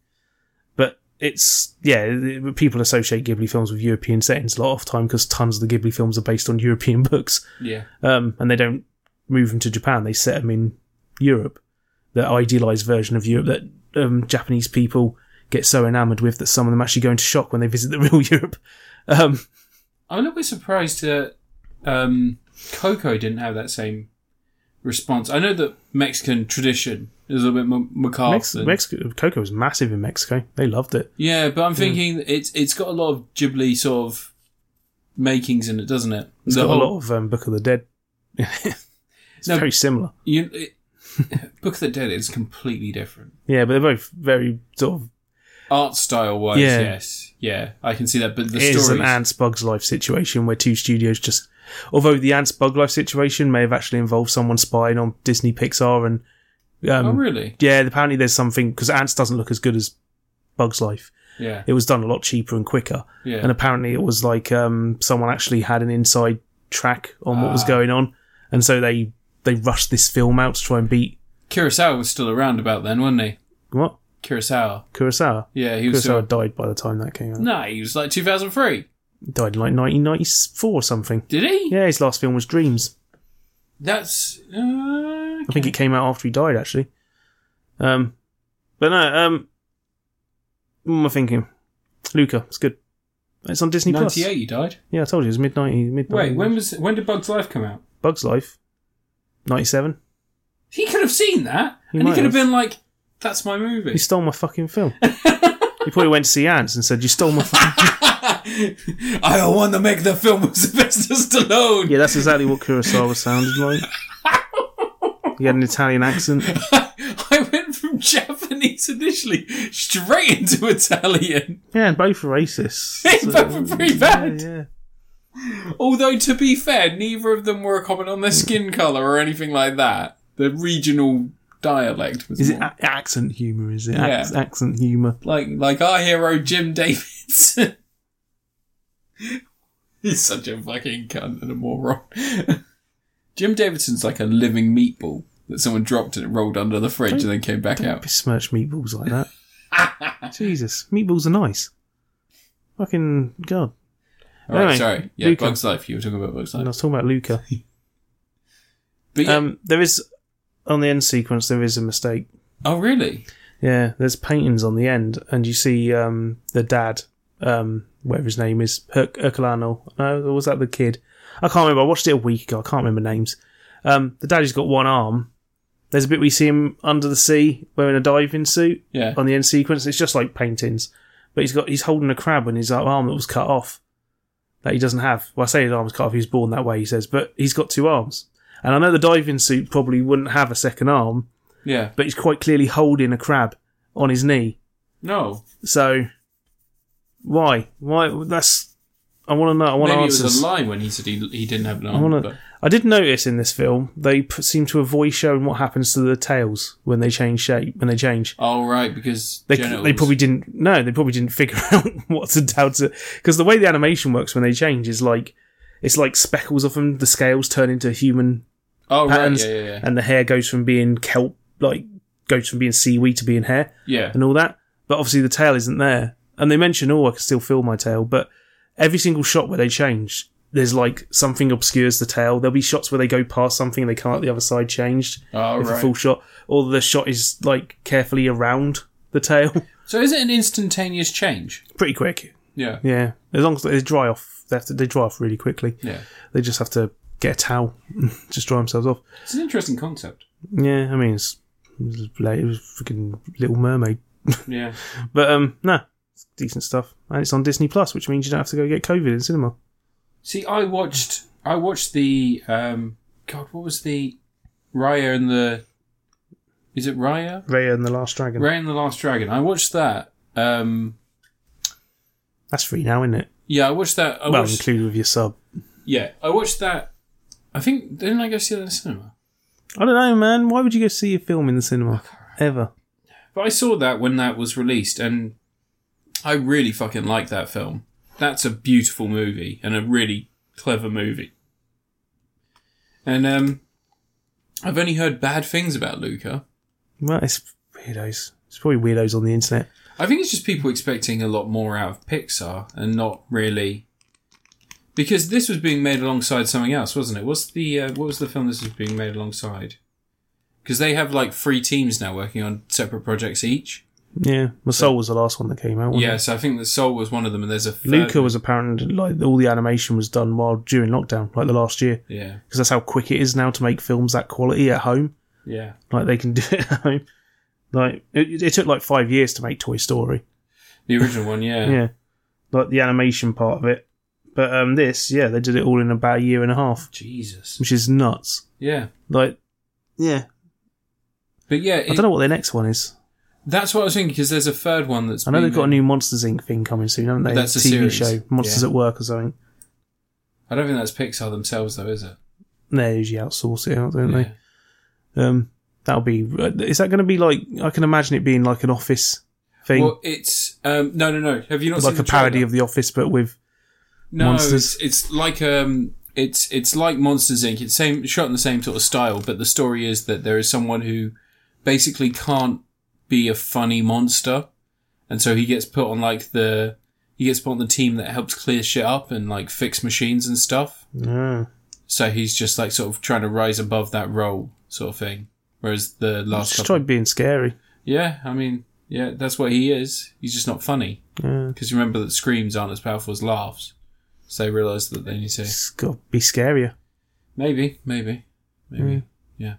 Speaker 2: but it's yeah, th- people associate Ghibli films with European settings a lot of time because tons of the Ghibli films are based on European books
Speaker 1: Yeah.
Speaker 2: um, and they don't move them to Japan. They set them in Europe, the idealized version of Europe that um, Japanese people get so enamored with that some of them actually go into shock when they visit the real Europe. Um,
Speaker 1: I'm a little bit surprised that um, Coco didn't have that same response. I know that Mexican tradition is a little bit m- macabre.
Speaker 2: Mex- Hmm.
Speaker 1: than-
Speaker 2: Mexico, cocoa was massive in Mexico. They loved it.
Speaker 1: yeah, but I'm thinking it's it's got a lot of Ghibli sort of makings in it, doesn't it?
Speaker 2: It's
Speaker 1: The
Speaker 2: got
Speaker 1: whole-
Speaker 2: a lot of um, Book of the Dead. it's
Speaker 1: No.
Speaker 2: very similar.
Speaker 1: You, it, Book of the Dead is completely different.
Speaker 2: Yeah, but they're both very sort of.
Speaker 1: Art style wise,
Speaker 2: Yeah.
Speaker 1: yes. Yeah, I can see that. But the
Speaker 2: It is
Speaker 1: story.
Speaker 2: an Ants Bugs Life situation where two studios just. Although the Ants Bug Life situation may have actually involved someone spying on Disney Pixar and. Um,
Speaker 1: oh, really?
Speaker 2: Yeah, apparently there's something because Ants doesn't look as good as Bugs Life.
Speaker 1: Yeah.
Speaker 2: It was done a lot cheaper and quicker,
Speaker 1: Yeah.
Speaker 2: and apparently it was like um, someone actually had an inside track on what was
Speaker 1: Ah.
Speaker 2: going on, and so they they rushed this film out to try and beat
Speaker 1: Kurosawa was still around about then, wasn't he?
Speaker 2: what
Speaker 1: Kurosawa.
Speaker 2: Kurosawa.
Speaker 1: Yeah, he was
Speaker 2: Kurosawa
Speaker 1: still.
Speaker 2: died by the time that came out.
Speaker 1: No, he was like 2003.
Speaker 2: Died in like 1994 or something.
Speaker 1: Did he?
Speaker 2: Yeah, his last film was Dreams.
Speaker 1: That's. Uh,
Speaker 2: I think it came out after he died actually. Um, but no. Um, what am I thinking? Luca, it's good. It's on Disney Plus.
Speaker 1: 98 he died.
Speaker 2: Yeah, I told you it was mid 90s. Mid
Speaker 1: Wait, when was when did Bug's Life come out?
Speaker 2: Bugs Life, 97.
Speaker 1: He could have seen that,
Speaker 2: He
Speaker 1: and he
Speaker 2: might
Speaker 1: could have
Speaker 2: have.
Speaker 1: been like, "That's my movie."
Speaker 2: You stole my fucking film. you probably went to see Ants and said, You stole my fucking
Speaker 1: I don't want to make the film with Sylvester Stallone.
Speaker 2: Yeah, that's exactly what Kurosawa sounded like. He had an Italian accent.
Speaker 1: I went from Japanese initially straight into Italian.
Speaker 2: Yeah, and both are racist.
Speaker 1: They both were pretty bad.
Speaker 2: Yeah, yeah.
Speaker 1: Although, to be fair, neither of them were a comment on their skin color or anything like that. The regional dialect was
Speaker 2: Is it
Speaker 1: more-
Speaker 2: a- accent humour? Is it
Speaker 1: Yeah.
Speaker 2: Ac- accent humour?
Speaker 1: like like our hero Jim Davidson. He's such a fucking cunt and a moron. Jim Davidson's like a living meatball that someone dropped and it rolled under the fridge and then came back
Speaker 2: Don't
Speaker 1: out.
Speaker 2: besmirch meatballs like that. Jesus, meatballs are nice. Fucking God.
Speaker 1: All right,
Speaker 2: Anyway,
Speaker 1: sorry. Yeah,
Speaker 2: Luca.
Speaker 1: Bugs Life. You were talking about Bugs
Speaker 2: And I
Speaker 1: Life.
Speaker 2: was talking about Luca.
Speaker 1: But yeah-
Speaker 2: Um, there is, on the end sequence, there is a mistake.
Speaker 1: oh, really?
Speaker 2: Yeah, there's paintings on the end, and you see um, the dad, um, whatever his name is, Her- Herculano. No, or was that the kid? I can't remember. I watched it a week ago. I can't remember names. Um, the dad who's got one arm. There's a bit we see him under the sea wearing a diving suit
Speaker 1: Yeah.
Speaker 2: on the end sequence. It's just like paintings, but he's got he's holding a crab on his arm that was cut off that he doesn't have. Well, I say his arm was cut off. He was born that way. He says, but he's got two arms. And I know the diving suit probably wouldn't have a second arm,
Speaker 1: Yeah.
Speaker 2: but he's quite clearly holding a crab on his knee.
Speaker 1: No.
Speaker 2: So why? Why? That's I want to know. I want
Speaker 1: Maybe it was
Speaker 2: answers.
Speaker 1: a lie when he said he, he didn't have an
Speaker 2: I
Speaker 1: arm.
Speaker 2: want
Speaker 1: but-
Speaker 2: to. I did notice in this film they p- seem to avoid showing what happens to the tails when they change shape. When they change,
Speaker 1: Oh, right, because
Speaker 2: they,
Speaker 1: genitals-
Speaker 2: they probably didn't. No, they probably didn't figure out what to how to. Because the way the animation works when they change is like it's like speckles of them. The scales turn into human
Speaker 1: Oh, right.
Speaker 2: patterns,
Speaker 1: Yeah, yeah, yeah.
Speaker 2: and the hair goes from being kelp like goes from being seaweed to being hair.
Speaker 1: Yeah.
Speaker 2: and all that. But obviously the tail isn't there. And they mention, oh, I can still feel my tail. But every single shot where they change, there's like something obscures the tail. There'll be shots where they go past something and they can't the other side changed.
Speaker 1: Oh,
Speaker 2: If a
Speaker 1: right.
Speaker 2: full shot, or the shot is like carefully around the tail,
Speaker 1: So is it an instantaneous change?
Speaker 2: pretty quick.
Speaker 1: Yeah.
Speaker 2: Yeah, as long as they dry off, they, have to, they dry off really quickly.
Speaker 1: Yeah.
Speaker 2: They just have to get a towel, just dry themselves off.
Speaker 1: It's an interesting concept.
Speaker 2: Yeah, I mean, it's, it was like it was freaking Little Mermaid
Speaker 1: Yeah.
Speaker 2: But um, no, it's decent stuff, and it's on Disney Plus, which means you don't have to go get COVID in cinema.
Speaker 1: See, I watched I watched the um God, what was the Raya and the Is it Raya?
Speaker 2: Raya and the Last Dragon.
Speaker 1: Raya and the Last Dragon. I watched that. Um
Speaker 2: That's free now, isn't it?
Speaker 1: yeah, I watched that. I
Speaker 2: well,
Speaker 1: watched,
Speaker 2: included with your sub.
Speaker 1: yeah, I watched that. I think didn't I go see that in the cinema?
Speaker 2: I don't know, man. Why would you go see a film in the cinema ever?
Speaker 1: But I saw that when that was released, and I really fucking like that film. That's a beautiful movie and a really clever movie. And um, I've only heard bad things about Luca.
Speaker 2: Well, it's weirdos. It's probably weirdos on the internet.
Speaker 1: I think it's just people expecting a lot more out of Pixar and not really. Because this was being made alongside something else, wasn't it? What's the uh, what was the film this was being made alongside? Because they have like three teams now working on separate projects each.
Speaker 2: Yeah, my soul was the last one that came out. Wasn't
Speaker 1: Yeah, so I think the Soul was one of them, and there's a
Speaker 2: it?
Speaker 1: third
Speaker 2: Luca was apparently like all the animation was done while during lockdown, like the last year,
Speaker 1: Yeah,
Speaker 2: because that's how quick it is now to make films that quality at home.
Speaker 1: yeah.
Speaker 2: Like they can do it at home. Like it, it took like five years to make Toy Story.
Speaker 1: The original one, yeah.
Speaker 2: yeah, like the animation part of it. But um, this, yeah, they did it all in about a year and a half,
Speaker 1: Jesus.
Speaker 2: which is nuts.
Speaker 1: Yeah.
Speaker 2: Like, yeah,
Speaker 1: But yeah,
Speaker 2: I
Speaker 1: it,
Speaker 2: don't know what their next one is.
Speaker 1: that's what I was thinking because there's a third one that's.
Speaker 2: I know
Speaker 1: being
Speaker 2: they've got a
Speaker 1: made.
Speaker 2: new Monsters Inc. thing coming soon, haven't they?
Speaker 1: That's a
Speaker 2: TV
Speaker 1: series.
Speaker 2: show, Monsters
Speaker 1: Yeah.
Speaker 2: at Work or something.
Speaker 1: I don't think that's Pixar themselves, though, is it?
Speaker 2: They usually outsource it out, don't
Speaker 1: Yeah.
Speaker 2: they? Um, that'll be. Is that going to be like? I can imagine it being like an office thing,
Speaker 1: Well, it's um, no, no, no. Have you not seen
Speaker 2: like
Speaker 1: the
Speaker 2: a
Speaker 1: trailer?
Speaker 2: parody of The Office, but with
Speaker 1: no,
Speaker 2: monsters?
Speaker 1: It's, it's like um, It's it's like Monsters Inc. It's same shot in the same sort of style, but the story is that there is someone who basically can't be a funny monster, and so he gets put on like the he gets put on the team that helps clear shit up and like fix machines and stuff.
Speaker 2: Yeah.
Speaker 1: So he's just like sort of trying to rise above that role sort of thing. Whereas the last
Speaker 2: Just
Speaker 1: couple,
Speaker 2: try being scary.
Speaker 1: yeah, I mean, yeah, that's what he is. He's just not funny.
Speaker 2: Yeah.
Speaker 1: Because remember that screams aren't as powerful as laughs. So they realise that they need to.
Speaker 2: It's got to be scarier.
Speaker 1: Maybe, maybe, maybe.
Speaker 2: Hmm.
Speaker 1: Yeah.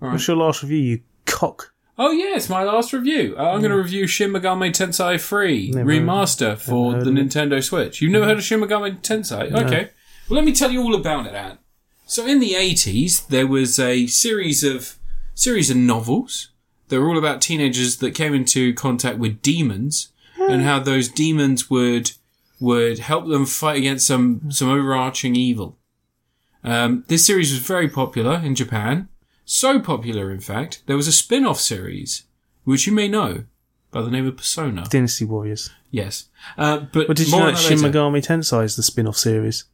Speaker 1: All right.
Speaker 2: What's your last review, you cock?
Speaker 1: Oh, yeah, it's my last review. Uh, I'm going to review Shin Megami Tensei 3
Speaker 2: Never-
Speaker 1: Remaster for
Speaker 2: heard
Speaker 1: the
Speaker 2: of it.
Speaker 1: Nintendo Switch. You've never heard of Shin Megami Tensei? Okay. Well, let me tell you all about it, Ant. So in the 80s, there was a series of series of novels. They were all about teenagers that came into contact with demons and how those demons would would help them fight against some some overarching evil. Um, this series was very popular in Japan, so popular in fact there was a spin-off series which you may know by the name of Persona.
Speaker 2: Dynasty Warriors.
Speaker 1: Yes, uh, but
Speaker 2: But did you
Speaker 1: more
Speaker 2: know
Speaker 1: on
Speaker 2: that
Speaker 1: that
Speaker 2: Shin
Speaker 1: later.
Speaker 2: Megami Tensei is the spin off series?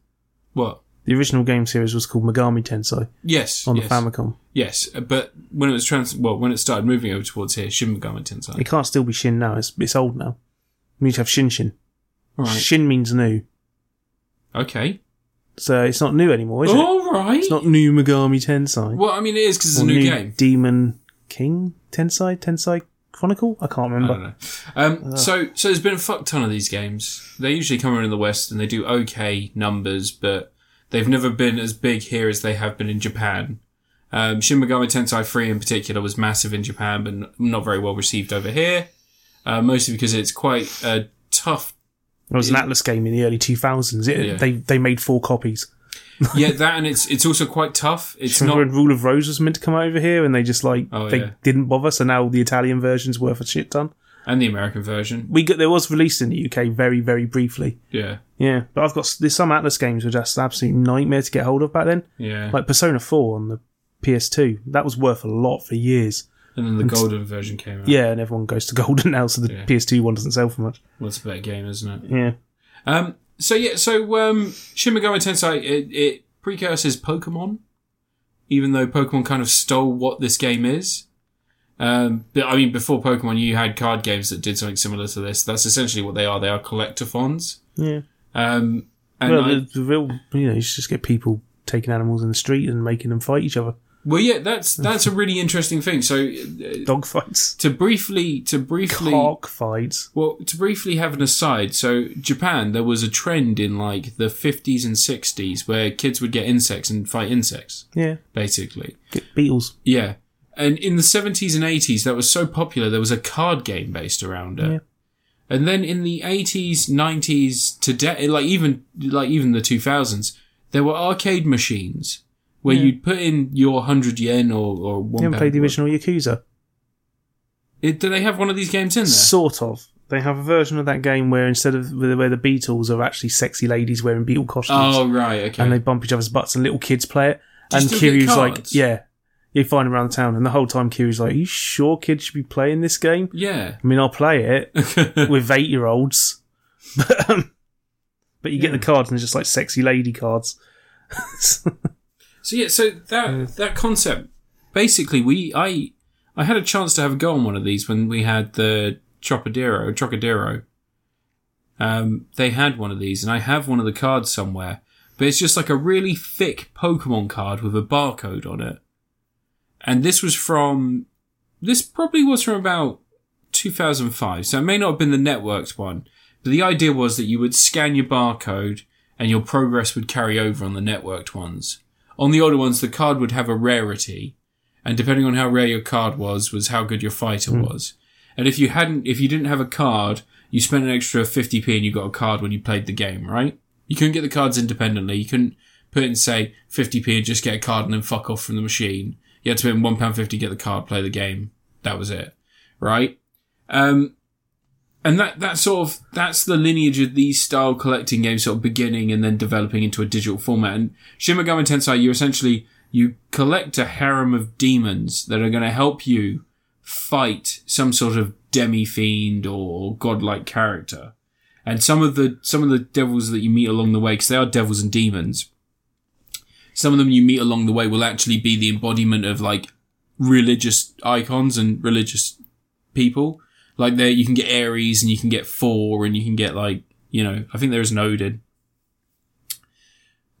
Speaker 1: What?
Speaker 2: The original game series was called Megami Tensei
Speaker 1: Yes,
Speaker 2: on
Speaker 1: yes,
Speaker 2: the Famicom.
Speaker 1: yes. But when it was trans, well, when it started moving over towards here, Shin Megami Tensei.
Speaker 2: It can't still be Shin now, it's, it's old now. We need to have Shin Shin.
Speaker 1: All right.
Speaker 2: Shin means new.
Speaker 1: Okay.
Speaker 2: So it's not new anymore, is it?
Speaker 1: All right.
Speaker 2: It's not new Megami Tensei.
Speaker 1: Well, I mean, it is because it's
Speaker 2: Or
Speaker 1: a new game.
Speaker 2: Demon King Tensei? Tensei Chronicle? I can't
Speaker 1: I
Speaker 2: remember.
Speaker 1: don't know. Um, so, so there's been a fuck ton of these games. They usually come around in the West and they do okay numbers, but they've never been as big here as they have been in Japan. Um, Shin Megami Tensei 3 in particular was massive in Japan, but n- not very well received over here. Uh, mostly because it's quite a tough.
Speaker 2: It was an Atlas game in the early 2000s. It,
Speaker 1: Yeah.
Speaker 2: They they made four copies.
Speaker 1: Yeah, that and it's it's also quite tough. It's
Speaker 2: Remember
Speaker 1: not.
Speaker 2: when Rule of Rose was meant to come over here and they just like
Speaker 1: Oh,
Speaker 2: they
Speaker 1: yeah.
Speaker 2: didn't bother. So now the Italian version's worth a shit ton.
Speaker 1: And the American version.
Speaker 2: We got there was released in the UK very very briefly.
Speaker 1: Yeah.
Speaker 2: Yeah, but I've got s- there's some Atlas games were just an absolute nightmare to get hold of back then.
Speaker 1: Yeah.
Speaker 2: Like Persona 4 on the PS2 that was worth a lot for years.
Speaker 1: and then the golden version came out.
Speaker 2: Yeah, and everyone goes to Golden now, so the
Speaker 1: Yeah.
Speaker 2: PS2 one doesn't sell for much.
Speaker 1: Well, it's a better game, isn't it?
Speaker 2: Yeah,
Speaker 1: Um, so yeah, so um, Shin Megami Tensei it, it precursors Pokemon, even though Pokemon kind of stole what this game is. Um, but I mean, before Pokemon, you had card games that did something similar to this. That's essentially what they are. They are collectathons.
Speaker 2: yeah.
Speaker 1: Um, and
Speaker 2: well,
Speaker 1: I-
Speaker 2: the, the real you know you just get people taking animals in the street and making them fight each other.
Speaker 1: well, yeah, that's that's a really interesting thing. So uh,
Speaker 2: Dog fights,
Speaker 1: to briefly to briefly
Speaker 2: cock fights.
Speaker 1: Well, to briefly have an aside, so Japan, there was a trend in like the 50s and 60s where kids would get insects and fight insects,
Speaker 2: Yeah,
Speaker 1: basically.
Speaker 2: get beetles.
Speaker 1: Yeah. And in the 70s and 80s, that was so popular, there was a card game based around it.
Speaker 2: Yeah.
Speaker 1: And then in the 80s, 90s, today, like even, like even the 2000s, there were arcade machines where
Speaker 2: Yeah.
Speaker 1: you'd put in your 100 yen or, or one
Speaker 2: You haven't played the
Speaker 1: pound.
Speaker 2: original Yakuza.
Speaker 1: It- do they have one of these games in there?
Speaker 2: Sort of. They have a version of that game where instead of where the- where the beetles are actually sexy ladies wearing beetle costumes,
Speaker 1: oh, right. Okay.
Speaker 2: and they bump each other's butts, and little kids play it.
Speaker 1: Do you
Speaker 2: and
Speaker 1: still get
Speaker 2: Kiryu's like,
Speaker 1: cards?
Speaker 2: yeah, you find him around town, and the whole time Kiryu's like, are you sure kids should be playing this game?
Speaker 1: yeah.
Speaker 2: I mean, I'll play it with eight year olds, but, um, but you get the cards, and they're just like sexy lady cards.
Speaker 1: So yeah, so that that concept basically we I I had a chance to have a go on one of these when we had the Trocadero Trocadero. Um, they had one of these, and I have one of the cards somewhere. But it's just like a really thick Pokemon card with a barcode on it. And this was from this probably was from about 2005, so it may not have been the networked one. But the idea was that you would scan your barcode, and your progress would carry over on the networked ones. On the older ones, the card would have a rarity, and depending on how rare your card was, was how good your fighter was. And if you hadn't, if you didn't have a card, you spent an extra 50p and you got a card when you played the game, right? You couldn't get the cards independently. You couldn't put in, say, 50p and just get a card and then fuck off from the machine. You had to spend £1.50, get the card, play the game. That was it, right? Um, and that, that sort of, that's the lineage of these style collecting games sort of beginning and then developing into a digital format. And Shin Megami Tensei, you essentially, you collect a harem of demons that are going to help you fight some sort of demi-fiend or godlike character. And some of the, some of the devils that you meet along the way, because they are devils and demons, some of them you meet along the way will actually be the embodiment of like religious icons and religious people. Like there, you can get Ares and you can get Thor and you can get like, you know, I think there is an Odin.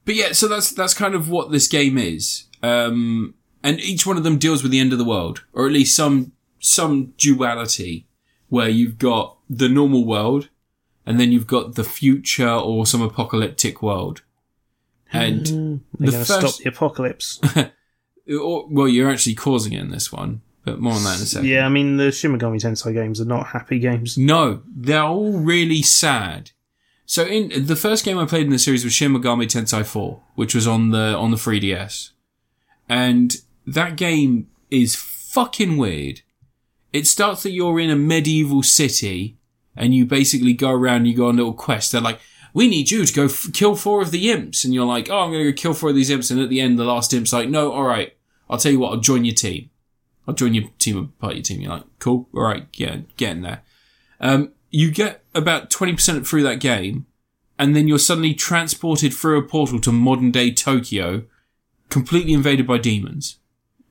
Speaker 1: But yeah, so that's, that's kind of what this game is. Um, and each one of them deals with the end of the world, or at least some, some duality where you've got the normal world and then you've got the future or some apocalyptic world.
Speaker 2: Hmm.
Speaker 1: And the
Speaker 2: They're going to
Speaker 1: first,
Speaker 2: stop the apocalypse.
Speaker 1: or, well, you're actually causing it in this one, but more on that in a second.
Speaker 2: yeah, I mean, the Shin Megami Tensei games are not happy games.
Speaker 1: No, they're all really sad. So in the first game I played in the series was Shin Megami Tensei 4, which was on the on the 3DS. And that game is fucking weird. It starts that you're in a medieval city and you basically go around and you go on little quests. They're like, we need you to go f- kill four of the imps. And you're like, oh, I'm going to go kill four of these imps. And at the end, the last imp's like, no, all right, I'll tell you what, I'll join your team. I'll join your team, and part of your team. You're like, cool, all right, yeah, get in there. Um, you get about 20% through that game, and then you're suddenly transported through a portal to modern day Tokyo, completely invaded by demons.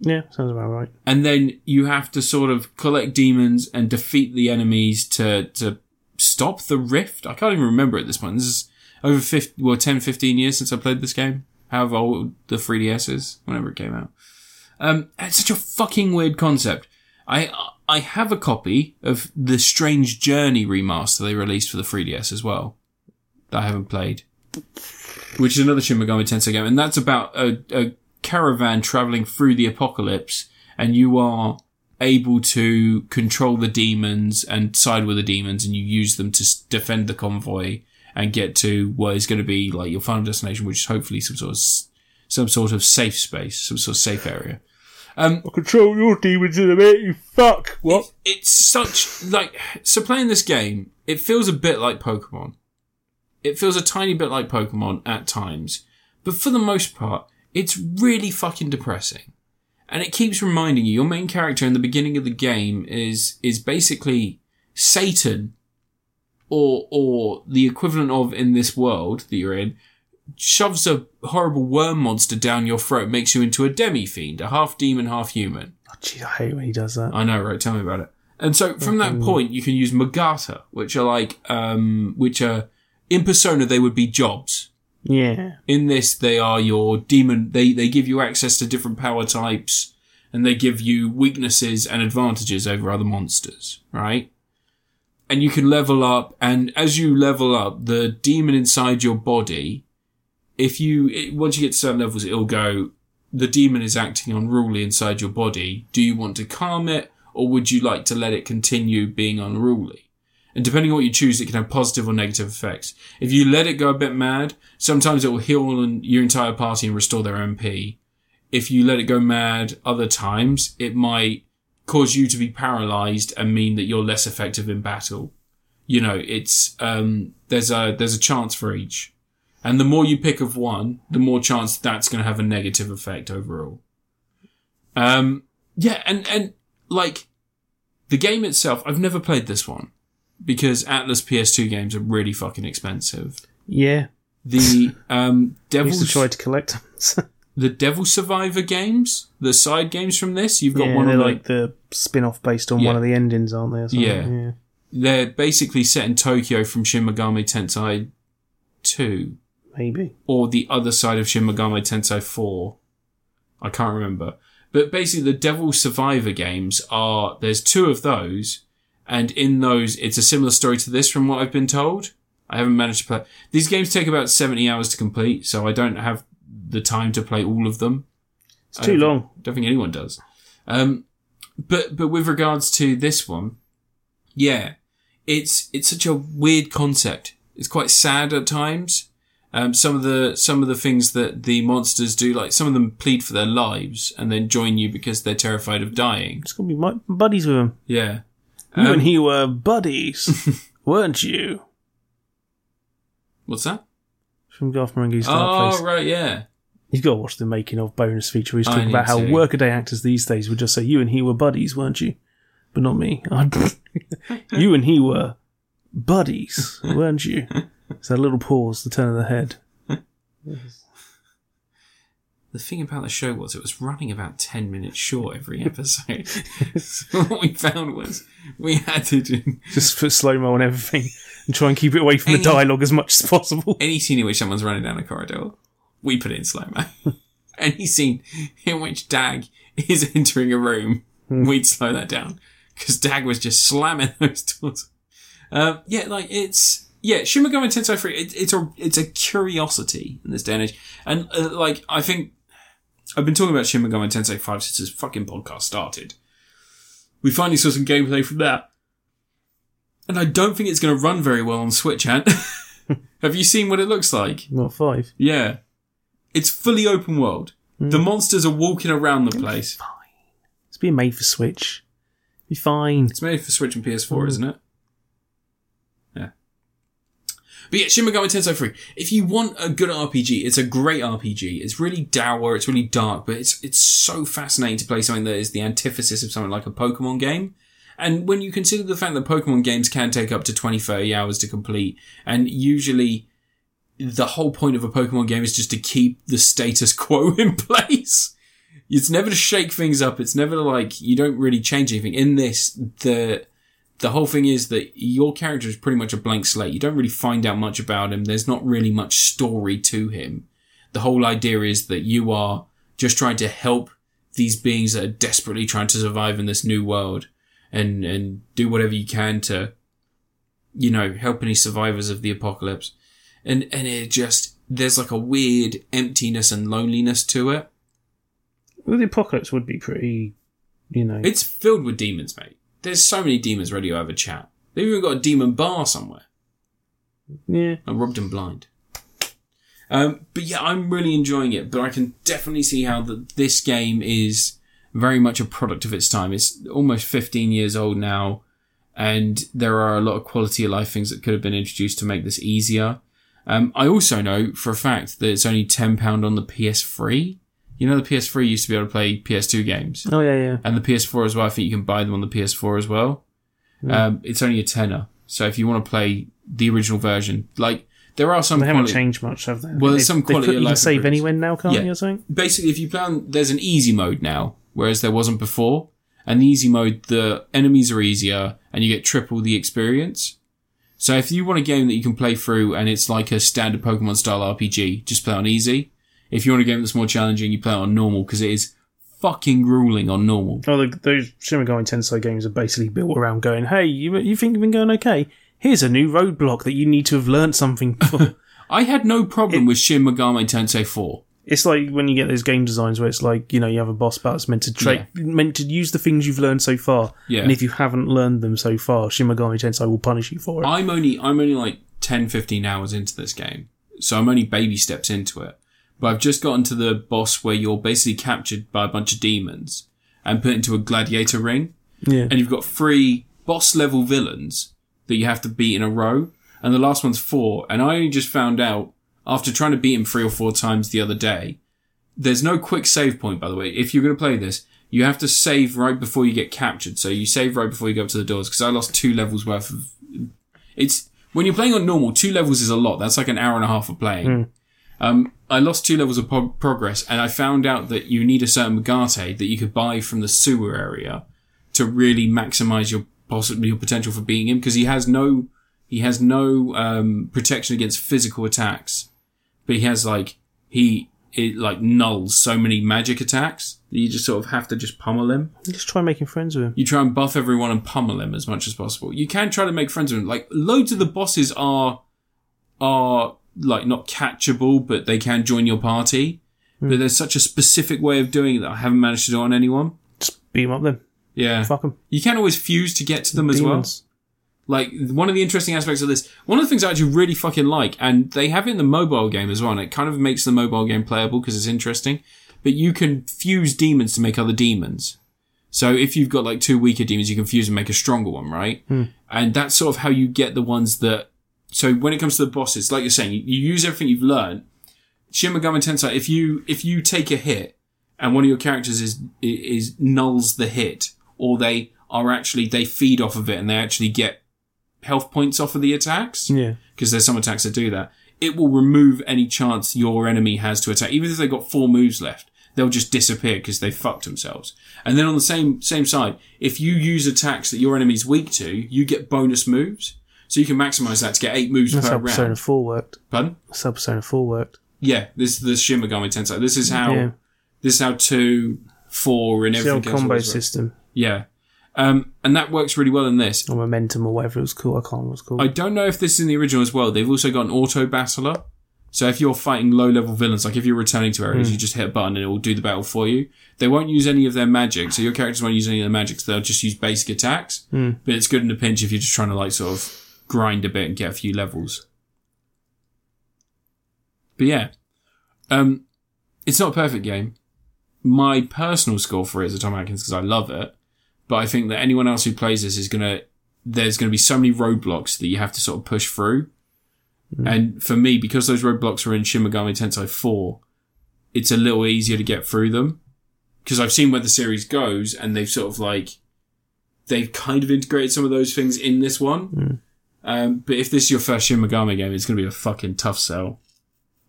Speaker 2: Yeah, sounds about right.
Speaker 1: And then you have to sort of collect demons and defeat the enemies to, to stop the rift. I can't even remember at this point. This is over 50, well, 10, 15 years since I played this game. However old the 3DS is, whenever it came out. Um, it's such a fucking weird concept. I I have a copy of the Strange Journey remaster they released for the 3DS as well that I haven't played, which is another Shin Megami Tensei game, and that's about a, a caravan traveling through the apocalypse, and you are able to control the demons and side with the demons, and you use them to s- defend the convoy and get to what is going to be like your final destination, which is hopefully some sort of s- some sort of safe space, some sort of safe area. Um,
Speaker 2: I'll control your demons in a minute, you fuck! What?
Speaker 1: it's such like so playing this game it feels a bit like pokemon it feels a tiny bit like pokemon at times but for the most part it's really fucking depressing and it keeps reminding you your main character in the beginning of the game is is basically satan or or the equivalent of in this world that you're in shoves a horrible worm monster down your throat makes you into a demi fiend a half demon half human
Speaker 2: Oh, jeez, I hate when he does that.
Speaker 1: I know, right? Tell me about it. And so from that point, you can use Magata, which are like, um, which are in persona, they would be jobs.
Speaker 2: Yeah.
Speaker 1: In this, they are your demon. They, they give you access to different power types and they give you weaknesses and advantages over other monsters, right? And you can level up. And as you level up, the demon inside your body, if you, it, once you get to certain levels, it'll go, the demon is acting unruly inside your body. Do you want to calm it or would you like to let it continue being unruly? And depending on what you choose, it can have positive or negative effects. If you let it go a bit mad, sometimes it will heal and your entire party and restore their MP. If you let it go mad other times, it might cause you to be paralyzed and mean that you're less effective in battle. You know, it's, um, there's a, there's a chance for each. And the more you pick of one, the more chance that's going to have a negative effect overall. Um, yeah, and, and like the game itself, I've never played this one because Atlas PS2 games are really fucking expensive.
Speaker 2: Yeah.
Speaker 1: The, um,
Speaker 2: I used to
Speaker 1: Devil's,
Speaker 2: try to collect them.
Speaker 1: the Devil Survivor games, the side games from this, you've got
Speaker 2: yeah,
Speaker 1: one
Speaker 2: they're
Speaker 1: on
Speaker 2: like the spin off based on
Speaker 1: Yeah.
Speaker 2: one of the endings, aren't they? or something?
Speaker 1: Yeah. they're basically set in Tokyo from Shin Megami Tensei 2
Speaker 2: Maybe.
Speaker 1: or the other side of Shin Megami Tensei 4. I can't remember. But basically, the Devil Survivor games are, there's two of those, and in those, it's a similar story to this from what I've been told. I haven't managed to play. These games take about 70 hours to complete, so I don't have the time to play all of them.
Speaker 2: It's too
Speaker 1: don't
Speaker 2: long.
Speaker 1: Think, don't think anyone does. Um, but but with regards to this one, yeah, it's it's such a weird concept. It's quite sad at times. Um, some of the some of the things that the monsters do, like some of them plead for their lives and then join you because they're terrified of dying.
Speaker 2: It's gonna be my buddies with him.
Speaker 1: Yeah,
Speaker 2: you
Speaker 1: Um,
Speaker 2: and he were buddies, weren't you?
Speaker 1: what's that?
Speaker 2: From Garth Marenghi's Dark
Speaker 1: Oh
Speaker 2: Place.
Speaker 1: right, yeah,
Speaker 2: You've got to watch the making of bonus feature. He's
Speaker 1: I
Speaker 2: talking about
Speaker 1: need
Speaker 2: how
Speaker 1: to.
Speaker 2: workaday actors these days would just say, "You and he were buddies, weren't you?" But not me. I'd- you and he were buddies, weren't you? It's that little pause, the turn of the head.
Speaker 1: the thing about the show was it was running about 10 minutes short every episode. so what we found was we had to do
Speaker 2: Just put slow mo on everything and try and keep it away from
Speaker 1: Any-
Speaker 2: the dialogue as much as possible.
Speaker 1: any scene in which someone's running down a corridor, we put it in slow mo. any scene in which Dag is entering a room, we'd slow that down because Dag was just slamming those doors. Uh, yeah, like it's yeah, Shin Megami Tensei Three. It, it's a it's a curiosity in this day and age, and uh, like I think I've been talking about Shin Megami Tensei Five since this fucking podcast started. We finally saw some gameplay from that. And I don't think it's going to run very well on Switch, Ant. Have you seen what it looks like?
Speaker 2: Not five.
Speaker 1: Yeah. It's fully open world. The monsters are walking around the place.
Speaker 2: It's being made for Switch. Be fine.
Speaker 1: It's made for Switch and PS4, isn't it? Yeah. But yeah, Shin Megami Tensei 3. If you want a good RPG, it's a great RPG. It's really dour, it's really dark, but it's it's so fascinating to play something that is the antithesis of something like a Pokemon game. And when you consider the fact that Pokemon games can take up to 20, 30 hours to complete, and usually the whole point of a Pokemon game is just to keep the status quo in place. It's never to shake things up. It's never to like you don't really change anything. In this, the the whole thing is that your character is pretty much a blank slate. You don't really find out much about him. There's not really much story to him. The whole idea is that you are just trying to help these beings that are desperately trying to survive in this new world and and do whatever you can to you know help any survivors of the apocalypse and and it just there's like a weird emptiness and loneliness to it.
Speaker 2: Well, the apocalypse would be pretty, you know.
Speaker 1: It's filled with demons, mate. There's so many demons ready to have a chat. They've even got a demon bar somewhere.
Speaker 2: yeah.
Speaker 1: I robbed him blind. Um, but yeah, I'm really enjoying it. But I can definitely see how that this game is very much a product of its time. It's almost 15 years old now, and there are a lot of quality of life things that could have been introduced to make this easier. Um, I also know for a fact that it's only £10 on the PS3. You know, the PS3 used to be able to play PS2 games
Speaker 2: Oh yeah, yeah.
Speaker 1: and the PS4 as well. I think you can buy them on the PS4 as well.
Speaker 2: Hmm.
Speaker 1: Um, it's only a tenner, so if you want to play the original version, like there are some
Speaker 2: They haven't
Speaker 1: quality-
Speaker 2: changed much, have they?
Speaker 1: Well, there's
Speaker 2: They-
Speaker 1: some
Speaker 2: they put-
Speaker 1: quality of
Speaker 2: You can
Speaker 1: life
Speaker 2: save
Speaker 1: improvements.
Speaker 2: anywhere now, can't
Speaker 1: Yeah.
Speaker 2: you? I think.
Speaker 1: basically, if you plan, there's an easy mode now, whereas there wasn't before. And the easy mode, the enemies are easier, and you get triple the experience. So if you want a game that you can play through, and it's like a standard Pokemon style RPG, just play on easy. If you want a game that's more challenging, you play it on normal because it is fucking grueling on normal.
Speaker 2: Oh, the, those Shin Megami Tensei games are basically built around going, "Hey, you you think you've been going okay? Here's a new roadblock that you need to have learnt something for."
Speaker 1: I had no problem with Shin Megami Tensei 4.
Speaker 2: it's like when you get those game designs where it's like, you know, you have a boss battle that's meant to tra- meant to use the things you've learned so far,
Speaker 1: Yeah.
Speaker 2: and if you haven't learned them so far, Shin Megami Tensei will punish you for it.
Speaker 1: I'm only I'm only like 10 15 hours into this game. So I'm only baby steps into it. But I've just gotten to the boss where you're basically captured by a bunch of demons and put into a gladiator ring
Speaker 2: yeah,
Speaker 1: and you've got three boss level villains that you have to beat in a row and the last one's four and I only just found out after trying to beat him three or four times the other day. There's no quick save point by the way. If you're going to play this, you have to save right before you get captured. So you save right before you go up to the doors because I lost two levels worth of it's when you're playing on normal, two levels is a lot. That's like an hour and a half of playing. Um, I lost two levels of pro- progress, and I found out that you need a certain Megate that you could buy from the sewer area to really maximize your possibly your potential for beating him because he has no he has no um, protection against physical attacks, but he has like he it like nulls so many magic attacks that you just sort of have to just pummel him.
Speaker 2: just try making friends with him.
Speaker 1: You try and buff everyone and pummel him as much as possible. You can try to make friends with him. Like loads of the bosses are are like not catchable, but they can join your party. But there's such a specific way of doing it that I haven't managed to do on anyone.
Speaker 2: Just beat him up then.
Speaker 1: Yeah.
Speaker 2: Fuck him.
Speaker 1: You can always fuse to get to them as well. Like one of the interesting aspects of this, one of the things I actually really fucking like, and they have it in the mobile game as well, and it kind of makes the mobile game playable because it's interesting. But you can fuse demons to make other demons. So if you've got like two weaker demons, you can fuse and make a stronger one, right? And that's sort of how you get the ones that. So when it comes to the bosses, like you're saying, you, you use everything you've learned. Shin Megami Tensei, if you if you take a hit, and one of your characters is is nulls the hit, or they are actually they feed off of it and they actually get health points off of the attacks
Speaker 2: Yeah.
Speaker 1: because there's some attacks that do that. it will remove any chance your enemy has to attack. Even if they've got four moves left, they'll just disappear because they fucked themselves. And then on the same same side, if you use attacks that your enemy's weak to, you get bonus moves. So you can maximize that to get eight moves
Speaker 2: That's
Speaker 1: per
Speaker 2: how
Speaker 1: round.
Speaker 2: Persona 4 worked.
Speaker 1: Pardon?
Speaker 2: That's how Persona 4 worked.
Speaker 1: Yeah, this the Shin Megami Tensei. This is how
Speaker 2: Yeah.
Speaker 1: this is how two, four, and
Speaker 2: It's the
Speaker 1: everything
Speaker 2: old
Speaker 1: else
Speaker 2: combo
Speaker 1: works.
Speaker 2: system,
Speaker 1: Yeah, um, and that works really well in this.
Speaker 2: or momentum, or whatever it was called. I can't remember what it's called.
Speaker 1: I don't know if this is in the original as well. They've also got an auto battler. So if you're fighting low level villains, like if you're returning to areas, you just hit a button and it will do the battle for you. They won't use any of their magic, so your characters won't use any of their magic, so they'll just use basic attacks. But it's good in a pinch if you're just trying to like sort of grind a bit and get a few levels. But yeah. Um it's not a perfect game. My personal score for it is a Tom Atkins because I love it. But I think that anyone else who plays this is gonna there's going to be so many roadblocks that you have to sort of push through. And for me, because those roadblocks are in Shin Megami Tensei 4, it's a little easier to get through them. Because I've seen where the series goes and they've sort of like, they've kind of integrated some of those things in this one. Um, but if this is your first Shin Megami game, it's going to be a fucking tough sell.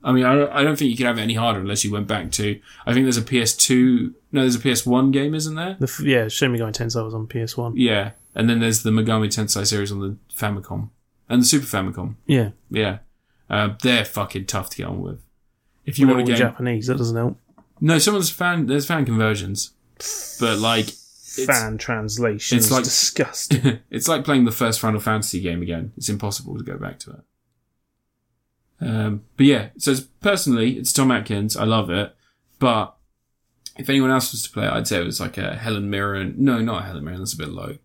Speaker 1: I mean, I don't, I don't think you could have it any harder unless you went back to, I think there's a PS2, no, there's a PS1 game, isn't there?
Speaker 2: the f- yeah, Shin Megami Tensei was on PS1.
Speaker 1: Yeah, and then there's the Megami Tensei series on the Famicom and the Super Famicom.
Speaker 2: Yeah,
Speaker 1: Yeah, uh, they're fucking tough to get on with. If
Speaker 2: you
Speaker 1: you want a game,
Speaker 2: Japanese? That doesn't help.
Speaker 1: no, someone's fan. There's fan conversions, but like it's,
Speaker 2: Fan translation.
Speaker 1: it's
Speaker 2: It's
Speaker 1: like-
Speaker 2: like disgusting.
Speaker 1: it's like playing the first Final Fantasy game again. It's impossible to go back to it. Um, but yeah, so it's, personally, it's Tom Atkins. I love it, but if anyone else was to play it, I'd say it was like a Helen Mirren. No, not a Helen Mirren. That's a bit low.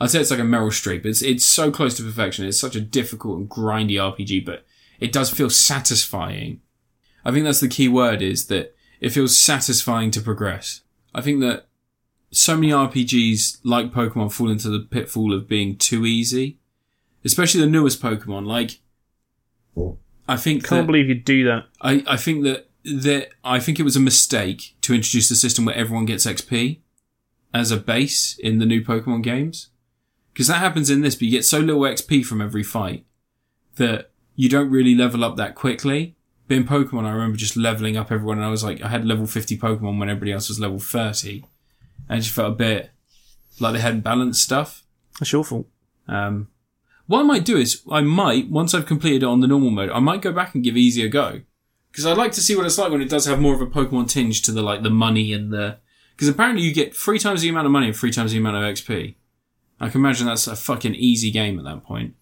Speaker 1: I'd say it's like a Meryl Streep. It's it's so close to perfection. It's such a difficult and grindy RPG, but it does feel satisfying. I think that's the key word is that it feels satisfying to progress. I think that so many RPGs like Pokemon fall into the pitfall of being too easy, especially the newest Pokemon. Like, I think
Speaker 2: Can't
Speaker 1: that-
Speaker 2: believe you'd do that.
Speaker 1: I, I think that that I think it was a mistake to introduce the system where everyone gets XP as a base in the new Pokemon games. Because that happens in this, but you get so little XP from every fight that you don't really level up that quickly. But in Pokemon, I remember just leveling up everyone, and I was like, I had level 50 Pokemon when everybody else was level 30. And it just felt a bit like they hadn't balanced stuff.
Speaker 2: That's your fault.
Speaker 1: Um, what I might do is I might once I've completed it on the normal mode, I might go back and give easy a go because I'd like to see what it's like when it does have more of a Pokemon tinge to the like the money and the because apparently you get three times the amount of money and three times the amount of XP. I can imagine that's a fucking easy game at that point.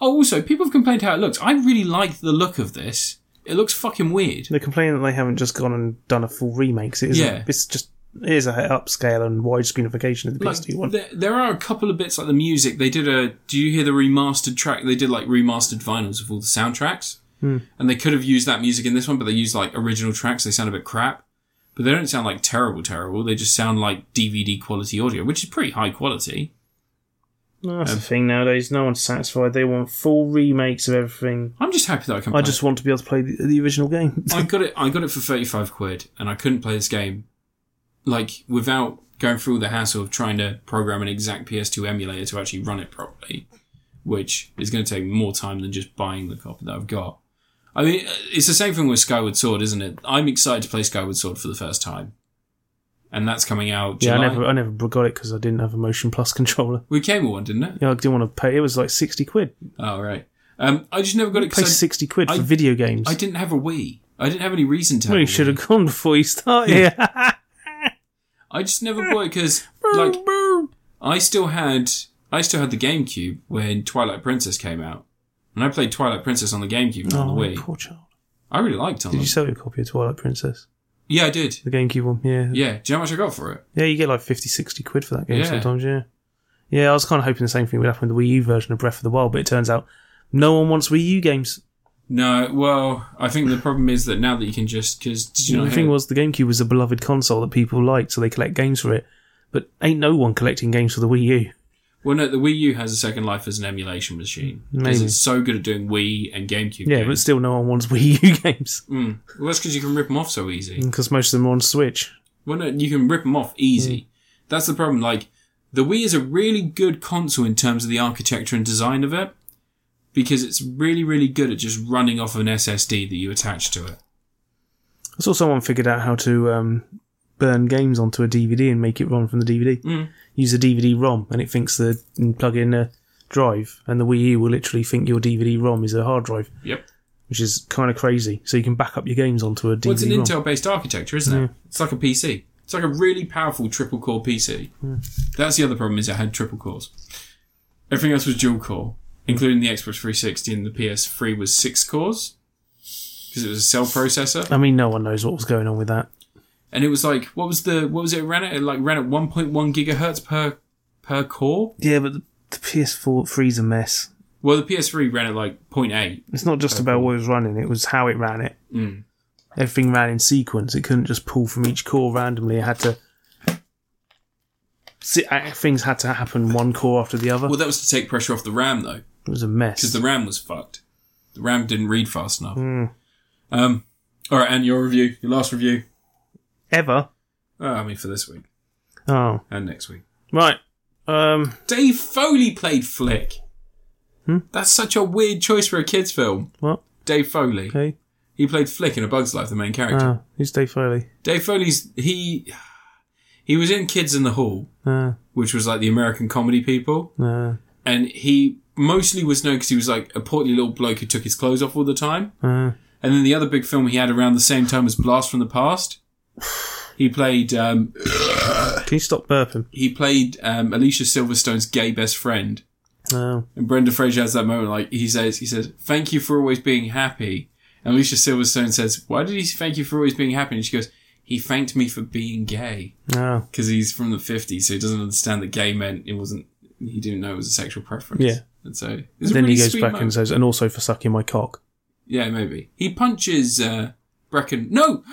Speaker 1: Oh, also people have complained how it looks. I really like the look of this. It looks fucking weird.
Speaker 2: They're complaining that they haven't just gone and done a full remake. 'cause It isn't,
Speaker 1: Yeah.
Speaker 2: It's just it is a upscale and widescreenification of the
Speaker 1: Like,
Speaker 2: PS2 one.
Speaker 1: there, there are a couple of bits like the music. They did a. Do you hear the remastered track? They did like remastered vinyls of all the soundtracks, and they could have used that music in this one, but they used like original tracks. They sound a bit crap, but they don't sound like terrible, terrible. They just sound like DVD quality audio, which is pretty high quality.
Speaker 2: No,
Speaker 1: Um,
Speaker 2: that's the thing nowadays. No one's satisfied. They want full remakes of everything.
Speaker 1: I'm just happy that I can. Play
Speaker 2: I just want to be able to play the, the original game.
Speaker 1: it. I got it. I got it for thirty five quid, and I couldn't play this game like without going through all the hassle of trying to program an exact PS2 emulator to actually run it properly. which is going to take more time than just buying the copy that I've got. I mean, it's the same thing with Skyward Sword, isn't it? I'm excited to play Skyward Sword for the first time, and that's coming out.
Speaker 2: yeah,
Speaker 1: July.
Speaker 2: I never, I never got it because I didn't have a Motion Plus controller.
Speaker 1: We came with one, didn't it?
Speaker 2: Yeah, I didn't want to pay. It was like sixty quid.
Speaker 1: Oh right. Um, I just never got it
Speaker 2: Pay
Speaker 1: because
Speaker 2: sixty quid for
Speaker 1: I-
Speaker 2: video games.
Speaker 1: I, I didn't have a Wii. I didn't have any reason to.
Speaker 2: Well,
Speaker 1: have
Speaker 2: you
Speaker 1: a
Speaker 2: should
Speaker 1: Wii.
Speaker 2: have gone before you started. Yeah.
Speaker 1: I just never bought it because, like, I still had I still had the GameCube when Twilight Princess came out, and I played Twilight Princess on the GameCube, not on
Speaker 2: oh,
Speaker 1: the Wii.
Speaker 2: poor child.
Speaker 1: I really liked it. On
Speaker 2: Did you
Speaker 1: the-
Speaker 2: sell your copy of Twilight Princess?
Speaker 1: yeah, I did.
Speaker 2: The GameCube one, yeah. yeah.
Speaker 1: Yeah. Do you know how much I got for it?
Speaker 2: you get like 50, 60 quid for that game
Speaker 1: Yeah.
Speaker 2: sometimes, yeah. Yeah, I was kind of hoping the same thing would happen with the Wii U version of Breath of the Wild, but it turns out no one wants Wii U games.
Speaker 1: No, well, I think the problem is that now that you can just because did you not
Speaker 2: the thing
Speaker 1: hear-
Speaker 2: was, the GameCube was a beloved console that people liked, so they collect games for it. But ain't no one collecting games for the Wii U.
Speaker 1: well, no, the Wii U has a second life as an emulation machine because
Speaker 2: Maybe.
Speaker 1: it's so good at doing Wii and GameCube.
Speaker 2: Yeah, but
Speaker 1: games.
Speaker 2: still, no one wants Wii U games
Speaker 1: Mm. well, that's because you can rip them off so easy.
Speaker 2: because most of them are on Switch.
Speaker 1: Well, no, you can rip them off easy. That's the problem. Like the Wii is a really good console in terms of the architecture and design of it, because it's really, really good at just running off an SSD that you attach to it.
Speaker 2: I saw someone figured out how to um, burn games onto a DVD and make it run from the DVD.
Speaker 1: Mm.
Speaker 2: Use a DVD ROM, and it thinks the and plug in a drive, and the Wii U will literally think your DVD ROM is a hard drive,
Speaker 1: Yep.
Speaker 2: which is kind of crazy. So you can back up your games onto a DVD
Speaker 1: Well, it's an
Speaker 2: ROM.
Speaker 1: Intel based architecture, isn't it? It's like a PC. It's like a really powerful triple core PC. That's the other problem is it had triple cores. Everything else was dual core, including the Xbox 360 and the PS3 was six cores because it was a cell processor.
Speaker 2: I mean, no one knows what was going on with that.
Speaker 1: And it was like, what was the what was it, it ran at? It like ran at 1.1 gigahertz per per core.
Speaker 2: Yeah, but the, the PS4 three's a mess.
Speaker 1: Well, the PS3 ran at like 0.8.
Speaker 2: It's not just about what it was running; it was how it ran it. Everything ran in sequence. It couldn't just pull from each core randomly. It had to. See, uh, things had to happen one core after the other.
Speaker 1: Well, that was to take pressure off the RAM though.
Speaker 2: It was a mess.
Speaker 1: because the RAM was fucked. The RAM didn't read fast enough.
Speaker 2: Hmm.
Speaker 1: Um, all right, and your review, your last review.
Speaker 2: Ever.
Speaker 1: Uh, I mean, for this week
Speaker 2: Oh,
Speaker 1: and next week.
Speaker 2: right. Um,
Speaker 1: Dave Foley played Flick. That's such a weird choice for a kids' film.
Speaker 2: what?
Speaker 1: Dave Foley.
Speaker 2: Okay.
Speaker 1: He played Flick in A Bug's Life, the main character.
Speaker 2: Ah, who's Dave Foley?
Speaker 1: Dave Foley's he he was in Kids in the Hall,
Speaker 2: Ah,
Speaker 1: which was like the American comedy people,
Speaker 2: ah,
Speaker 1: and he mostly was known because he was like a portly little bloke who took his clothes off all the time.
Speaker 2: ah.
Speaker 1: And then the other big film he had around the same time was Blast from the Past. He played um,
Speaker 2: Can you stop burping?
Speaker 1: he played um, Alicia Silverstone's gay best friend,
Speaker 2: No.
Speaker 1: and Brenda Fraser has that moment like he says he says thank you for always being happy, and Alicia Silverstone says why did he thank you for always being happy? And she goes he thanked me for being gay
Speaker 2: No.
Speaker 1: because he's from the fifties, so he doesn't understand that gay meant it wasn't he didn't know it was a sexual preference.
Speaker 2: Yeah.
Speaker 1: and so it's a
Speaker 2: then
Speaker 1: really
Speaker 2: he goes
Speaker 1: sweet
Speaker 2: back
Speaker 1: moment.
Speaker 2: and says, and also for sucking my cock.
Speaker 1: Yeah, maybe. He punches uh Brecken No!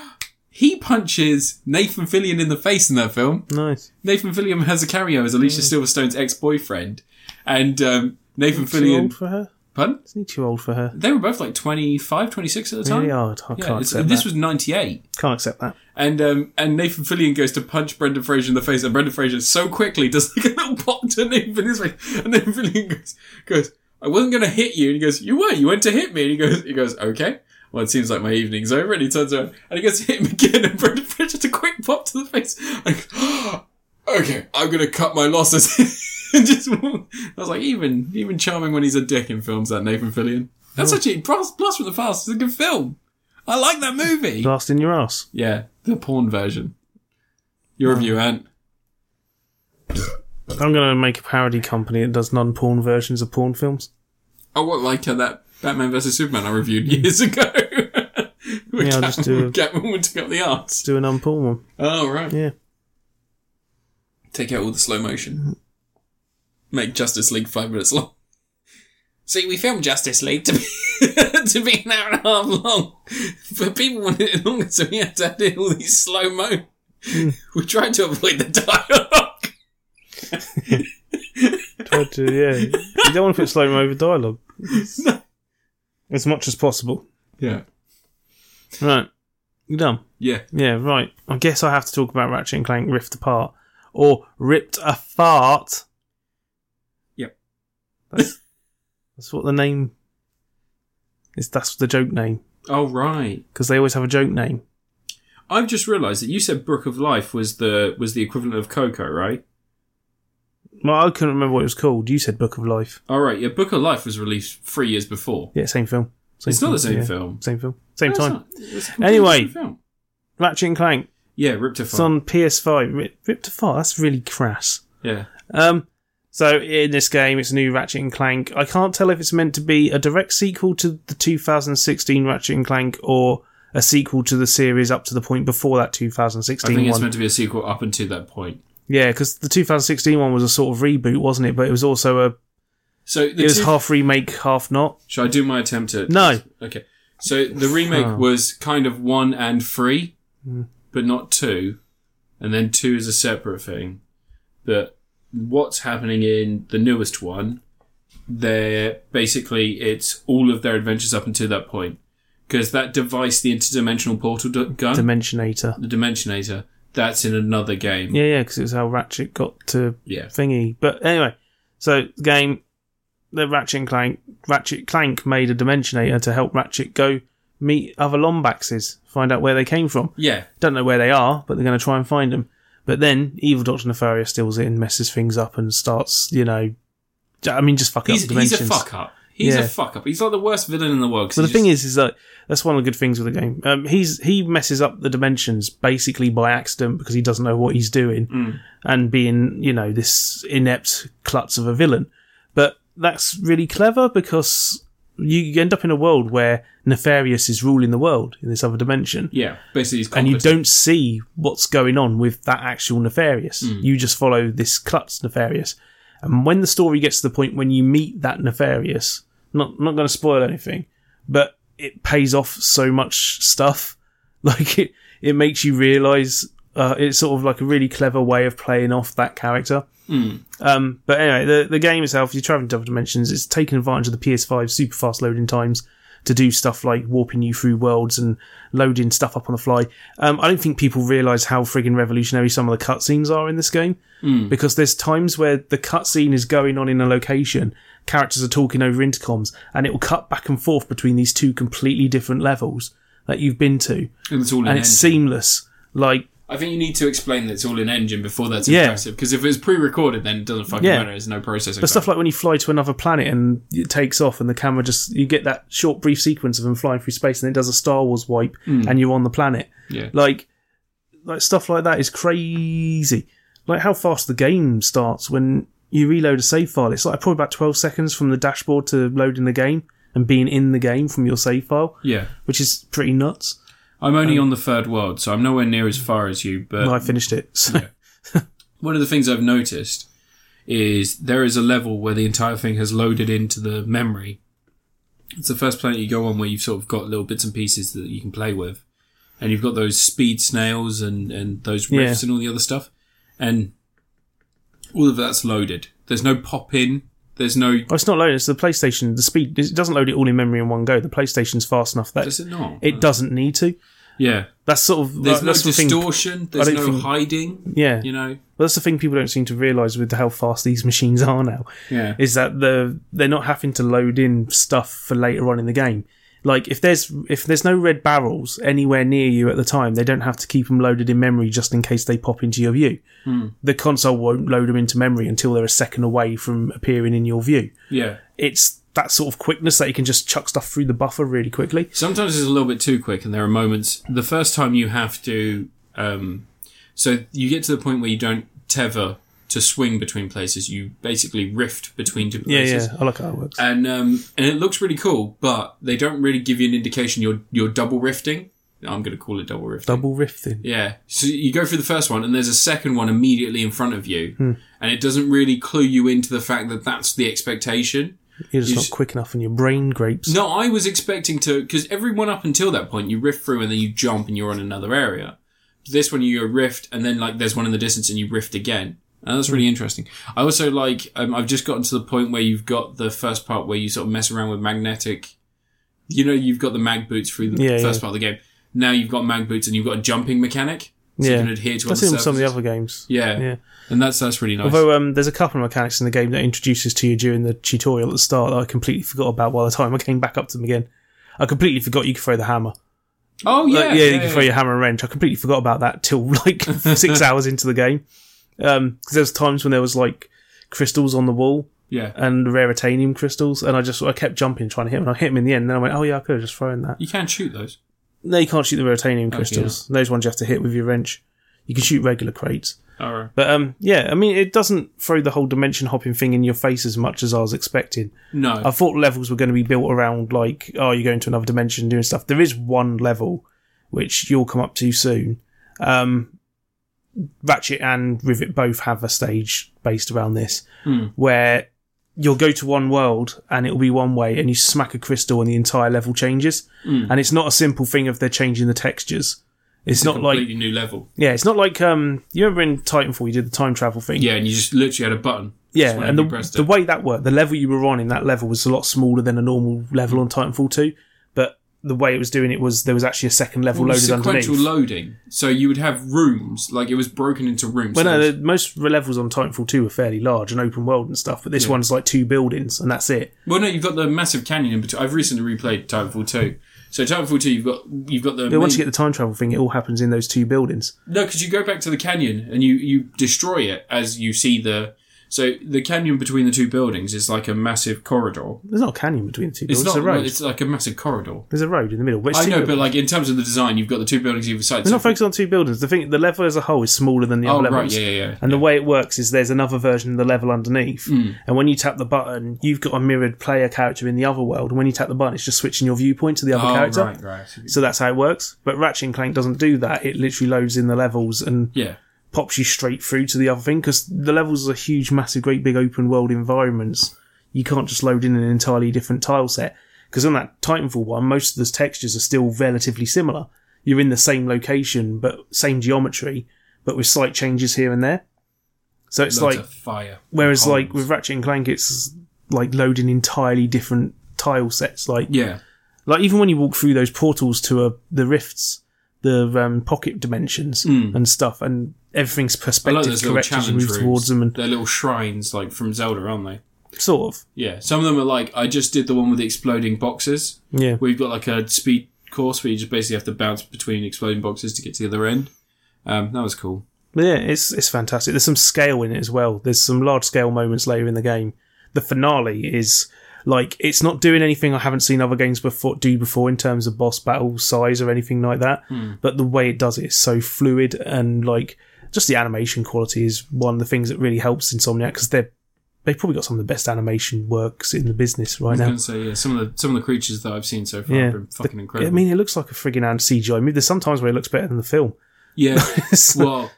Speaker 1: He punches Nathan Fillion in the face in that film.
Speaker 2: Nice.
Speaker 1: Nathan Fillion has a cameo as Alicia
Speaker 2: Mm.
Speaker 1: Silverstone's ex boyfriend. And um Nathan
Speaker 2: Too old
Speaker 1: Fillion
Speaker 2: for her?
Speaker 1: Pardon?
Speaker 2: Isn't he too old for her?
Speaker 1: They were both like 25, 26 at the time.
Speaker 2: Really? Oh, I can't
Speaker 1: Yeah, it's-
Speaker 2: accept
Speaker 1: this
Speaker 2: that.
Speaker 1: was ninety eight.
Speaker 2: Can't accept that.
Speaker 1: And um and Nathan Fillion goes to punch Brendan Fraser in the face, and Brendan Fraser so quickly does like a little pop to Nathan in his face. And Nathan Fillion goes goes, I wasn't gonna hit you, and he goes, You were, you went to hit me, and he goes he goes, Okay. Well, it seems like my evening's over, and he turns around and he goes to hit him again, and Brendan Fraser just a quick pop to the face. And he goes, "Oh, okay, I'm gonna cut my losses. and just walk. I was like, even even charming when he's a dick in films, that Nathan Fillion. That's actually Blast Blast from the Past is a good film. I like that movie.
Speaker 2: Blast in your ass.
Speaker 1: Yeah, the porn version. Your review, Ant.
Speaker 2: I'm going to make a parody company that does non porn versions of porn films.
Speaker 1: I want like uh, that Batman vs Superman I reviewed years ago. Where
Speaker 2: Yeah, I'll
Speaker 1: Catwoman,
Speaker 2: just do a-
Speaker 1: Catwoman took up the arts.
Speaker 2: Let's do a non porn one.
Speaker 1: Oh right.
Speaker 2: Yeah.
Speaker 1: Take out all the slow motion. Make Justice League five minutes long. See, we filmed Justice League to be to be an hour and a half long, but people wanted it longer, so we had to add in all these slow mo.
Speaker 2: Hmm.
Speaker 1: We tried to avoid the dialogue.
Speaker 2: Try to, yeah. You don't want to put slow mo over dialogue. As much as possible.
Speaker 1: Yeah.
Speaker 2: Right. You done?
Speaker 1: Yeah.
Speaker 2: Yeah, right. I guess I have to talk about Ratchet and Clank Rift Apart. Or Ripped a Fart.
Speaker 1: Yep.
Speaker 2: That's, that's what the name is. That's the joke name.
Speaker 1: Oh right.
Speaker 2: Because they always have a joke name.
Speaker 1: I've just realised that you said Brook of Life was the was the equivalent of Coco, right?
Speaker 2: Well, I couldn't remember what it was called. You said Book of Life.
Speaker 1: All right, yeah. Book of Life was released three years before.
Speaker 2: Yeah, same film. Same
Speaker 1: It's not the same
Speaker 2: yeah.
Speaker 1: film.
Speaker 2: Same film. Same
Speaker 1: No, it's
Speaker 2: time.
Speaker 1: not. It's a completely
Speaker 2: Anyway.
Speaker 1: different film.
Speaker 2: Ratchet and Clank.
Speaker 1: yeah, ripped
Speaker 2: It's on PS5. Rip, ripped apart. That's really crass.
Speaker 1: Yeah,
Speaker 2: Um, so in this game, it's a new Ratchet and Clank. I can't tell if it's meant to be a direct sequel to the 2016 Ratchet and Clank or a sequel to the series up to the point before that
Speaker 1: I
Speaker 2: 2016
Speaker 1: think it's
Speaker 2: one.
Speaker 1: meant to be a sequel up until that point.
Speaker 2: yeah, because the 2016 one was a sort of reboot, wasn't it? But it was also a
Speaker 1: So the
Speaker 2: it was
Speaker 1: two-
Speaker 2: half remake, half not.
Speaker 1: Shall I do my attempt at?
Speaker 2: No.
Speaker 1: Okay. So the remake
Speaker 2: Oh. Hmm.
Speaker 1: was kind of one and three, but not two, and then two is a separate thing. But what's happening in the newest one? They're basically it's all of their adventures up until that point, because that device, the interdimensional portal d- gun,
Speaker 2: Dimensionator.
Speaker 1: the Dimensionator, that's in another game.
Speaker 2: Yeah, yeah, because it was how Ratchet got to
Speaker 1: Yeah.
Speaker 2: thingy. But anyway, so the game the Ratchet and Clank Ratchet Clank made a Dimensionator to help Ratchet go meet other Lombaxes, find out where they came from.
Speaker 1: Yeah.
Speaker 2: Don't know where they are, but they're going to try and find them. But then evil Doctor Nefarious steals it and messes things up and starts, you know, j- I mean, just fucking
Speaker 1: He's,
Speaker 2: up
Speaker 1: he's
Speaker 2: dimensions.
Speaker 1: a fuck up. He's
Speaker 2: Yeah.
Speaker 1: a fuck up. He's like the worst villain in the world. 'cause
Speaker 2: But the
Speaker 1: he
Speaker 2: thing
Speaker 1: just-
Speaker 2: is, is that that's one of the good things with the game. Um, he's he messes up the dimensions basically by accident because he doesn't know what he's doing and being you know this inept klutz of a villain. But that's really clever because you end up in a world where Nefarious is ruling the world in this other dimension.
Speaker 1: yeah, basically he's
Speaker 2: And you
Speaker 1: competent.
Speaker 2: don't see what's going on with that actual Nefarious. You just follow this klutz Nefarious. And when the story gets to the point when you meet that Nefarious, not not going to spoil anything, but it pays off so much stuff. Like it, it makes you realise. Uh, it's sort of like a really clever way of playing off that character. Um, but anyway, the the game itself, you're traveling to other dimensions. It's taking advantage of the PS5 super fast loading times to do stuff like warping you through worlds and loading stuff up on the fly. Um, I don't think people realise how friggin' revolutionary some of the cutscenes are in this game because there's times where the cutscene is going on in a location, characters are talking over intercoms, and it will cut back and forth between these two completely different levels that you've been to,
Speaker 1: and it's all in
Speaker 2: and it's
Speaker 1: engine.
Speaker 2: seamless. Like,
Speaker 1: I think you need to explain that it's all in engine before that's
Speaker 2: Yeah.
Speaker 1: impressive. Because if it was pre-recorded, then it doesn't fucking
Speaker 2: Yeah.
Speaker 1: matter. There's no processing.
Speaker 2: But stuff like when you fly to another planet and it takes off and the camera just you get that short brief sequence of them flying through space and it does a Star Wars wipe
Speaker 1: Hmm.
Speaker 2: and you're on the planet.
Speaker 1: Yeah.
Speaker 2: Like like stuff like that is crazy. Like how fast the game starts when you reload a save file. It's like probably about twelve seconds from the dashboard to loading the game and being in the game from your save file,
Speaker 1: yeah,
Speaker 2: which is pretty nuts.
Speaker 1: I'm only
Speaker 2: Um,
Speaker 1: on the third world, so I'm nowhere near as far as you. But
Speaker 2: And I finished it. So
Speaker 1: one of the things I've noticed is there is a level where the entire thing has loaded into the memory. It's the first planet you go on where you've sort of got little bits and pieces that you can play with. And you've got those speed snails and, and those
Speaker 2: Yeah.
Speaker 1: rifts and all the other stuff. And all of that's loaded. There's no pop in. There's no.
Speaker 2: oh, it's not loading, it's the PlayStation the speed it doesn't load it all in memory in one go. The PlayStation's fast enough that
Speaker 1: Is it not?
Speaker 2: it doesn't need to.
Speaker 1: yeah.
Speaker 2: That's sort of
Speaker 1: There's
Speaker 2: like,
Speaker 1: no
Speaker 2: that's the thing.
Speaker 1: distortion. There's
Speaker 2: don't
Speaker 1: no
Speaker 2: think-
Speaker 1: hiding.
Speaker 2: Yeah,
Speaker 1: You know?
Speaker 2: well, that's the thing people don't seem to realise with how fast these machines are now
Speaker 1: Yeah.
Speaker 2: is that the they're not having to load in stuff for later on in the game. Like if there's if there's no red barrels anywhere near you at the time, they don't have to keep them loaded in memory just in case they pop into your view.
Speaker 1: Hmm.
Speaker 2: The console won't load them into memory until they're a second away from appearing in your view.
Speaker 1: yeah.
Speaker 2: It's that sort of quickness that you can just chuck stuff through the buffer really quickly.
Speaker 1: Sometimes it's a little bit too quick, and there are moments. The first time you have to, um, so you get to the point where you don't tether to swing between places. You basically rift between two
Speaker 2: Yeah,
Speaker 1: places,
Speaker 2: yeah, I like how it works.
Speaker 1: and um, and it looks pretty cool. But they don't really give you an indication you're you're double rifting. I'm going to call it double rifting.
Speaker 2: Double rifting.
Speaker 1: Yeah. So you go through the first one, and there's a second one immediately in front of you,
Speaker 2: Hmm.
Speaker 1: and it doesn't really clue you into the fact that that's the expectation.
Speaker 2: You're just
Speaker 1: You
Speaker 2: not
Speaker 1: s-
Speaker 2: quick enough on your brain grapes.
Speaker 1: No, I was expecting to because everyone up until that point you rift through and then you jump and you're on another area. This one you rift and then like there's one in the distance and you rift again. And that's
Speaker 2: Hmm.
Speaker 1: really interesting. I also like um, I've just gotten to the point where you've got the first part where you sort of mess around with magnetic. You know, you've got the mag boots through the
Speaker 2: Yeah,
Speaker 1: first
Speaker 2: yeah.
Speaker 1: part of the game. Now you've got mag boots and you've got a jumping mechanic. So
Speaker 2: Yeah.
Speaker 1: you can adhere to
Speaker 2: I've
Speaker 1: other
Speaker 2: seen some of the
Speaker 1: surfaces.
Speaker 2: other games.
Speaker 1: Yeah.
Speaker 2: Yeah.
Speaker 1: and that's that's really nice.
Speaker 2: Although um, there's a couple of mechanics in the game that introduces to you during the tutorial at the start that I completely forgot about by the time I came back up to them again. I completely forgot you could throw the hammer.
Speaker 1: oh yeah,
Speaker 2: Like, yeah, you can throw your hammer and wrench. I completely forgot about that till like six hours into the game. Because there was times when there was like crystals on the wall
Speaker 1: yeah.
Speaker 2: and rare titanium crystals, and I just I kept jumping trying to hit them. And I hit them in the end. And then I went, oh yeah, I could have just thrown that.
Speaker 1: You can shoot those.
Speaker 2: No, you can't shoot the rare titanium crystals. Those ones you have to hit with your wrench. You can shoot regular crates.
Speaker 1: All right.
Speaker 2: But um, yeah, I mean, it doesn't throw the whole dimension hopping thing in your face as much as I was expecting.
Speaker 1: No,
Speaker 2: I thought levels were going to be built around like, oh, you're going to another dimension doing stuff. There is one level which you'll come up to soon. Um, Ratchet and Rivet both have a stage based around this, where you'll go to one world and it'll be one way, and you smack a crystal and the entire level changes. And it's not a simple thing of they're changing the textures. It's, not like
Speaker 1: completely new level.
Speaker 2: yeah, it's not like um. You remember in Titanfall you did the time travel thing.
Speaker 1: Yeah, and you just literally had a button.
Speaker 2: yeah.
Speaker 1: whenever
Speaker 2: And
Speaker 1: you
Speaker 2: the,
Speaker 1: pressed
Speaker 2: the
Speaker 1: it.
Speaker 2: way that worked, the level you were on in that level was a lot smaller than a normal level on Titanfall two, but the way it was doing it was there was actually a second level
Speaker 1: Well,
Speaker 2: loaded
Speaker 1: sequential
Speaker 2: underneath.
Speaker 1: loading. So you would have rooms, like it was broken into rooms.
Speaker 2: well,
Speaker 1: So
Speaker 2: no,
Speaker 1: there's-
Speaker 2: the, most levels on Titanfall 2 are fairly large and open world and stuff, but this one's like two buildings and that's it.
Speaker 1: well, no, you've got the massive canyon in between. I've recently replayed Titanfall two. So Titanfall two, you've got you've got the
Speaker 2: But once you
Speaker 1: main-
Speaker 2: get the time travel thing, it all happens in those two buildings.
Speaker 1: No, because you go back to the canyon and you you destroy it as you see the. So the canyon between the two buildings is like a massive corridor.
Speaker 2: There's not a canyon between the two
Speaker 1: It's
Speaker 2: buildings.
Speaker 1: not.
Speaker 2: There's a road.
Speaker 1: It's like a massive corridor.
Speaker 2: There's a road in the middle. But it's
Speaker 1: I
Speaker 2: two
Speaker 1: know,
Speaker 2: buildings.
Speaker 1: but like in terms of the design, you've got the two buildings either side.
Speaker 2: We're
Speaker 1: so-
Speaker 2: not focused on two buildings. The thing, the level as a whole is smaller than the
Speaker 1: oh
Speaker 2: other
Speaker 1: right,
Speaker 2: levels.
Speaker 1: yeah, yeah, yeah.
Speaker 2: And the way it works is there's another version of the level underneath.
Speaker 1: Hmm.
Speaker 2: And when you tap the button, you've got a mirrored player character in the other world. And when you tap the button, it's just switching your viewpoint to the other
Speaker 1: Oh
Speaker 2: character.
Speaker 1: right, right.
Speaker 2: So that's how it works. But Ratchet and Clank doesn't do that. It literally loads in the levels and
Speaker 1: Yeah,
Speaker 2: pops you straight through to the other thing because the levels are huge, massive, great big open world environments. You can't just load in an entirely different tile set because on that Titanfall one, most of the textures are still relatively similar. You're in the same location, but same geometry, but with slight changes here and there. So it's
Speaker 1: loads
Speaker 2: like
Speaker 1: of fire.
Speaker 2: whereas
Speaker 1: holes.
Speaker 2: like with Ratchet and Clank, it's like loading entirely different tile sets. Like
Speaker 1: yeah,
Speaker 2: like even when you walk through those portals to uh, the rifts, the um, pocket dimensions and stuff, and everything's
Speaker 1: Hmm. I like
Speaker 2: perspective
Speaker 1: those little
Speaker 2: correct as you
Speaker 1: challenge
Speaker 2: move
Speaker 1: rooms.
Speaker 2: towards them, and
Speaker 1: They're little shrines, like from Zelda, aren't they?
Speaker 2: sort of,
Speaker 1: Yeah, some of them are like I just did the one with the exploding boxes.
Speaker 2: yeah.
Speaker 1: We've got like a speed course where you just basically have to bounce between exploding boxes to get to the other end. Um, that was cool.
Speaker 2: But yeah, it's it's fantastic. There's some scale in it as well. There's some large scale moments later in the game. The finale is like it's not doing anything I haven't seen other games before do before in terms of boss battle size or anything like that.
Speaker 1: Hmm.
Speaker 2: But the way it does it is so fluid and like just the animation quality is one of the things that really helps Insomniac because they're they've probably got some of the best animation works in the business
Speaker 1: I
Speaker 2: right
Speaker 1: was
Speaker 2: now.
Speaker 1: going to say yeah, some of the some of the creatures that I've seen so far
Speaker 2: Yeah.
Speaker 1: have been fucking incredible.
Speaker 2: I mean, it looks like a friggin' and CGI movie. There's sometimes where it looks better than the film.
Speaker 1: yeah.
Speaker 2: So,
Speaker 1: well,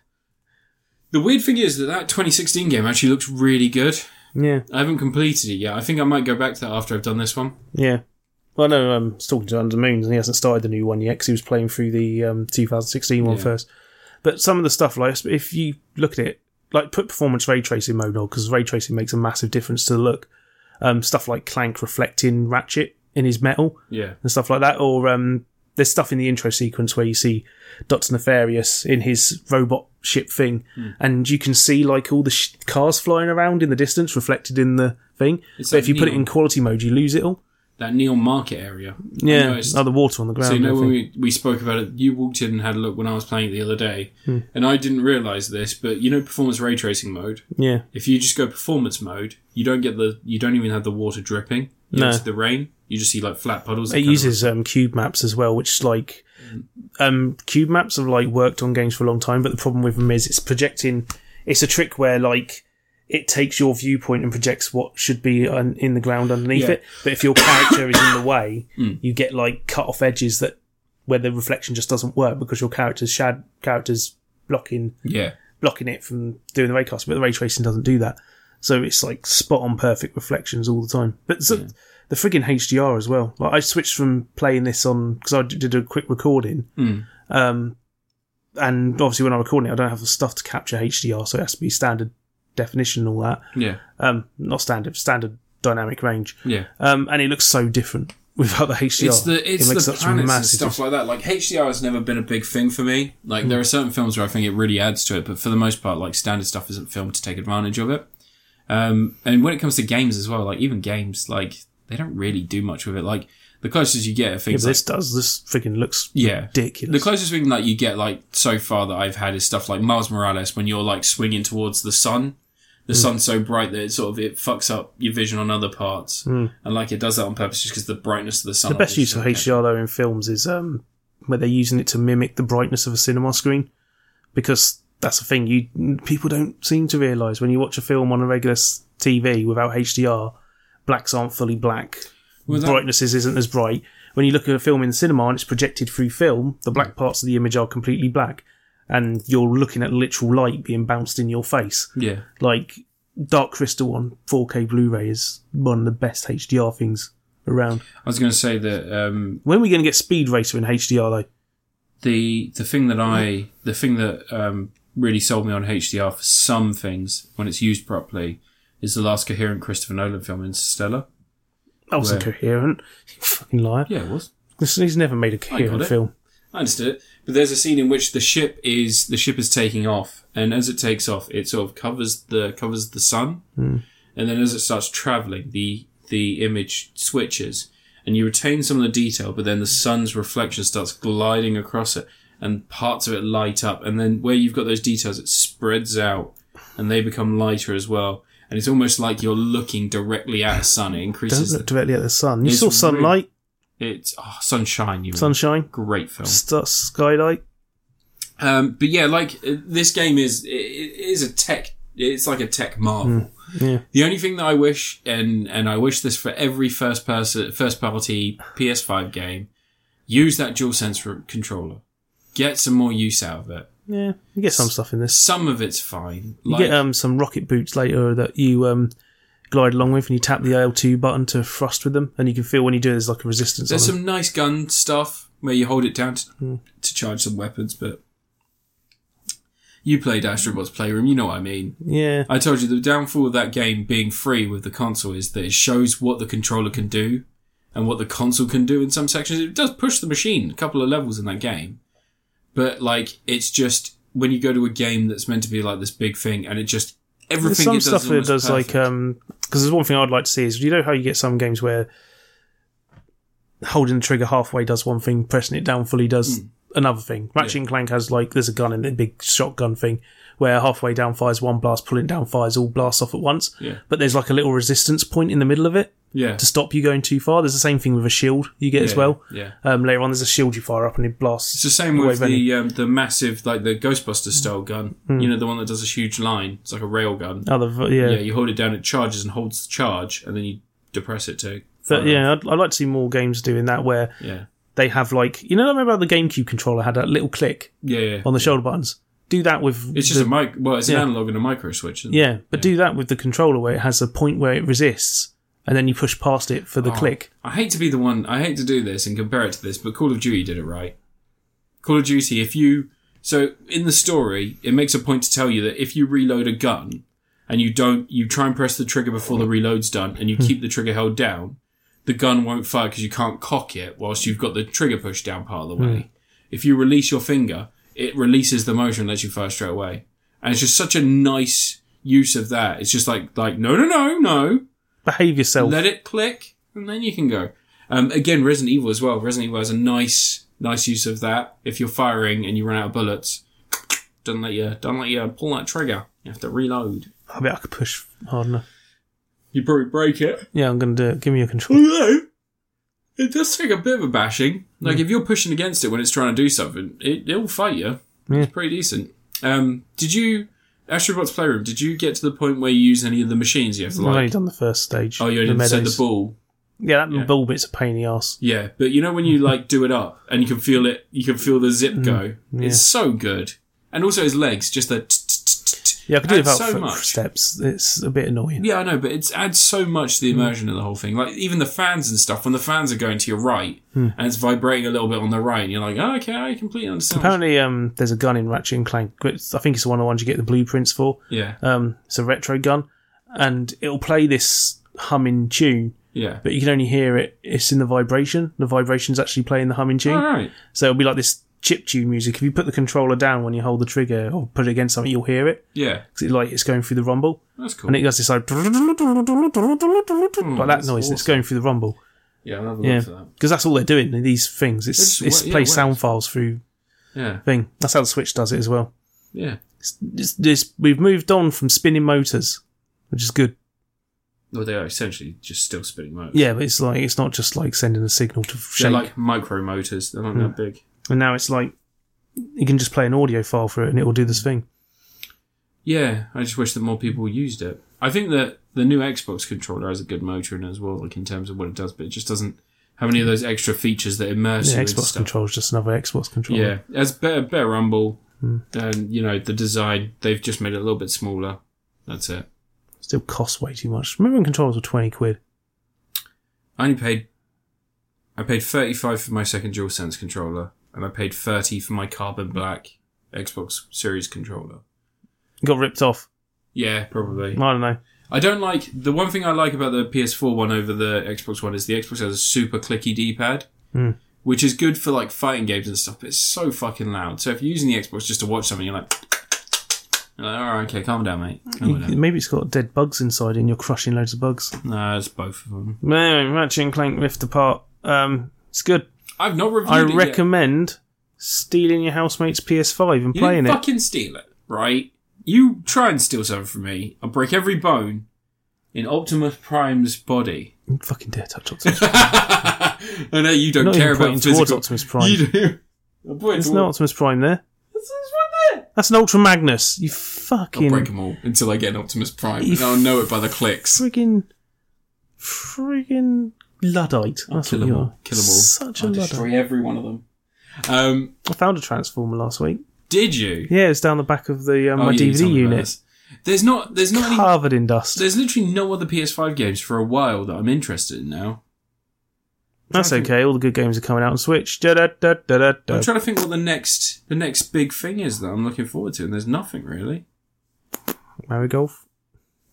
Speaker 1: the weird thing is that that 2016 game actually looks really good.
Speaker 2: yeah.
Speaker 1: I haven't completed it yet. I think I might go back to that after I've done this one.
Speaker 2: Yeah. Well, no, I'm talking to Under Moons, and he hasn't started the new one yet 'cause he was playing through the um, 2016 one
Speaker 1: Yeah.
Speaker 2: first. But some of the stuff, like if you look at it, like put performance ray tracing mode on because ray tracing makes a massive difference to the look. Um, stuff like Clank reflecting Ratchet in his metal
Speaker 1: Yeah.
Speaker 2: and stuff like that, or um, there's stuff in the intro sequence where you see Dr. Nefarious in his robot ship thing,
Speaker 1: Hmm.
Speaker 2: and you can see like all the sh- cars flying around in the distance reflected in the thing.
Speaker 1: It's
Speaker 2: but
Speaker 1: like
Speaker 2: if you put it
Speaker 1: neon.
Speaker 2: in quality mode, you lose it all.
Speaker 1: That Neon Market area. I
Speaker 2: Yeah,
Speaker 1: noticed.
Speaker 2: oh, the water on the ground.
Speaker 1: So you know
Speaker 2: I
Speaker 1: when
Speaker 2: think.
Speaker 1: we, we spoke about it, you walked in and had a look when I was playing it the other day,
Speaker 2: Hmm.
Speaker 1: and I didn't realise this, but you know performance ray tracing mode.
Speaker 2: yeah,
Speaker 1: If you just go performance mode, you don't get the you don't even have the water dripping. You
Speaker 2: No.
Speaker 1: just the rain. You just see like flat puddles. that
Speaker 2: it
Speaker 1: kind of-
Speaker 2: uses um, cube maps as well, which like um, cube maps have like worked on games for a long time, but the problem with them is it's projecting. It's a trick where like it takes your viewpoint and projects what should be un- in the ground underneath
Speaker 1: Yeah. Hmm.
Speaker 2: it. But if your character is in the way, you get like cut off edges that where the reflection just doesn't work because your character's shad character's blocking
Speaker 1: yeah.
Speaker 2: blocking it from doing the raycast, but the ray tracing doesn't do that. So it's like spot on perfect reflections all the time. But so, the friggin' HDR as well. Like I switched from playing this on because I d- did a quick recording,
Speaker 1: Hmm.
Speaker 2: um, and obviously when I'm recording it, I don't have the stuff to capture HDR, so it has to be standard definition and all that.
Speaker 1: Yeah.
Speaker 2: Um, not standard, standard dynamic range.
Speaker 1: Yeah.
Speaker 2: Um, and it looks so different without the HDR.
Speaker 1: It's the it's
Speaker 2: it makes
Speaker 1: the
Speaker 2: such a
Speaker 1: planets and
Speaker 2: massive
Speaker 1: stuff
Speaker 2: difference. Hmm.
Speaker 1: like that. Like HDR has never been a big thing for me. Like there are certain films where I think it really adds to it, but for the most part, like standard stuff isn't filmed to take advantage of it. Um, and when it comes to games as well, like even games, like they don't really do much with it. Like the closest you get, are
Speaker 2: Yeah,
Speaker 1: things
Speaker 2: but
Speaker 1: like
Speaker 2: this does. This friggin' looks
Speaker 1: yeah. The
Speaker 2: ridiculous.
Speaker 1: closest thing that you get, like so far that I've had, is stuff like Miles Morales when you're like swinging towards the sun. The
Speaker 2: Hmm.
Speaker 1: sun's so bright that it sort of it fucks up your vision on other parts, and like it does that on purpose just because the brightness of the sun.
Speaker 2: Hmm. The best
Speaker 1: is
Speaker 2: use of
Speaker 1: just-
Speaker 2: HDR though in films is um, where they're using it to mimic the brightness of a cinema screen, because that's the thing you people don't seem to realise when you watch a film on a regular s- TV without HDR, blacks aren't fully black,
Speaker 1: Well, that-
Speaker 2: brightnesses isn't as bright. When you look at a film in the cinema and it's projected through film, the black parts of the image are completely black, and you're looking at literal light being bounced in your face.
Speaker 1: Yeah,
Speaker 2: Like Dark Crystal on 4K Blu-ray is one of the best HDR things around.
Speaker 1: I was going to say that um,
Speaker 2: When are we going to get Speed Racer in HDR though?
Speaker 1: the the thing that I the thing that um, really sold me on HDR for some things when it's used properly is the last coherent Christopher Nolan film, Interstellar.
Speaker 2: That wasn't
Speaker 1: Where?
Speaker 2: coherent. You fucking liar.
Speaker 1: Yeah, it was.
Speaker 2: He's never made a
Speaker 1: got
Speaker 2: coherent
Speaker 1: it.
Speaker 2: film.
Speaker 1: I understood it. But there's a scene in which the ship is the ship is taking off, and as it takes off, it sort of covers the covers the sun, and then as it starts traveling, the the image switches, and you retain some of the detail, but then the sun's reflection starts gliding across it, and parts of it light up, and then where you've got those details, it spreads out, and they become lighter as well. And it's almost like you're looking directly at a sun. It
Speaker 2: Don't
Speaker 1: increases.
Speaker 2: look directly at the sun. You
Speaker 1: It's
Speaker 2: saw sunlight,
Speaker 1: the, it's oh, sunshine. You mean.
Speaker 2: sunshine,
Speaker 1: Great film.
Speaker 2: st- skylight.
Speaker 1: Um, but yeah, like uh, this game is it, it is a tech. It's like a tech marvel.
Speaker 2: Hmm. Yeah,
Speaker 1: The only thing that I wish, and and I wish this for every first person, first party PS5 game, use that DualSense re- controller. Get some more use out of it.
Speaker 2: yeah. You get some stuff in this.
Speaker 1: Some of it's fine.
Speaker 2: You
Speaker 1: Like,
Speaker 2: get um, some rocket boots later that you um, glide along with, and you tap the L2 button to thrust with them, and you can feel when you do, there's like a resistance.
Speaker 1: there's
Speaker 2: on
Speaker 1: some
Speaker 2: them.
Speaker 1: nice gun stuff where you hold it down to,
Speaker 2: Hmm.
Speaker 1: to charge some weapons, but you played Astrobot's Playroom. You know what I mean.
Speaker 2: Yeah,
Speaker 1: I told you the downfall of that game being free with the console is that it shows what the controller can do and what the console can do in some sections. It does push the machine a couple of levels in that game. But like it's just when you go to a game that's meant to be like this big thing and it just everything it does
Speaker 2: there's some stuff
Speaker 1: is
Speaker 2: that
Speaker 1: almost
Speaker 2: does
Speaker 1: perfect.
Speaker 2: like um, because there's one thing I'd like to see is you know how you get some games where holding the trigger halfway does one thing, pressing it down fully does
Speaker 1: Hmm.
Speaker 2: another thing. Ratchet and Clank has like there's a gun in it, a big shotgun thing where halfway down fires one blast, pulling down fires all blasts off at once.
Speaker 1: Yeah.
Speaker 2: But there's like a little resistance point in the middle of it
Speaker 1: yeah.
Speaker 2: to stop you going too far. There's the same thing with a shield you get uh, as
Speaker 1: Yeah,
Speaker 2: well.
Speaker 1: yeah.
Speaker 2: Um, later on, there's a shield you fire up and it blasts.
Speaker 1: It's the same
Speaker 2: away
Speaker 1: with
Speaker 2: any-
Speaker 1: the um, the massive like the Ghostbuster style gun. You know the one that does this huge line. It's like a rail gun.
Speaker 2: other. Hmm. Yeah,
Speaker 1: Yeah, you hold it down, it charges and holds the charge, and then you depress it to.
Speaker 2: but
Speaker 1: fire.
Speaker 2: yeah, I'd, I'd like to see more games doing that where
Speaker 1: yeah,
Speaker 2: they have like you know I remember how the GameCube controller had that little click
Speaker 1: yeah, yeah.
Speaker 2: on the shoulder buttons. Do that with
Speaker 1: It's just
Speaker 2: the-
Speaker 1: a mic. Well, it's
Speaker 2: yeah.
Speaker 1: an analog and a micro switch. Isn't it?
Speaker 2: yeah, but do that with the controller where it has a point where it resists, and then you push past it for the
Speaker 1: Oh,
Speaker 2: click.
Speaker 1: I hate to be the one. I hate to do this and compare it to this, but Call of Duty did it right. Call of Duty, if you so in the story, it makes a point to tell you that if you reload a gun and you don't, you try and press the trigger before the reload's done,
Speaker 2: Hmm.
Speaker 1: and you keep the trigger held down, the gun won't fire because you can't cock it whilst you've got the trigger pushed down part of the way.
Speaker 2: Hmm.
Speaker 1: If you release your finger, it releases the motion and lets you fire straight away. And it's just such a nice use of that. It's just like like no no no no
Speaker 2: Behave yourself.
Speaker 1: let it click, and then you can go. Um, again, Resident Evil as well. Resident Evil has a nice, nice use of that. If you're firing and you run out of bullets, don't let you, don't let you pull that trigger. You have to reload.
Speaker 2: I bet I could push hard enough.
Speaker 1: You probably break it.
Speaker 2: Yeah, I'm gonna do it. Give me your controller.
Speaker 1: Although, it does take a bit of a bashing. Like if you're pushing against it when it's trying to do something, it it'll fight you.
Speaker 2: Yeah.
Speaker 1: It's pretty decent. Um, did you, Astrobot's Playroom? Did you get to the point where you use any of the machines you have to
Speaker 2: I've only
Speaker 1: like?
Speaker 2: done the first stage.
Speaker 1: Oh, you only said the
Speaker 2: meadows.
Speaker 1: ball.
Speaker 2: Yeah, that
Speaker 1: Yeah.
Speaker 2: ball bit's a pain in the ass.
Speaker 1: Yeah, but you know when you like do it up and you can feel it, you can feel the zip go.
Speaker 2: Mm, yeah.
Speaker 1: It's so good, and also his legs, just the. t- t- t- t- t-
Speaker 2: Yeah, I could do it
Speaker 1: adds
Speaker 2: without
Speaker 1: so
Speaker 2: foot
Speaker 1: much.
Speaker 2: steps. It's a bit annoying.
Speaker 1: Yeah, I know, but it's adds so much to
Speaker 2: Mm.
Speaker 1: the immersion of the whole thing. Like even the fans and stuff. When the fans are going to your right
Speaker 2: Hmm.
Speaker 1: and it's vibrating a little bit on the right, and you're like, oh, okay, I completely understand.
Speaker 2: Apparently, um, there's a gun in Ratchet and Clank. It's- I think it's one of the ones you get the blueprints for.
Speaker 1: yeah,
Speaker 2: Um, it's a retro gun, and it'll play this humming tune,
Speaker 1: yeah.
Speaker 2: but you can only hear it. It's in the vibration. The vibration's actually playing the humming tune,
Speaker 1: All right.
Speaker 2: so it'll be like this chip tune music. If you put the controller down when you hold the trigger or put it against something, you'll hear it.
Speaker 1: Yeah,
Speaker 2: 'Cause it, like it's going through the rumble,
Speaker 1: that's cool.
Speaker 2: and it does this like, like that
Speaker 1: Hmm, that's
Speaker 2: noise that's
Speaker 1: awesome.
Speaker 2: going through the rumble.
Speaker 1: yeah, I'll have a look
Speaker 2: Yeah,
Speaker 1: for that.
Speaker 2: because that's all they're doing. These things, it's
Speaker 1: It's-
Speaker 2: it's
Speaker 1: yeah,
Speaker 2: play
Speaker 1: it
Speaker 2: sound
Speaker 1: works.
Speaker 2: files through
Speaker 1: Yeah,
Speaker 2: thing. That's how the Switch does it as well.
Speaker 1: yeah.
Speaker 2: It's, it's, it's- we've moved on from spinning motors, which is good.
Speaker 1: Well, they are essentially just still spinning motors.
Speaker 2: Yeah, but it's like it's not just like sending a signal to
Speaker 1: They're
Speaker 2: shake, Hmm.
Speaker 1: like micro motors. They're not that big.
Speaker 2: and now it's like you can just play an audio file for it, and it will do this thing.
Speaker 1: Yeah, I just wish that more people used it. I think that the new Xbox controller has a good motor in it as well, like in terms of what it does, but it just doesn't have any of those extra features that immerse
Speaker 2: The
Speaker 1: you into
Speaker 2: Xbox
Speaker 1: stuff.
Speaker 2: controller is just another Xbox controller. Hmm.
Speaker 1: Yeah, it has better, better rumble, and you know the design. They've just made it a little bit smaller. That's it.
Speaker 2: still costs way too much. Remember when controllers were twenty quid?
Speaker 1: I only paid, I paid thirty five for my second DualSense controller, and I paid thirty for my carbon black Xbox Series controller.
Speaker 2: Got ripped off.
Speaker 1: Yeah, probably.
Speaker 2: I don't know.
Speaker 1: I don't like the one thing I like about the PS4 one over the Xbox one is the Xbox has a super clicky D pad,
Speaker 2: Hmm.
Speaker 1: which is good for like fighting games and stuff. But it's so fucking loud. So if you're using the Xbox just to watch something, you're like, you're like all right, okay, calm down, mate. Calm down.
Speaker 2: Maybe it's got dead bugs inside and you're crushing loads of bugs.
Speaker 1: No, it's both of them.
Speaker 2: No, Ratchet and Clank Rift Apart. Um, it's good.
Speaker 1: I've not reviewed.
Speaker 2: I
Speaker 1: it yet.
Speaker 2: recommend stealing your housemate's PS5 and
Speaker 1: You
Speaker 2: playing
Speaker 1: didn't
Speaker 2: it.
Speaker 1: fucking steal it, right? You try and steal something from me, I'll break every bone in Optimus Prime's body.
Speaker 2: Don't fucking dare touch Optimus.
Speaker 1: I know you don't
Speaker 2: Not
Speaker 1: care
Speaker 2: even
Speaker 1: about
Speaker 2: pointing
Speaker 1: physical.
Speaker 2: towards Optimus Prime.
Speaker 1: You do. I'm pointing
Speaker 2: There's
Speaker 1: towards-
Speaker 2: no Optimus Prime there.
Speaker 1: It's- it's right there.
Speaker 2: That's an Ultra Magnus. You
Speaker 4: I'll break
Speaker 2: fucking
Speaker 4: them all until I get an Optimus Prime,
Speaker 2: You
Speaker 4: and I'll know it by the clicks.
Speaker 2: friggin' friggin' luddite.
Speaker 1: Oh,
Speaker 2: That's
Speaker 4: kill
Speaker 2: what
Speaker 4: 'em
Speaker 2: you
Speaker 4: all.
Speaker 2: are.
Speaker 4: Kill 'em all.
Speaker 2: Such a
Speaker 1: I'll
Speaker 2: luddite.
Speaker 1: destroy every one of them. Um,
Speaker 2: I found a transformer last week.
Speaker 1: did you?
Speaker 2: Yeah, it's down the back of the um,
Speaker 1: Oh,
Speaker 2: my
Speaker 1: you didn't tell
Speaker 2: DVD
Speaker 1: me about
Speaker 2: unit.
Speaker 1: this. There's not. There's not any.
Speaker 2: Covered in dust.
Speaker 1: There's literally no other PS5 games for a while that I'm interested in now.
Speaker 2: That's
Speaker 1: trying to
Speaker 2: okay. All the good games are coming out on Switch. Da da da da da da.
Speaker 1: I'm trying to think what the next the next big thing is that I'm looking forward to, and there's nothing really.
Speaker 2: Mario Golf.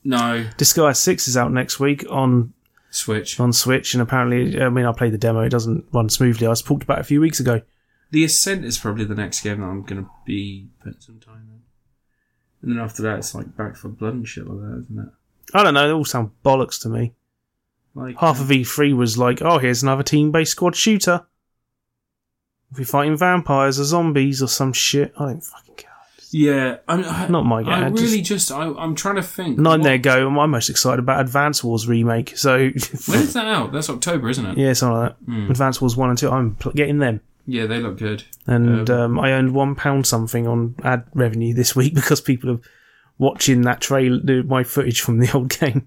Speaker 1: No
Speaker 2: Disguise Six is out next week on
Speaker 1: Switch.
Speaker 2: on Switch, and apparently, I mean, I played the demo. It doesn't run smoothly. I was talked about it a few weeks ago.
Speaker 1: The Ascent is probably the next game that I'm going to be putting some time in. And then after that, it's like Back for Blood and shit like that, isn't it?
Speaker 2: I don't know. They all sound bollocks to me.
Speaker 1: Like
Speaker 2: Half of E3 was like, "Oh, here's another team-based squad shooter. If you're fighting vampires or zombies or some shit, I don't fucking care."
Speaker 1: yeah, I'm I,
Speaker 2: Not my
Speaker 1: I
Speaker 2: game,
Speaker 1: really just, I, I'm trying to think.
Speaker 2: Nine
Speaker 1: What-
Speaker 2: there go. I'm most excited about Advance Wars remake. So,
Speaker 1: When is that out? That's October, isn't it?
Speaker 2: yeah, something like that.
Speaker 1: Mm.
Speaker 2: Advance Wars one and two. I'm pl- getting them.
Speaker 1: Yeah, they look good.
Speaker 2: and um, I earned one pound something on ad revenue this week because people are watching that trail the- my footage from the old game.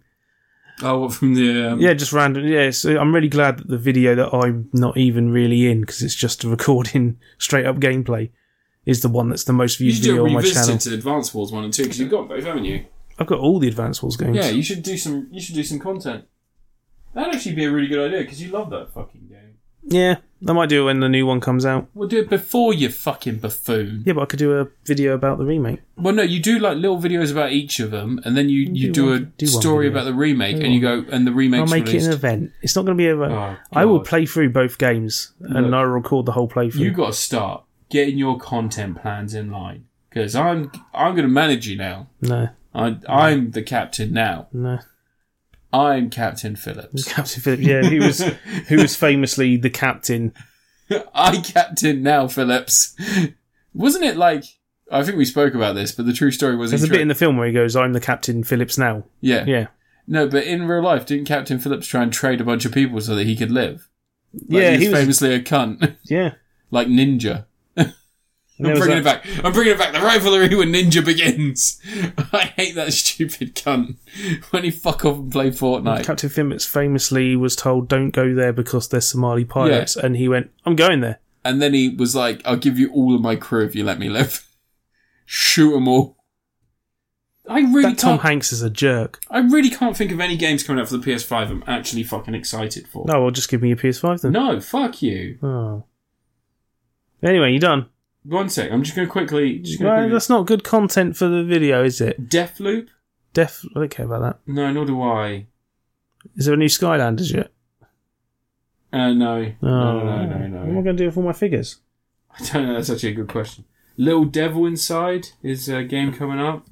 Speaker 1: Oh, what from the um,
Speaker 2: Yeah, just random. Yeah, so I'm really glad that the video that I'm not even really in because it's just a recording straight up gameplay is the one that's the most
Speaker 1: You
Speaker 2: viewed
Speaker 1: should do
Speaker 2: video
Speaker 1: a
Speaker 2: on my
Speaker 1: revisited
Speaker 2: channel.
Speaker 1: to Advanced Wars One and Two because you've got both, haven't you?
Speaker 2: I've got all the Advance Wars games.
Speaker 1: Yeah, you should do some. You should do some content. That'd actually be a really good idea because you love that fucking game.
Speaker 2: yeah, I might do it when the new one comes out.
Speaker 1: We'll do it before you fucking buffoon.
Speaker 2: Yeah, but I could do a video about the remake.
Speaker 1: Well, no, you do like little videos about each of them, and then you, you
Speaker 2: do
Speaker 1: do,
Speaker 2: one-
Speaker 1: a
Speaker 2: do one
Speaker 1: story
Speaker 2: video.
Speaker 1: about the remake,
Speaker 2: Do
Speaker 1: and you go and the
Speaker 2: I'll
Speaker 1: remake's
Speaker 2: make
Speaker 1: released.
Speaker 2: it an event. It's not going to be a.
Speaker 1: Oh,
Speaker 2: I will
Speaker 1: God.
Speaker 2: play through both games and
Speaker 1: Look.
Speaker 2: I'll record the whole playthrough.
Speaker 1: You got to start getting your content plans in line because I'm I'm going to manage you now.
Speaker 2: no,
Speaker 1: I I'm the captain now.
Speaker 2: no.
Speaker 1: I'm Captain Phillips.
Speaker 2: Captain Phillips, yeah, who was who was famously the captain.
Speaker 1: I captain now, Phillips. Wasn't it like? I think we spoke about this, but the true story was
Speaker 2: There's
Speaker 1: he
Speaker 2: a bit
Speaker 1: tried-
Speaker 2: in the film where he goes, "I'm the captain Phillips now."
Speaker 1: yeah.
Speaker 2: Yeah,
Speaker 1: no, but in real life, didn't Captain Phillips try and trade a bunch of people so that he could live? Like,
Speaker 2: yeah,
Speaker 1: he was,
Speaker 2: he was.
Speaker 1: famously a cunt,
Speaker 2: Yeah,
Speaker 1: like ninja.
Speaker 2: There
Speaker 1: I'm
Speaker 2: was
Speaker 1: bringing it
Speaker 2: that-
Speaker 1: back. I'm bringing it back. The rivalry when Ninja begins. I hate that stupid cunt. When he fuck off and play Fortnite.
Speaker 2: Captain Phillips famously was told, "Don't go there because they're Somali pirates," and he went, "I'm going there."
Speaker 1: And then he was like, I'll give you all of my crew if you let me live. Shoot them all. I really
Speaker 2: That Tom
Speaker 1: can't.
Speaker 2: Hanks is a jerk.
Speaker 1: I really can't think of any games coming out for the PS5 I'm actually fucking excited for.
Speaker 2: No, well, just give me your PS5 then.
Speaker 1: No, fuck you.
Speaker 2: Oh. Anyway, you done?
Speaker 1: One sec. I'm just going to quickly. Just gonna
Speaker 2: Well,
Speaker 1: quickly.
Speaker 2: that's not good content for the video, is it?
Speaker 1: Deathloop?
Speaker 2: Def, I don't care about that.
Speaker 1: No, nor do I.
Speaker 2: Is there a new Skylanders yet?
Speaker 1: Uh, no. No,
Speaker 2: Oh.
Speaker 1: no, no, no,
Speaker 2: What am I
Speaker 1: no.
Speaker 2: going to do with all my figures?
Speaker 1: I don't know. That's actually a good question. Little Devil Inside is a game coming up.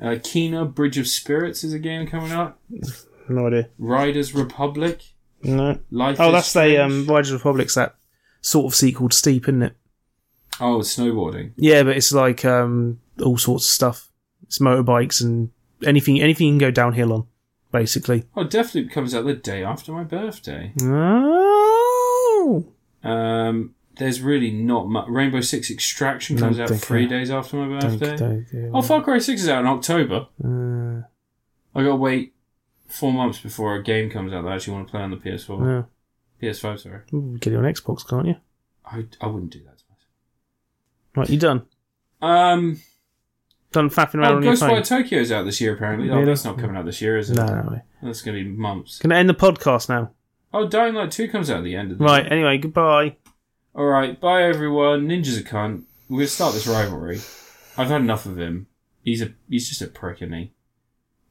Speaker 1: Uh, Kena Bridge of Spirits is a game coming up.
Speaker 2: No idea.
Speaker 1: Riders Republic.
Speaker 2: No.
Speaker 1: Life.
Speaker 2: Oh,
Speaker 1: is
Speaker 2: that's the
Speaker 1: Strange.
Speaker 2: um, Riders of the Republic's that sort of sequel to Steep, isn't it?
Speaker 1: Oh, snowboarding.
Speaker 2: Yeah, but it's like um, all sorts of stuff. It's motorbikes and anything anything you can go downhill on, basically.
Speaker 1: Oh, Deathloop comes out the day after my birthday.
Speaker 2: Oh,
Speaker 1: Um, there's really not much. Rainbow Six Extraction
Speaker 2: Don't
Speaker 1: comes out
Speaker 2: think
Speaker 1: three
Speaker 2: I-
Speaker 1: days after my
Speaker 2: don't,
Speaker 1: birthday.
Speaker 2: don't, do
Speaker 1: Oh,
Speaker 2: that.
Speaker 1: Far Cry 6 is out in October.
Speaker 2: Uh,
Speaker 1: I gotta wait four months before a game comes out that I actually want to play on the PS4.
Speaker 2: no.
Speaker 1: PS5, sorry.
Speaker 2: Ooh, Get it on Xbox, can't you?
Speaker 1: I, I wouldn't do that to myself.
Speaker 2: Right, you done?
Speaker 1: Um,
Speaker 2: Done faffing around
Speaker 1: oh,
Speaker 2: on your phone?
Speaker 1: Ghostwire Tokyo's out this year, apparently. Oh,
Speaker 2: Really?
Speaker 1: that's not coming out this year, is it?
Speaker 2: No, no, no.
Speaker 1: That's going to be months.
Speaker 2: Can I end the podcast now?
Speaker 1: Oh, Dying Light 2 comes out at the end of the
Speaker 2: Right. Anyway, goodbye.
Speaker 1: All right, bye, everyone. Ninja's a cunt. We're going to start this rivalry. I've had enough of him. He's a he's just a prick, isn't he?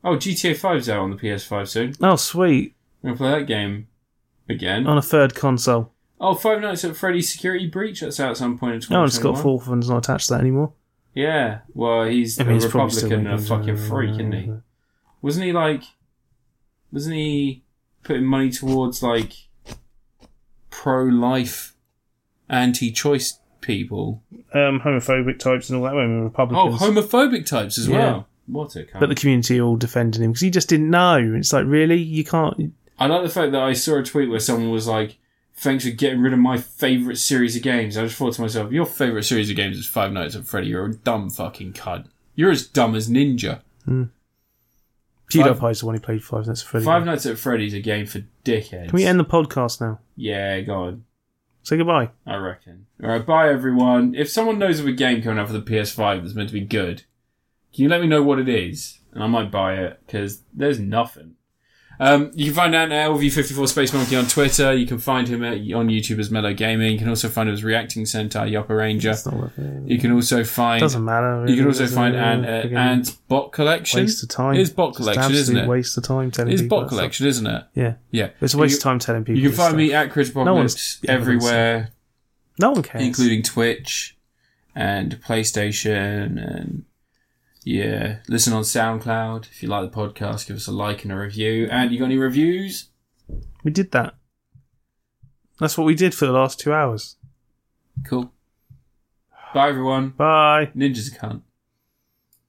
Speaker 1: Oh, GTA 5's out on the PS5 soon.
Speaker 2: Oh, sweet.
Speaker 1: I'm going to play that game again.
Speaker 2: Um, On a third console.
Speaker 1: Oh, Five Nights at Freddy's Security Breach. That's out at some point in
Speaker 2: No, and Scott
Speaker 1: 2021.
Speaker 2: Fulton's not attached to that anymore.
Speaker 1: Yeah. Well, he's
Speaker 2: I mean,
Speaker 1: a
Speaker 2: he's probably still
Speaker 1: Republican and a
Speaker 2: making- uh,
Speaker 1: fucking freak, isn't he? Wasn't he like? Wasn't he putting money towards like pro-life, anti-choice people?
Speaker 2: Um, homophobic types and all that. I mean,
Speaker 1: Oh,
Speaker 2: Republicans.
Speaker 1: homophobic types as
Speaker 2: Yeah.
Speaker 1: well. What a cunt.
Speaker 2: but the community all defended him because he just didn't know. It's like, really, you can't.
Speaker 1: I like the fact that I saw a tweet where someone was like, "Thanks for getting rid of my favorite series of games." I just thought to myself, "Your favorite series of games is Five Nights at Freddy. You're a dumb fucking cunt. You're as dumb as Ninja."
Speaker 2: PewDiePie's the one who played Five Nights at Freddy's.
Speaker 1: Five Nights at Freddy's a game for dickheads.
Speaker 2: Can we end the podcast now?
Speaker 1: Yeah, go on.
Speaker 2: Say goodbye.
Speaker 1: I reckon. All right, bye everyone. If someone knows of a game coming out for the PS5 that's meant to be good, can you let me know what it is, and I might buy it because there's nothing. Um, you can find out now with 54 Space Monkey on Twitter. You can find him at, on YouTube as Mellow Gaming. You can also find him as Reacting Sentai Yoppa Ranger.
Speaker 2: It's not worth it.
Speaker 1: You can also find
Speaker 2: Doesn't matter.
Speaker 1: you can
Speaker 2: really,
Speaker 1: also
Speaker 2: doesn't
Speaker 1: find
Speaker 2: matter.
Speaker 1: Ant at
Speaker 2: Fucking
Speaker 1: Ant's bot collection.
Speaker 2: waste of time.
Speaker 1: It is bot
Speaker 2: Just
Speaker 1: collection,
Speaker 2: absolute
Speaker 1: isn't it?
Speaker 2: Waste of time telling
Speaker 1: It is
Speaker 2: people.
Speaker 1: bot
Speaker 2: that stuff.
Speaker 1: collection, isn't it?
Speaker 2: Yeah,
Speaker 1: Yeah.
Speaker 2: it's a
Speaker 1: You
Speaker 2: waste of
Speaker 1: can-
Speaker 2: time telling people.
Speaker 1: You can
Speaker 2: this
Speaker 1: find
Speaker 2: stuff.
Speaker 1: me at Chris
Speaker 2: one's-
Speaker 1: Apocalypse
Speaker 2: yeah, everyone's-
Speaker 1: everywhere.
Speaker 2: No one cares.
Speaker 1: including Twitch and PlayStation and yeah, listen on SoundCloud. If you like the podcast, give us a like and a review. And you got any reviews?
Speaker 2: we did that. That's what we did for the last two hours.
Speaker 1: Cool. Bye everyone.
Speaker 2: Bye.
Speaker 1: Ninja's a cunt.